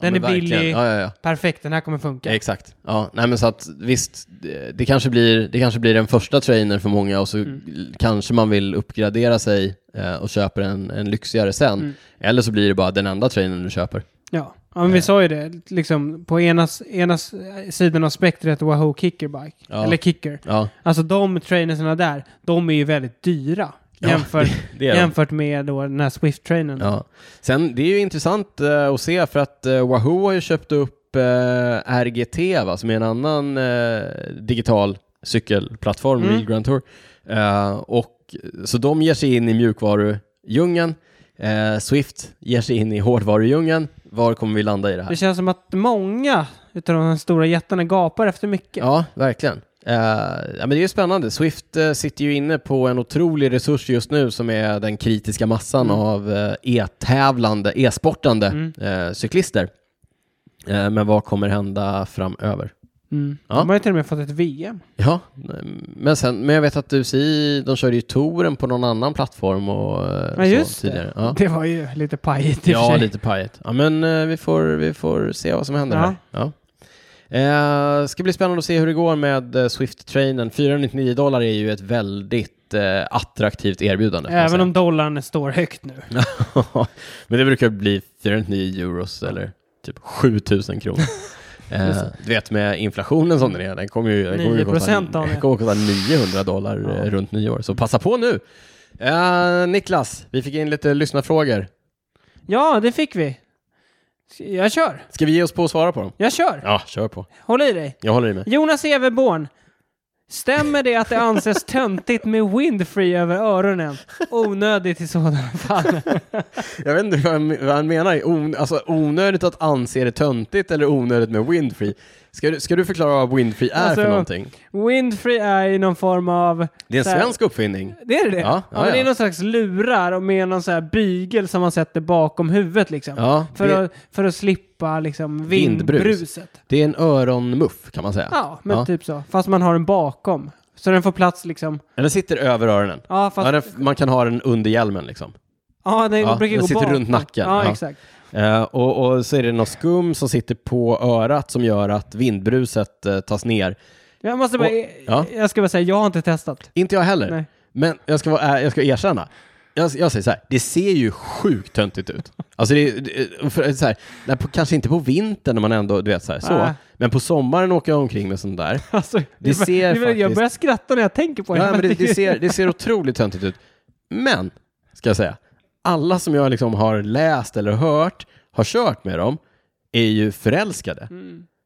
[SPEAKER 1] Den
[SPEAKER 2] Den är billig.
[SPEAKER 1] Ja, ja, ja.
[SPEAKER 2] perfekt, den här kommer funka.
[SPEAKER 1] Exakt. Ja, nej men så att visst, det, det, kanske blir, det kanske blir en första trainer för många och så l- kanske man vill uppgradera sig eh, och köper en, en lyxigare sen. Eller så blir det bara den enda trainern du köper.
[SPEAKER 2] Ja, ja
[SPEAKER 1] Eh.
[SPEAKER 2] men vi sa ju det, liksom på ena, s- ena s- sidan av spektret Wahoo Kickerbike,
[SPEAKER 1] Ja.
[SPEAKER 2] eller Kicker.
[SPEAKER 1] Ja,
[SPEAKER 2] Alltså de trainerserna där, de är ju väldigt dyra
[SPEAKER 1] Ja,
[SPEAKER 2] jämfört,
[SPEAKER 1] det är de.
[SPEAKER 2] jämfört med då den här Swift-trainern.
[SPEAKER 1] Ja. Sen, det är ju intressant eh, att se för att eh, Wahoo har ju köpt upp eh, RGT, va, som är en annan eh, digital cykelplattform,
[SPEAKER 2] Mm.
[SPEAKER 1] Real Grand Tour. Eh, och, så de ger sig in i mjukvarudjungeln. Eh, Swift ger sig in i hårdvarudjungeln. Var kommer vi landa i det här?
[SPEAKER 2] Det känns som att många utav de här stora jättarna gapar efter mycket.
[SPEAKER 1] Ja, verkligen. Eh, ja, men det är ju spännande. Swift eh, sitter ju inne på en otrolig resurs just nu som är den kritiska massan
[SPEAKER 2] Mm.
[SPEAKER 1] av eh, e-tävlande, e-sportande
[SPEAKER 2] Mm.
[SPEAKER 1] eh, cyklister. Eh, men vad kommer hända framöver?
[SPEAKER 2] Mm.
[SPEAKER 1] Ja.
[SPEAKER 2] De har ju till och med fått ett VM.
[SPEAKER 1] Ja, men, sen, men jag vet att UCI, de körde ju touren på någon annan plattform och eh,
[SPEAKER 2] Ja, just
[SPEAKER 1] så tidigare.
[SPEAKER 2] det.
[SPEAKER 1] Ja.
[SPEAKER 2] Det var ju lite pajigt i och för
[SPEAKER 1] Ja,
[SPEAKER 2] sig.
[SPEAKER 1] lite pajigt. Ja, men eh, vi, får, vi får se vad som händer
[SPEAKER 2] Ja.
[SPEAKER 1] här. Ja. Eh, ska bli spännande att se hur det går med eh, Swift-trainen. 499 dollar är ju ett väldigt eh, attraktivt erbjudande. får man
[SPEAKER 2] Även
[SPEAKER 1] säga.
[SPEAKER 2] om dollarn står högt nu.
[SPEAKER 1] [laughs] men det brukar bli 499 euros eller typ 7000
[SPEAKER 2] [laughs]
[SPEAKER 1] kronor. Eh, du vet med inflationen som den är, den kommer ju, den kommer ju
[SPEAKER 2] 9%
[SPEAKER 1] kosta,
[SPEAKER 2] av det.
[SPEAKER 1] den kommer kosta 900 dollar eh,
[SPEAKER 2] Ja.
[SPEAKER 1] runt nyår. Så passa på nu! Eh, Niklas, vi fick in lite lyssnarfrågor.
[SPEAKER 2] Ja, det fick vi. Jag kör.
[SPEAKER 1] Ska vi ge oss på att svara på dem?
[SPEAKER 2] Jag kör.
[SPEAKER 1] Ja, kör på.
[SPEAKER 2] Håll i dig.
[SPEAKER 1] Jag håller i mig.
[SPEAKER 2] Jonas Everborn. Stämmer det att
[SPEAKER 1] [laughs]
[SPEAKER 2] det anses töntigt med windfree över öronen? Onödigt i sådana fall.
[SPEAKER 1] [laughs] Jag vet inte vad han, vad han menar. On, alltså, onödigt att anse det töntigt eller onödigt med windfree? Ska du, ska du förklara vad Windfree är
[SPEAKER 2] Alltså,
[SPEAKER 1] för någonting?
[SPEAKER 2] Windfree är ju någon form av...
[SPEAKER 1] Det är en
[SPEAKER 2] så här-
[SPEAKER 1] svensk uppfinning.
[SPEAKER 2] Det är det?
[SPEAKER 1] Ja,
[SPEAKER 2] Ja,
[SPEAKER 1] ja,
[SPEAKER 2] men det
[SPEAKER 1] ja.
[SPEAKER 2] är någon slags lurar och med någon så här bygel som man sätter bakom huvudet liksom.
[SPEAKER 1] Ja,
[SPEAKER 2] för,
[SPEAKER 1] det-
[SPEAKER 2] att, för att slippa liksom
[SPEAKER 1] Vindbrus.
[SPEAKER 2] vindbruset.
[SPEAKER 1] Det är en öronmuff kan man säga.
[SPEAKER 2] Ja, men typ så. Fast man har den bakom. Så den får plats liksom.
[SPEAKER 1] Den sitter över öronen.
[SPEAKER 2] Ja, fast...
[SPEAKER 1] Ja,
[SPEAKER 2] Ja, den,
[SPEAKER 1] den, man kan ha den under hjälmen liksom. ja,
[SPEAKER 2] brukar
[SPEAKER 1] den
[SPEAKER 2] gå
[SPEAKER 1] sitter
[SPEAKER 2] bak.
[SPEAKER 1] runt nacken.
[SPEAKER 2] Ja,
[SPEAKER 1] Ja.
[SPEAKER 2] exakt.
[SPEAKER 1] Eh, och, och så är det något skum som sitter på örat som gör att vindbruset eh, tas ner.
[SPEAKER 2] Jag måste bara...
[SPEAKER 1] Och- ja.
[SPEAKER 2] Jag ska bara säga, jag har inte testat.
[SPEAKER 1] Inte jag heller.
[SPEAKER 2] Nej.
[SPEAKER 1] Men jag ska, vara, äh, jag ska erkänna. Jag, jag säger så här, det ser ju sjukt töntigt ut. Alltså det, det, för, så här, nej, på, kanske inte på vintern när man ändå, du vet så här, så.
[SPEAKER 2] Nej.
[SPEAKER 1] Men på sommaren åker jag omkring med sånt där.
[SPEAKER 2] Alltså,
[SPEAKER 1] Det
[SPEAKER 2] jag-
[SPEAKER 1] ser
[SPEAKER 2] jag, jag
[SPEAKER 1] faktiskt-
[SPEAKER 2] börjar skratta när jag tänker på det.
[SPEAKER 1] Nej, men det,
[SPEAKER 2] det-
[SPEAKER 1] det, ser, det ser otroligt töntigt ut. Men, ska jag säga, alla som jag liksom har läst eller hört har kört med dem är ju förälskade.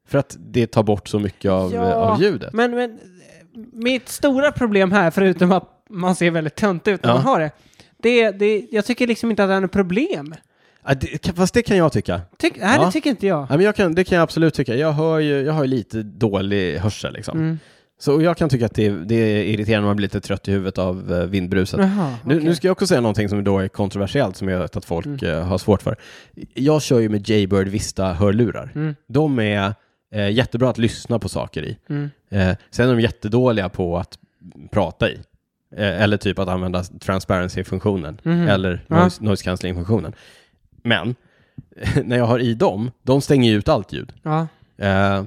[SPEAKER 1] För att det tar bort så mycket av,
[SPEAKER 2] Mm. Ja,
[SPEAKER 1] av ljudet.
[SPEAKER 2] Men, men eh, mitt stora problem här, förutom att man ser väldigt tönt ut när
[SPEAKER 1] Ja.
[SPEAKER 2] man har det, det, det, jag tycker liksom inte att det är något problem.
[SPEAKER 1] Ja, det, kan- fast det kan jag tycka.
[SPEAKER 2] Tyck, nej,
[SPEAKER 1] Ja.
[SPEAKER 2] det tycker inte jag.
[SPEAKER 1] Ja, men jag kan, det kan jag absolut tycka. Jag hör ju jag har ju lite dålig hörsel. Liksom.
[SPEAKER 2] Mm.
[SPEAKER 1] Så jag kan tycka att det, det är irriterande om man blir lite trött i huvudet av eh, vindbruset.
[SPEAKER 2] Jaha,
[SPEAKER 1] Nu,
[SPEAKER 2] Mm. okej. Mm.
[SPEAKER 1] nu ska jag också säga någonting som då är kontroversiellt som jag vet att folk eh, har svårt för. Jag kör ju med Jaybird Vista-hörlurar. De är eh, jättebra att lyssna på saker i.
[SPEAKER 2] Mm.
[SPEAKER 1] Eh, sen är de jättedåliga på att prata i. Eh, eller typ att använda transparency-funktionen
[SPEAKER 2] Mhm.
[SPEAKER 1] eller
[SPEAKER 2] Ja.
[SPEAKER 1] noise, noise cancelling-funktionen. Men [laughs] när jag har i dem, de stänger ju ut allt ljud.
[SPEAKER 2] Ja.
[SPEAKER 1] Eh,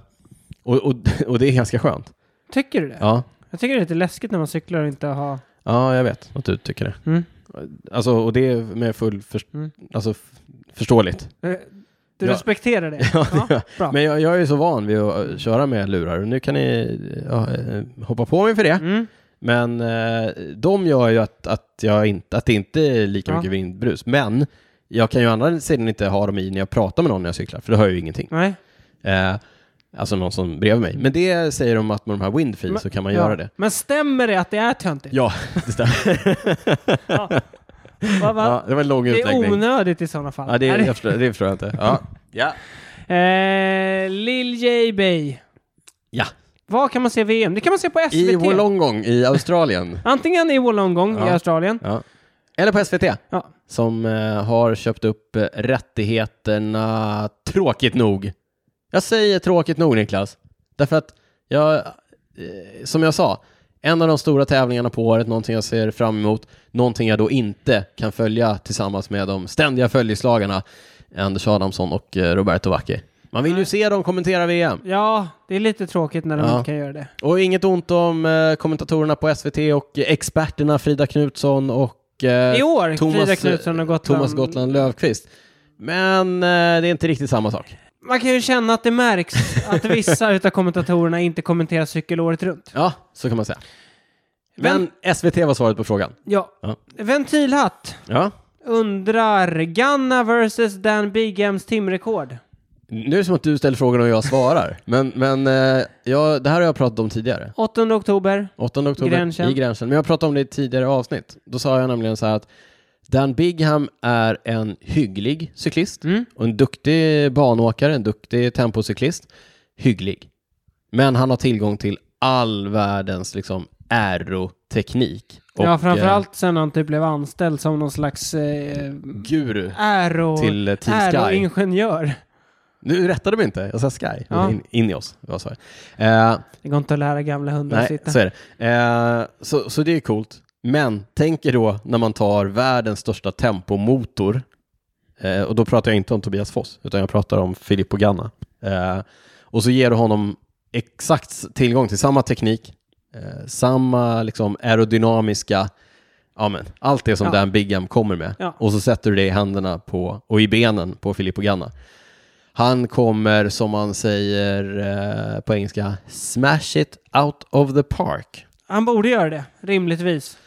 [SPEAKER 1] och, [laughs] och, och det är ganska skönt.
[SPEAKER 2] Tycker du det?
[SPEAKER 1] Ja,
[SPEAKER 2] Jag tycker det är lite läskigt när man cyklar och inte har...
[SPEAKER 1] ja jag vet att du tycker det.
[SPEAKER 2] Mm.
[SPEAKER 1] Alltså, och det är med full för,
[SPEAKER 2] Mm.
[SPEAKER 1] alltså, f- förståeligt. [laughs]
[SPEAKER 2] Eh, Du
[SPEAKER 1] Ja.
[SPEAKER 2] respekterar det?
[SPEAKER 1] [laughs] Ja, det gör
[SPEAKER 2] bra.
[SPEAKER 1] Men jag, jag är ju så van vid att eh, köra med lurar och nu kan ni ja, eh, hoppa på mig för det.
[SPEAKER 2] Mm.
[SPEAKER 1] Men eh, de gör ju att, att, jag inte, att det inte är lika
[SPEAKER 2] Ja.
[SPEAKER 1] mycket vindbrus. Men jag kan ju å andra sidan inte ha dem i när jag pratar med någon när jag cyklar, för då hör jag ju ingenting.
[SPEAKER 2] Nej.
[SPEAKER 1] Eh, alltså någon som bredvid mig. Men det säger de att med de här Windfree
[SPEAKER 2] Men-
[SPEAKER 1] så kan man
[SPEAKER 2] ja.
[SPEAKER 1] göra det.
[SPEAKER 2] Men stämmer det att det är töntigt?
[SPEAKER 1] Ja, det
[SPEAKER 2] [laughs]
[SPEAKER 1] stämmer.
[SPEAKER 2] Va, va?
[SPEAKER 1] Ja, det var en lång
[SPEAKER 2] det är
[SPEAKER 1] utläggning.
[SPEAKER 2] onödigt i sådana fall.
[SPEAKER 1] Ja, det,
[SPEAKER 2] Är det-
[SPEAKER 1] jag förstår, det förstår jag inte. Ja. Ja.
[SPEAKER 2] Eh, Lil J Bay.
[SPEAKER 1] ja.
[SPEAKER 2] Var kan man se VM? Det kan man se på SVT.
[SPEAKER 1] I Wollongong i Australien.
[SPEAKER 2] Antingen i Wollongong
[SPEAKER 1] Ja.
[SPEAKER 2] i Australien.
[SPEAKER 1] Ja. Eller på SVT.
[SPEAKER 2] Ja.
[SPEAKER 1] Som eh, har köpt upp eh, rättigheterna, tråkigt nog. Jag säger tråkigt nog Niklas. Därför att jag, eh, som jag sa, en av de stora tävlingarna på året, någonting jag ser fram emot, någonting jag då inte kan följa tillsammans med de ständiga följeslagarna Anders Adamsson och eh, Roberto Vacchi. Man vill ju se dem kommentera VM.
[SPEAKER 2] Ja, det är lite tråkigt när de
[SPEAKER 1] Ja.
[SPEAKER 2] inte kan göra det.
[SPEAKER 1] Och inget ont om eh, kommentatorerna på SVT och eh, experterna Frida Knutsson och eh,
[SPEAKER 2] I år,
[SPEAKER 1] Thomas,
[SPEAKER 2] Frida Knutsson och Gotland.
[SPEAKER 1] Thomas Gotland Löfqvist. Men eh, det är inte riktigt samma sak.
[SPEAKER 2] Man kan ju känna att det märks
[SPEAKER 1] [laughs]
[SPEAKER 2] att vissa utav kommentatorerna inte kommenterar cykel året runt.
[SPEAKER 1] Ja, så kan man säga.
[SPEAKER 2] Vem-
[SPEAKER 1] Men SVT var svaret på frågan.
[SPEAKER 2] Ja.
[SPEAKER 1] Ja.
[SPEAKER 2] Ventilhatt
[SPEAKER 1] Ja.
[SPEAKER 2] undrar Ganna vs Dan Bighams timrekord.
[SPEAKER 1] Nu är det som att du ställer frågan och jag svarar. [laughs] Men, men eh, jag, det här har jag pratat om tidigare.
[SPEAKER 2] 8 oktober.
[SPEAKER 1] 8 oktober
[SPEAKER 2] Gränsen.
[SPEAKER 1] i gränsen. Men jag pratade om det i ett tidigare avsnitt. Då sa jag nämligen så här att Dan Bigham är en hygglig cyklist
[SPEAKER 2] Mm.
[SPEAKER 1] och en duktig banåkare, en duktig tempocyklist. Hygglig. Men han har tillgång till all världens liksom aeroteknik. Och,
[SPEAKER 2] ja, framförallt sen han typ blev anställd som någon slags eh,
[SPEAKER 1] Eh, guru
[SPEAKER 2] aero...
[SPEAKER 1] till eh, Team Sky.
[SPEAKER 2] aeroingenjör.
[SPEAKER 1] Nu rättade du mig inte, jag sa Sky.
[SPEAKER 2] Ja.
[SPEAKER 1] In, in i oss, vad sa jag? Eh,
[SPEAKER 2] Det går inte att lära gamla hundar
[SPEAKER 1] Nej,
[SPEAKER 2] att sitta.
[SPEAKER 1] så är det. Eh, så, så det är coolt. Men tänk er då när man tar världens största tempomotor, eh, och då pratar jag inte om Tobias Foss, utan jag pratar om Filippo Ganna. Eh, och så ger du honom exakt s- tillgång till samma teknik, eh, samma liksom aerodynamiska, ja men, allt det som
[SPEAKER 2] Ja.
[SPEAKER 1] Dan Bigham kommer med.
[SPEAKER 2] Ja.
[SPEAKER 1] Och så sätter du det i händerna på, och i benen på Filippo Ganna. Han kommer, som man säger eh, på engelska, smash it out of the park.
[SPEAKER 2] Han borde göra det, rimligtvis.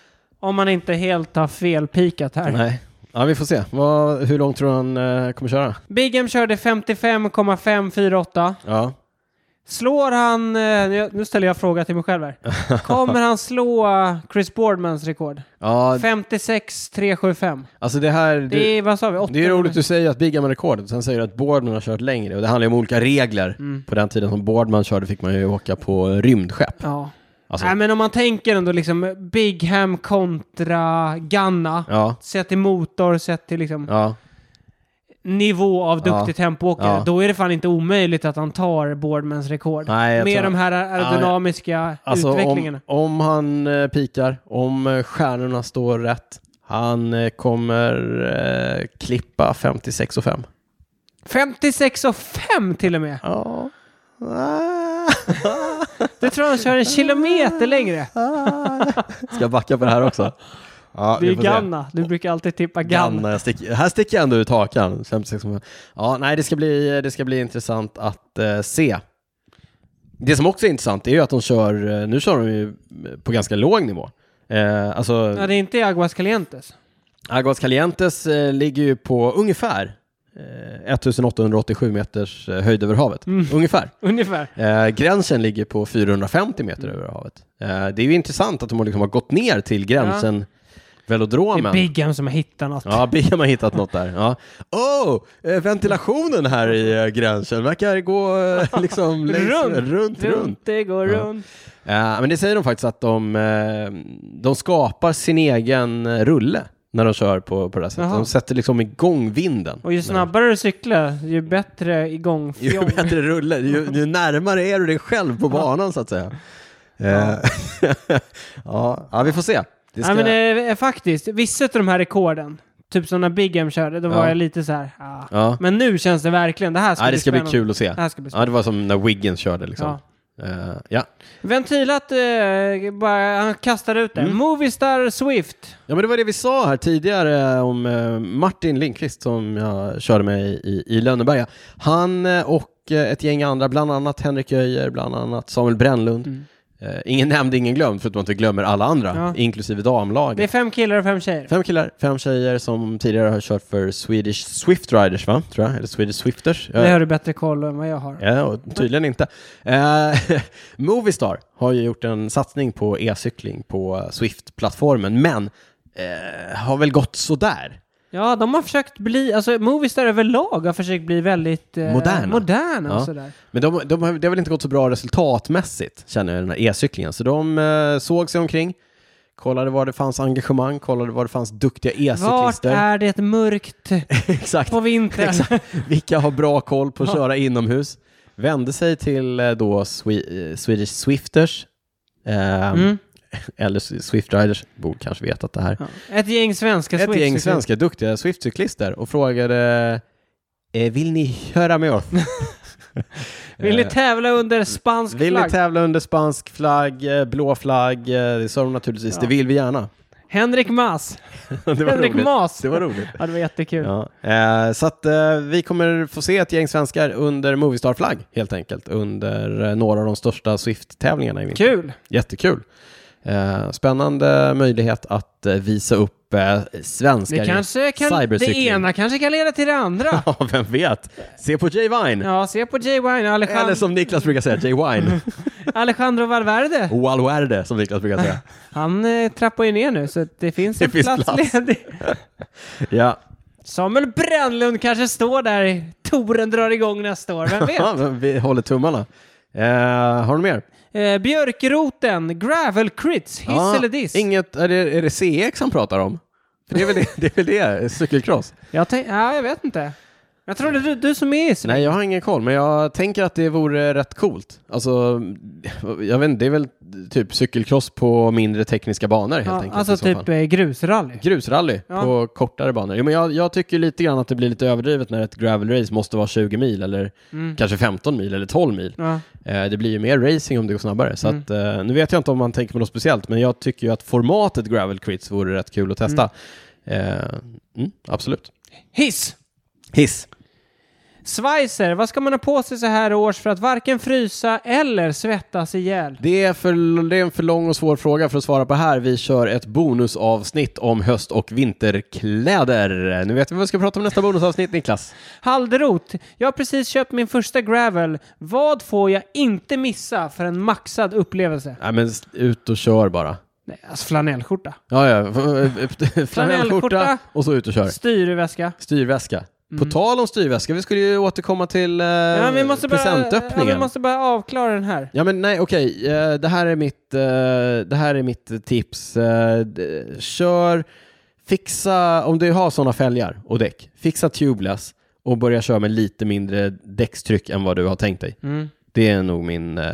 [SPEAKER 2] Om man inte helt har felpikat här.
[SPEAKER 1] Nej. Ja, vi får se. Vad, hur långt tror du han eh, kommer köra?
[SPEAKER 2] Bigham körde 55,548.
[SPEAKER 1] Ja.
[SPEAKER 2] Slår han, eh, nu- nu ställer jag fråga till mig
[SPEAKER 1] [laughs]
[SPEAKER 2] själv här. Kommer han slå eh, Chris Boardmans rekord?
[SPEAKER 1] Ja,
[SPEAKER 2] 56-375.
[SPEAKER 1] alltså det här...
[SPEAKER 2] Det
[SPEAKER 1] Du,
[SPEAKER 2] är, vad sa vi? Åtta
[SPEAKER 1] det är roligt
[SPEAKER 2] minuter.
[SPEAKER 1] du säger att Bigam har rekordet, sen säger du att Boardman har kört längre och det handlar ju om olika regler. På den tiden som Boardman körde fick man ju åka på rymdskepp.
[SPEAKER 2] Ja.
[SPEAKER 1] Alltså,
[SPEAKER 2] Nej, men om man tänker ändå liksom Bigham kontra Ganna.
[SPEAKER 1] ja,
[SPEAKER 2] Sett till motor, sett till liksom
[SPEAKER 1] ja,
[SPEAKER 2] nivå av
[SPEAKER 1] Ja.
[SPEAKER 2] duktig tempoåkare.
[SPEAKER 1] Ja.
[SPEAKER 2] Då är det fan inte omöjligt att han tar Boardmans rekord.
[SPEAKER 1] Nej, jag
[SPEAKER 2] Med
[SPEAKER 1] tror-
[SPEAKER 2] de här aerodynamiska
[SPEAKER 1] Alltså om,
[SPEAKER 2] utvecklingarna.
[SPEAKER 1] om han eh, pikar, om eh, stjärnorna står rätt, han eh, kommer eh, klippa 56 och 5.
[SPEAKER 2] 56 och 5 till och med!
[SPEAKER 1] [laughs] Ja.
[SPEAKER 2] Du tror han kör en kilometer längre?
[SPEAKER 1] Ska jag backa på det här också? Ja,
[SPEAKER 2] Det är
[SPEAKER 1] vi får se.
[SPEAKER 2] Ganna. Du brukar alltid tippa Ganna.
[SPEAKER 1] Ganna. Jag sticker, här sticker jag ändå ut hakan. 56 och 5. ja, nej, det ska bli, det ska bli intressant att eh, se. Det som också är intressant är ju att de kör, eh, nu kör de ju på ganska låg nivå. Eh, alltså,
[SPEAKER 2] Ja, det är inte Aguas Calientes.
[SPEAKER 1] Aguas Calientes eh, ligger ju på ungefär eh, 1887 meters eh, höjd över havet. Ungefär.
[SPEAKER 2] Ungefär.
[SPEAKER 1] Eh, gränsen ligger på 450 meter
[SPEAKER 2] Mm.
[SPEAKER 1] över havet. Eh, det är ju intressant att de har liksom har gått ner till gränsen
[SPEAKER 2] Det
[SPEAKER 1] velodromen.
[SPEAKER 2] är Bigham som har hittat något.
[SPEAKER 1] Ja, Bigham har hittat något där. Ja. Oh, eh, ventilationen här i eh, gränsen verkar gå eh,
[SPEAKER 2] [laughs]
[SPEAKER 1] liksom längs- runt, runt.
[SPEAKER 2] Det går
[SPEAKER 1] Ja.
[SPEAKER 2] runt.
[SPEAKER 1] Eh, men det säger de faktiskt att de, eh, de skapar sin egen eh, rulle när de kör på, på det här sättet.
[SPEAKER 2] Jaha.
[SPEAKER 1] De sätter liksom igång vinden.
[SPEAKER 2] Och ju snabbare du cyklar, ju bättre igång
[SPEAKER 1] Ju bättre rulle, ju, ju närmare är du dig själv på banan så att säga. Eh, [laughs] ja, ja vi får se. Det ska...
[SPEAKER 2] Ja, men eh, faktiskt, vissa av de här rekorden, typ som när Big M körde, då var
[SPEAKER 1] Ja.
[SPEAKER 2] jag lite så här. Ah.
[SPEAKER 1] Ja.
[SPEAKER 2] Men nu känns det verkligen, det här ska,
[SPEAKER 1] ja, det ska bli
[SPEAKER 2] spännande.
[SPEAKER 1] kul att se.
[SPEAKER 2] Det här ska bli
[SPEAKER 1] Ja, det var som när Wiggins körde liksom. Ja. ja.
[SPEAKER 2] Ventilat, eh, bara, han kastar ut
[SPEAKER 1] Mm.
[SPEAKER 2] det. Movistar Swift.
[SPEAKER 1] ja, men det var det vi sa här tidigare om eh, Martin Lindqvist som jag körde med i, i, i Lönneberga. Han eh, och eh, ett gäng andra, bland annat Henrik Öijer, bland annat Samuel Brännlund. Eh, ingen nämnd, ingen glömd, förutom att vi glömmer alla andra,
[SPEAKER 2] Mm. Ja.
[SPEAKER 1] inklusive damlaget.
[SPEAKER 2] Det är fem killar och fem tjejer.
[SPEAKER 1] Fem killar, fem tjejer som tidigare har kört för Swedish Swift Riders, va? Tror jag. Eller Swedish Swifters.
[SPEAKER 2] Det har
[SPEAKER 1] Jag,
[SPEAKER 2] du bättre koll än vad jag har.
[SPEAKER 1] ja, och tydligen inte. Eh, [laughs] Movistar har ju gjort en satsning på e-cykling på Swift-plattformen, men eh, har väl gått sådär.
[SPEAKER 2] Ja, de har försökt bli, alltså Movistar överlag har försökt bli väldigt eh,
[SPEAKER 1] Moderna.
[SPEAKER 2] moderna och
[SPEAKER 1] Ja.
[SPEAKER 2] sådär.
[SPEAKER 1] Men de, de, har- det har väl inte gått så bra resultatmässigt, känner jag, den här e-cyklingen. Så de eh, såg sig omkring, kollade var det fanns engagemang, kollade var det fanns duktiga
[SPEAKER 2] Vart
[SPEAKER 1] e-cyklister.
[SPEAKER 2] är det mörkt
[SPEAKER 1] [laughs] Exakt.
[SPEAKER 2] på vintern?
[SPEAKER 1] Vilka har bra koll på att köra inomhus? Vände sig till eh, då Swe- eh, Swedish Swifters, eh,
[SPEAKER 2] Mm.
[SPEAKER 1] eller S- Swift Riders, borde kanske veta att det här.
[SPEAKER 2] Ja. Ett gäng svenska
[SPEAKER 1] Ett
[SPEAKER 2] Swift.
[SPEAKER 1] gäng svenska duktiga Swift-cyklister och frågade eh, Vill ni köra med oss?
[SPEAKER 2] [laughs] Vill ni
[SPEAKER 1] Eh,
[SPEAKER 2] tävla under spansk
[SPEAKER 1] vill
[SPEAKER 2] flagg?
[SPEAKER 1] ni tävla under spansk flagg, eh, blå flagg? Eh, Det sa de naturligtvis,
[SPEAKER 2] Ja.
[SPEAKER 1] det vill vi gärna. [laughs]
[SPEAKER 2] Henrik Mas.
[SPEAKER 1] det var
[SPEAKER 2] Henrik
[SPEAKER 1] roligt.
[SPEAKER 2] Mas.
[SPEAKER 1] Det var roligt.
[SPEAKER 2] Ja, det var jättekul.
[SPEAKER 1] Ja, eh, så att eh, vi kommer få se ett gäng svenskar under Movistar-flagg helt enkelt under eh, några av de största Swift-tävlingarna i vinter.
[SPEAKER 2] Kul!
[SPEAKER 1] Jättekul. Eh, spännande möjlighet att eh, visa upp eh, svenskar
[SPEAKER 2] Det,
[SPEAKER 1] i
[SPEAKER 2] kanske kan, det
[SPEAKER 1] cybercykling.
[SPEAKER 2] ena kanske kan leda till det andra.
[SPEAKER 1] [laughs] Ja, vem vet? Se på Jay Vine.
[SPEAKER 2] Ja, se på Jay Wine,
[SPEAKER 1] Eller
[SPEAKER 2] Alejandro,
[SPEAKER 1] som Niklas brukar säga, Jay
[SPEAKER 2] [laughs]
[SPEAKER 1] Wine.
[SPEAKER 2] Alejandro Valverde.
[SPEAKER 1] Och Valverde, som Niklas brukar säga.
[SPEAKER 2] Han eh, trappar ju ner nu, så att det finns
[SPEAKER 1] Det
[SPEAKER 2] en
[SPEAKER 1] finns
[SPEAKER 2] plats,
[SPEAKER 1] plats.
[SPEAKER 2] ledig.
[SPEAKER 1] Ja,
[SPEAKER 2] Samuel Brännlund kanske står där. i- Toren drar igång nästa år, vem
[SPEAKER 1] [laughs]
[SPEAKER 2] vet?
[SPEAKER 1] vi håller tummarna. Eh, har du mer?
[SPEAKER 2] eh, björkroten, Gravel Crits, hiss
[SPEAKER 1] Ja,
[SPEAKER 2] eller diss?
[SPEAKER 1] Inget, är, det, är det CX han pratar om? För det är väl det, [laughs] det, är väl det cykelcross?
[SPEAKER 2] Jag, tänk- ja, jag vet inte. Jag trodde du, du som är i Sverige.
[SPEAKER 1] Nej, jag har ingen koll, men jag tänker att det vore rätt coolt. Alltså, jag vet inte, det är väl typ cykelcross på mindre tekniska banor helt
[SPEAKER 2] ja,
[SPEAKER 1] enkelt. i
[SPEAKER 2] alltså
[SPEAKER 1] så
[SPEAKER 2] typ
[SPEAKER 1] fall.
[SPEAKER 2] eh, grusrally.
[SPEAKER 1] Grusrally
[SPEAKER 2] Ja.
[SPEAKER 1] på kortare banor. Jo, men jag, jag tycker lite grann att det blir lite överdrivet när ett gravelrace måste vara 20 mil eller
[SPEAKER 2] Mm.
[SPEAKER 1] kanske 15 mil eller 12 mil.
[SPEAKER 2] Ja.
[SPEAKER 1] Eh, det blir ju mer racing om det går snabbare. Så
[SPEAKER 2] Mm.
[SPEAKER 1] att, eh, nu vet jag inte om man tänker på något speciellt, men jag tycker ju att formatet gravel crits vore rätt kul att mm, testa. Eh, mm, absolut.
[SPEAKER 2] Hiss!
[SPEAKER 1] Hiss.
[SPEAKER 2] Schweizer, vad ska man ha på sig så här års för att varken frysa eller svettas ihjäl?
[SPEAKER 1] Det är, för, det är en för lång och svår fråga för att svara på här. Vi kör ett bonusavsnitt om höst och vinterkläder. Nu vet vi vad vi ska prata om nästa bonusavsnitt, Niklas.
[SPEAKER 2] Halderot, jag har precis köpt min första gravel. Vad får jag inte missa för en maxad upplevelse?
[SPEAKER 1] Nej, men s- ut och kör bara.
[SPEAKER 2] Nej, alltså flanellskjorta.
[SPEAKER 1] Ja, ja. [laughs] Flanellskjorta och så ut och kör.
[SPEAKER 2] Styrväska.
[SPEAKER 1] Styrväska. På tal om styrväska, vi skulle ju återkomma till eh,
[SPEAKER 2] Mm. Ja, vi måste bara, ja,
[SPEAKER 1] presentöppningen.
[SPEAKER 2] vi måste bara avklara den här.
[SPEAKER 1] Ja men nej okej, Eh, det här är mitt, eh, det här är mitt tips. Eh, d- Kör, fixa, om du har sådana fälgar och däck, fixa tubeless och börja köra med lite mindre däckstryck än vad du har tänkt dig.
[SPEAKER 2] Mm.
[SPEAKER 1] Det är nog min, eh,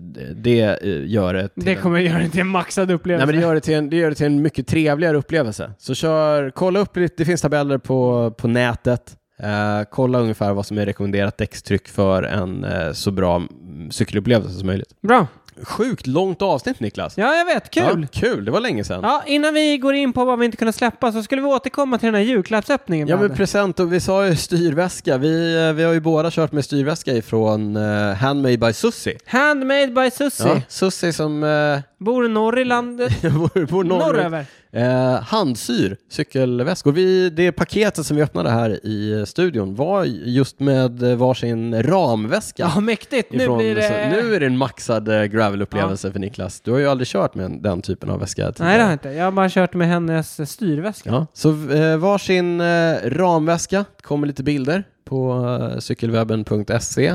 [SPEAKER 1] d- det eh, gör det till
[SPEAKER 2] Det
[SPEAKER 1] en-
[SPEAKER 2] kommer göra det till en maxad
[SPEAKER 1] Nej,
[SPEAKER 2] upplevelse.
[SPEAKER 1] men det, gör det, till en, det gör det till en mycket trevligare upplevelse. Så kör, kolla upp lite, det finns tabeller på, på nätet. Eh, kolla ungefär vad som är rekommenderat däckstryck för en eh, så bra mm, cykelupplevelse som möjligt.
[SPEAKER 2] Bra.
[SPEAKER 1] Sjukt långt avsnitt Niklas.
[SPEAKER 2] Ja, jag vet. Kul.
[SPEAKER 1] Ja, kul, det var länge sedan. Ja,
[SPEAKER 2] Ja, innan vi går in på vad vi inte kunde släppa så skulle vi återkomma till den här julklappsöppningen. vi
[SPEAKER 1] men
[SPEAKER 2] hade.
[SPEAKER 1] present och vi sa ju styrväska. Vi, eh, vi har ju båda kört med styrväska ifrån eh, Handmade by Sussi.
[SPEAKER 2] Handmade by Susie.
[SPEAKER 1] Ja, Sussi som eh, [laughs]
[SPEAKER 2] Bor norr i landet.
[SPEAKER 1] bor, bor norr,
[SPEAKER 2] Norröver.
[SPEAKER 1] Eh, handsyr cykelväskor. Vi, det paketet som vi öppnade här i eh, studion var just med eh, varsin ramväska.
[SPEAKER 2] Ja, mäktigt. Nu
[SPEAKER 1] ifrån-
[SPEAKER 2] blir det...
[SPEAKER 1] så nu är det en maxad eh, gravelupplevelse för Niklas. Du har ju aldrig kört med en- den typen av väska
[SPEAKER 2] Nej, det har jag inte. Jag har bara kört med hennes eh, styrväska.
[SPEAKER 1] Ja, så eh, varsin eh, ramväska, kommer lite bilder på eh, cykelwebben.se.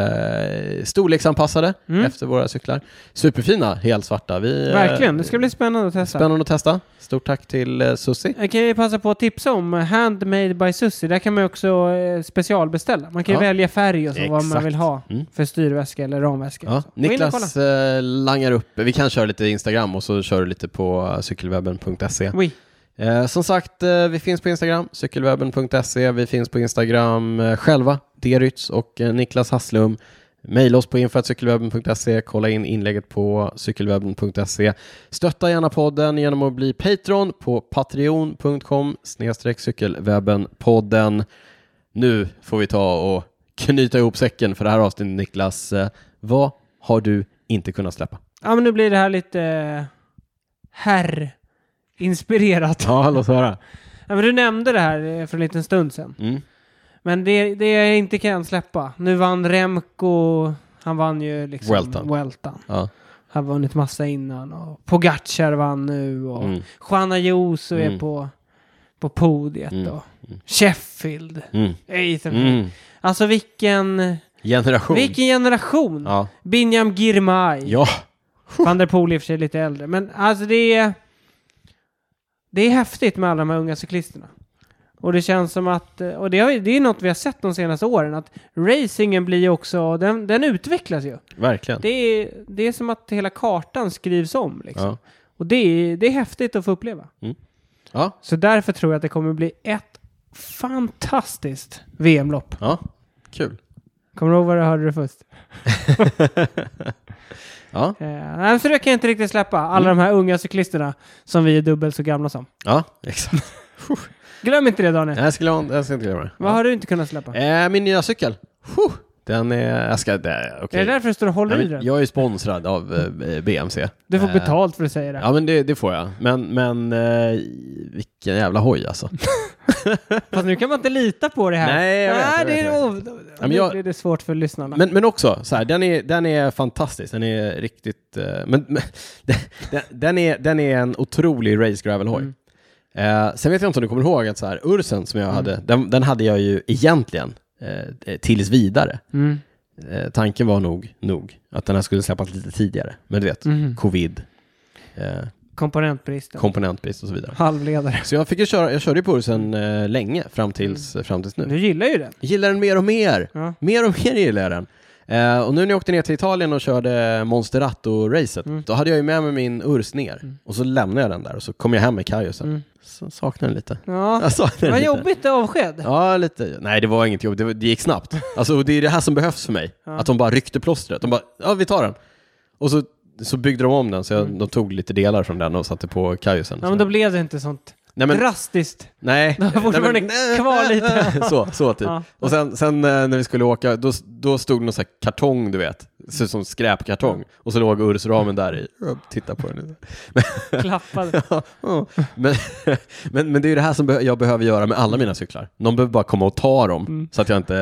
[SPEAKER 1] Eh, storleksanpassade
[SPEAKER 2] Mm.
[SPEAKER 1] efter våra cyklar. Superfina, helt svarta. Vi, eh,
[SPEAKER 2] Verkligen. Det ska bli spännande att testa.
[SPEAKER 1] Spännande att testa. Stort tack till eh, Susi.
[SPEAKER 2] Jag kan ju passa på att tipsa om Handmade by Susie. Där kan man ju också eh, specialbeställa. Man kan ju
[SPEAKER 1] Ja.
[SPEAKER 2] välja färg och så, vad man
[SPEAKER 1] Exakt.
[SPEAKER 2] vill ha
[SPEAKER 1] Mm.
[SPEAKER 2] för styrväska eller ramväska.
[SPEAKER 1] Ja,
[SPEAKER 2] Så. Gå in och
[SPEAKER 1] Niklas eh, langar upp, vi kan köra lite Instagram och så kör du lite på eh, cykelwebben.se.
[SPEAKER 2] kolla. Oui.
[SPEAKER 1] Eh, som sagt, eh, vi finns på Instagram, cykelwebben.se. Vi finns på Instagram eh, själva, Derytz och eh, Niklas Hasslum. Maila oss på info.cykelwebben.se, kolla in inlägget på cykelwebben.se. Stötta gärna podden genom att bli Patreon på patreon.com cykelwebbenpodden. Nu får vi ta och knyta ihop säcken för det här avsnittet Niklas. Eh, Vad har du inte kunnat släppa?
[SPEAKER 2] Ja, men nu blir det här lite eh, herr-inspirerat. Ja.
[SPEAKER 1] låt höra.
[SPEAKER 2] men du nämnde det här eh, för en liten stund sedan.
[SPEAKER 1] Mm.
[SPEAKER 2] Men det, det jag inte kan släppa. Nu vann Remco. Han vann ju liksom
[SPEAKER 1] Vueltan.
[SPEAKER 2] Vueltan.
[SPEAKER 1] Ja.
[SPEAKER 2] Han har vunnit massa innan. Och Pogacar vann nu. Och
[SPEAKER 1] Mm.
[SPEAKER 2] Juan Ayuso är
[SPEAKER 1] Mm.
[SPEAKER 2] på, på podiet.
[SPEAKER 1] Mm.
[SPEAKER 2] Och Sheffield.
[SPEAKER 1] Mm.
[SPEAKER 2] Ethan.
[SPEAKER 1] Mm.
[SPEAKER 2] Alltså vilken,
[SPEAKER 1] Generation.
[SPEAKER 2] vilken generation.
[SPEAKER 1] Ja.
[SPEAKER 2] Binjam Girmay.
[SPEAKER 1] Ja.
[SPEAKER 2] Van der Poel i och för sig lite äldre. Men alltså det är... Det är häftigt med alla de här unga cyklisterna. Och det känns som att... Och det, har, ju- det är något vi har sett de senaste åren. Att racingen blir ju också... Den, den utvecklas ju.
[SPEAKER 1] Verkligen.
[SPEAKER 2] Det är, det är som att hela kartan skrivs om. Liksom.
[SPEAKER 1] Ja.
[SPEAKER 2] Och det är, det är häftigt att få uppleva.
[SPEAKER 1] Ja.
[SPEAKER 2] Så därför tror jag att det kommer bli ett fantastiskt VM-lopp.
[SPEAKER 1] ja, kul.
[SPEAKER 2] Kommer du ihåg vad du hörde det först?
[SPEAKER 1] Ja,
[SPEAKER 2] Eh, nej, så det kan jag inte riktigt släppa. Alla de
[SPEAKER 1] Mm.
[SPEAKER 2] här unga cyklisterna som vi är dubbelt så gamla som.
[SPEAKER 1] ja
[SPEAKER 2] [laughs]
[SPEAKER 1] exakt.
[SPEAKER 2] Glöm inte det Daniel.
[SPEAKER 1] Jag skulle, jag ska inte glömma det.
[SPEAKER 2] Vad har du inte kunnat släppa?
[SPEAKER 1] Eh, min nya cykel. Huh. Den är... Jag ska... Det,
[SPEAKER 2] Är
[SPEAKER 1] okay.
[SPEAKER 2] det därför du står och håller
[SPEAKER 1] Nej,
[SPEAKER 2] i
[SPEAKER 1] men
[SPEAKER 2] den?
[SPEAKER 1] jag är ju sponsrad av eh, BMC.
[SPEAKER 2] Du får
[SPEAKER 1] Eh,
[SPEAKER 2] betalt för att säga det.
[SPEAKER 1] Ja, men det, det får jag. Men, men eh, vilken jävla hoj alltså.
[SPEAKER 2] Fast nu kan man inte lita på det här.
[SPEAKER 1] Nej, jag vet, jag
[SPEAKER 2] det
[SPEAKER 1] vet,
[SPEAKER 2] är,
[SPEAKER 1] jag
[SPEAKER 2] oh,
[SPEAKER 1] Ja, men
[SPEAKER 2] nu
[SPEAKER 1] jag-
[SPEAKER 2] blir det svårt för lyssnarna.
[SPEAKER 1] Men, men också, så här, den, är, den är fantastisk. Den är riktigt... eh, men, men, [laughs] den, den, är, den är en otrolig race gravel-hoj.
[SPEAKER 2] Mm.
[SPEAKER 1] Eh, sen vet jag inte om du kommer ihåg att så här, Ursen som jag hade, den, den hade jag ju egentligen eh, tills vidare.
[SPEAKER 2] Mm.
[SPEAKER 1] Eh, tanken var nog, nog att den här skulle släppas lite tidigare. Men du vet,
[SPEAKER 2] Mhm.
[SPEAKER 1] covid, eh,
[SPEAKER 2] Komponentbristen.
[SPEAKER 1] komponentbrist och så vidare.
[SPEAKER 2] Halvledare.
[SPEAKER 1] Så jag, fick ju köra, jag körde ju på Ursen eh, länge, fram tills, fram tills nu.
[SPEAKER 2] Du gillar ju den.
[SPEAKER 1] Jag gillar den mer och mer.
[SPEAKER 2] Ja.
[SPEAKER 1] Mer och mer gillar jag den. Eh, och nu när jag åkte ner till Italien och körde Monsterato-racet, då hade jag ju med mig min Urs ner. Och så lämnade jag den där och så kom jag hem med Kajo sen. Så saknade den lite.
[SPEAKER 2] Ja.
[SPEAKER 1] Jag saknade den
[SPEAKER 2] Vad
[SPEAKER 1] Alltså, lite.
[SPEAKER 2] jobbigt avsked.
[SPEAKER 1] Ja, lite. Nej, det var inget jobb. Det, var- det gick snabbt. Alltså, och det är det här som behövs för mig. Att de bara ryckte plåstret. De bara, ja, vi tar den. Och så, så byggde de om den, så jag, de tog lite delar från den och satte på kajusen.
[SPEAKER 2] Ja, men då blev det inte sånt
[SPEAKER 1] Nej, men,
[SPEAKER 2] Drastiskt. [laughs]
[SPEAKER 1] nej.
[SPEAKER 2] Det har fortfarande kvar lite.
[SPEAKER 1] [laughs] så, så typ.
[SPEAKER 2] Ja.
[SPEAKER 1] Och sen, sen eh, när vi skulle åka, då, då stod det någon sån här kartong, du vet. Ser ut som skräpkartong. Och så låg Ursramen där i. Titta på den.
[SPEAKER 2] Klappade.
[SPEAKER 1] Ja, [laughs] ja. men, [laughs] men, men det är ju det här som be- jag behöver göra med alla mina cyklar. Någon behöver bara komma och ta dem
[SPEAKER 2] Mm.
[SPEAKER 1] så att jag inte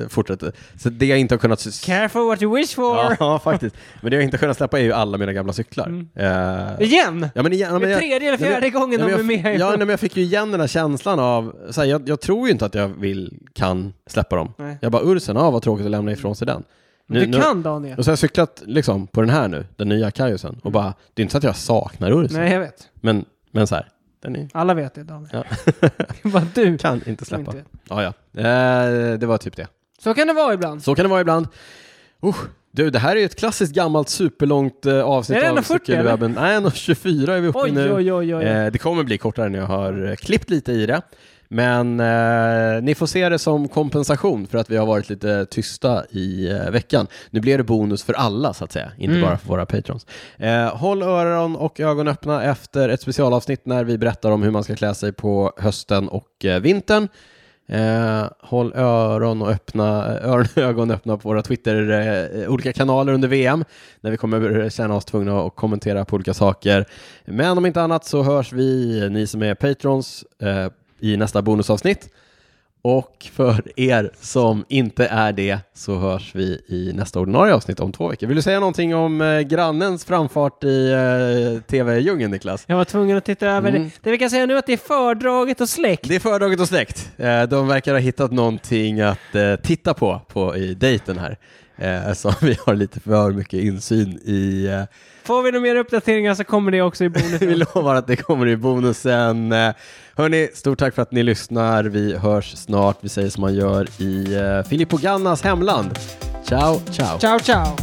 [SPEAKER 1] eh, fortsätter. Så det jag inte har kunnat... sys-
[SPEAKER 2] Careful what you wish for.
[SPEAKER 1] Ja, [laughs] ja, faktiskt. Men det jag inte har kunnat släppa är ju alla mina gamla cyklar.
[SPEAKER 2] Mm.
[SPEAKER 1] Eh,
[SPEAKER 2] Igen!
[SPEAKER 1] Ja, men igen, ja,
[SPEAKER 2] Det
[SPEAKER 1] men
[SPEAKER 2] är
[SPEAKER 1] jag,
[SPEAKER 2] tredje eller fjärde gången
[SPEAKER 1] ja,
[SPEAKER 2] de
[SPEAKER 1] men
[SPEAKER 2] är
[SPEAKER 1] jag,
[SPEAKER 2] med.
[SPEAKER 1] Ja, nej, men jag fick ju igen den här känslan av, så här, jag, jag tror ju inte att jag vill, kan släppa dem.
[SPEAKER 2] Nej.
[SPEAKER 1] Jag bara, ursen, ja, vad tråkigt att lämna ifrån sig den.
[SPEAKER 2] du kan Daniel.
[SPEAKER 1] Och så har jag cyklat liksom, på den här nu, den nya Kajusen, och bara, det är inte så att jag saknar ursen.
[SPEAKER 2] Mm. Nej, jag vet.
[SPEAKER 1] Men, men så här, den är...
[SPEAKER 2] Alla vet det Daniel.
[SPEAKER 1] Ja.
[SPEAKER 2] [laughs] Det är bara du.
[SPEAKER 1] Kan inte
[SPEAKER 2] som
[SPEAKER 1] släppa.
[SPEAKER 2] inte vet.
[SPEAKER 1] Ja, ja. Eh, det var typ det.
[SPEAKER 2] Så kan det vara ibland.
[SPEAKER 1] Så kan det vara ibland. Usch. du, det här är ju ett klassiskt gammalt superlångt eh, avsnitt
[SPEAKER 2] Är det
[SPEAKER 1] av
[SPEAKER 2] 1,40
[SPEAKER 1] Cykelwebben. Nej, 1,24 är vi uppe i
[SPEAKER 2] Oj,
[SPEAKER 1] nu.
[SPEAKER 2] oj, oj, oj.
[SPEAKER 1] Eh, det kommer bli kortare när jag har eh, klippt lite i det. Men eh, ni får se det som kompensation för att vi har varit lite tysta i eh, veckan. Nu blir det bonus för alla så att säga, inte
[SPEAKER 2] Mm.
[SPEAKER 1] bara för våra patrons. Eh, håll öron och ögon öppna efter ett specialavsnitt när vi berättar om hur man ska klä sig på hösten och eh, vintern. Eh, håll öron och öppna, eh, öron och ögon öppna på våra Twitter, eh, olika kanaler under VM, där vi kommer eh, känna oss tvungna att kommentera på olika saker. Men om inte annat så hörs vi, ni som är patrons, eh, i nästa bonusavsnitt. Och för er som inte är det så hörs vi i nästa ordinarie avsnitt om två veckor. Vill du säga någonting om eh, grannens framfart i eh, tv-djungeln, Niklas?
[SPEAKER 2] Jag var tvungen att titta över
[SPEAKER 1] Mm.
[SPEAKER 2] det. Det vi kan säga nu är att det är fördraget och släkt.
[SPEAKER 1] Det är fördraget och släkt. Eh, De verkar ha hittat någonting att eh, titta på, på i dejten här. Eh, Så vi har lite för mycket insyn i. eh,
[SPEAKER 2] Får vi några mer uppdateringar så kommer det också
[SPEAKER 1] [laughs]
[SPEAKER 2] i
[SPEAKER 1] Vi
[SPEAKER 2] bonus.
[SPEAKER 1] lovar att det kommer i bonusen. Eh, Hörni, stort tack för att ni lyssnar. Vi hörs snart. Vi säger som man gör i eh, Filippo Gannas hemland. Ciao, ciao.
[SPEAKER 2] ciao, ciao!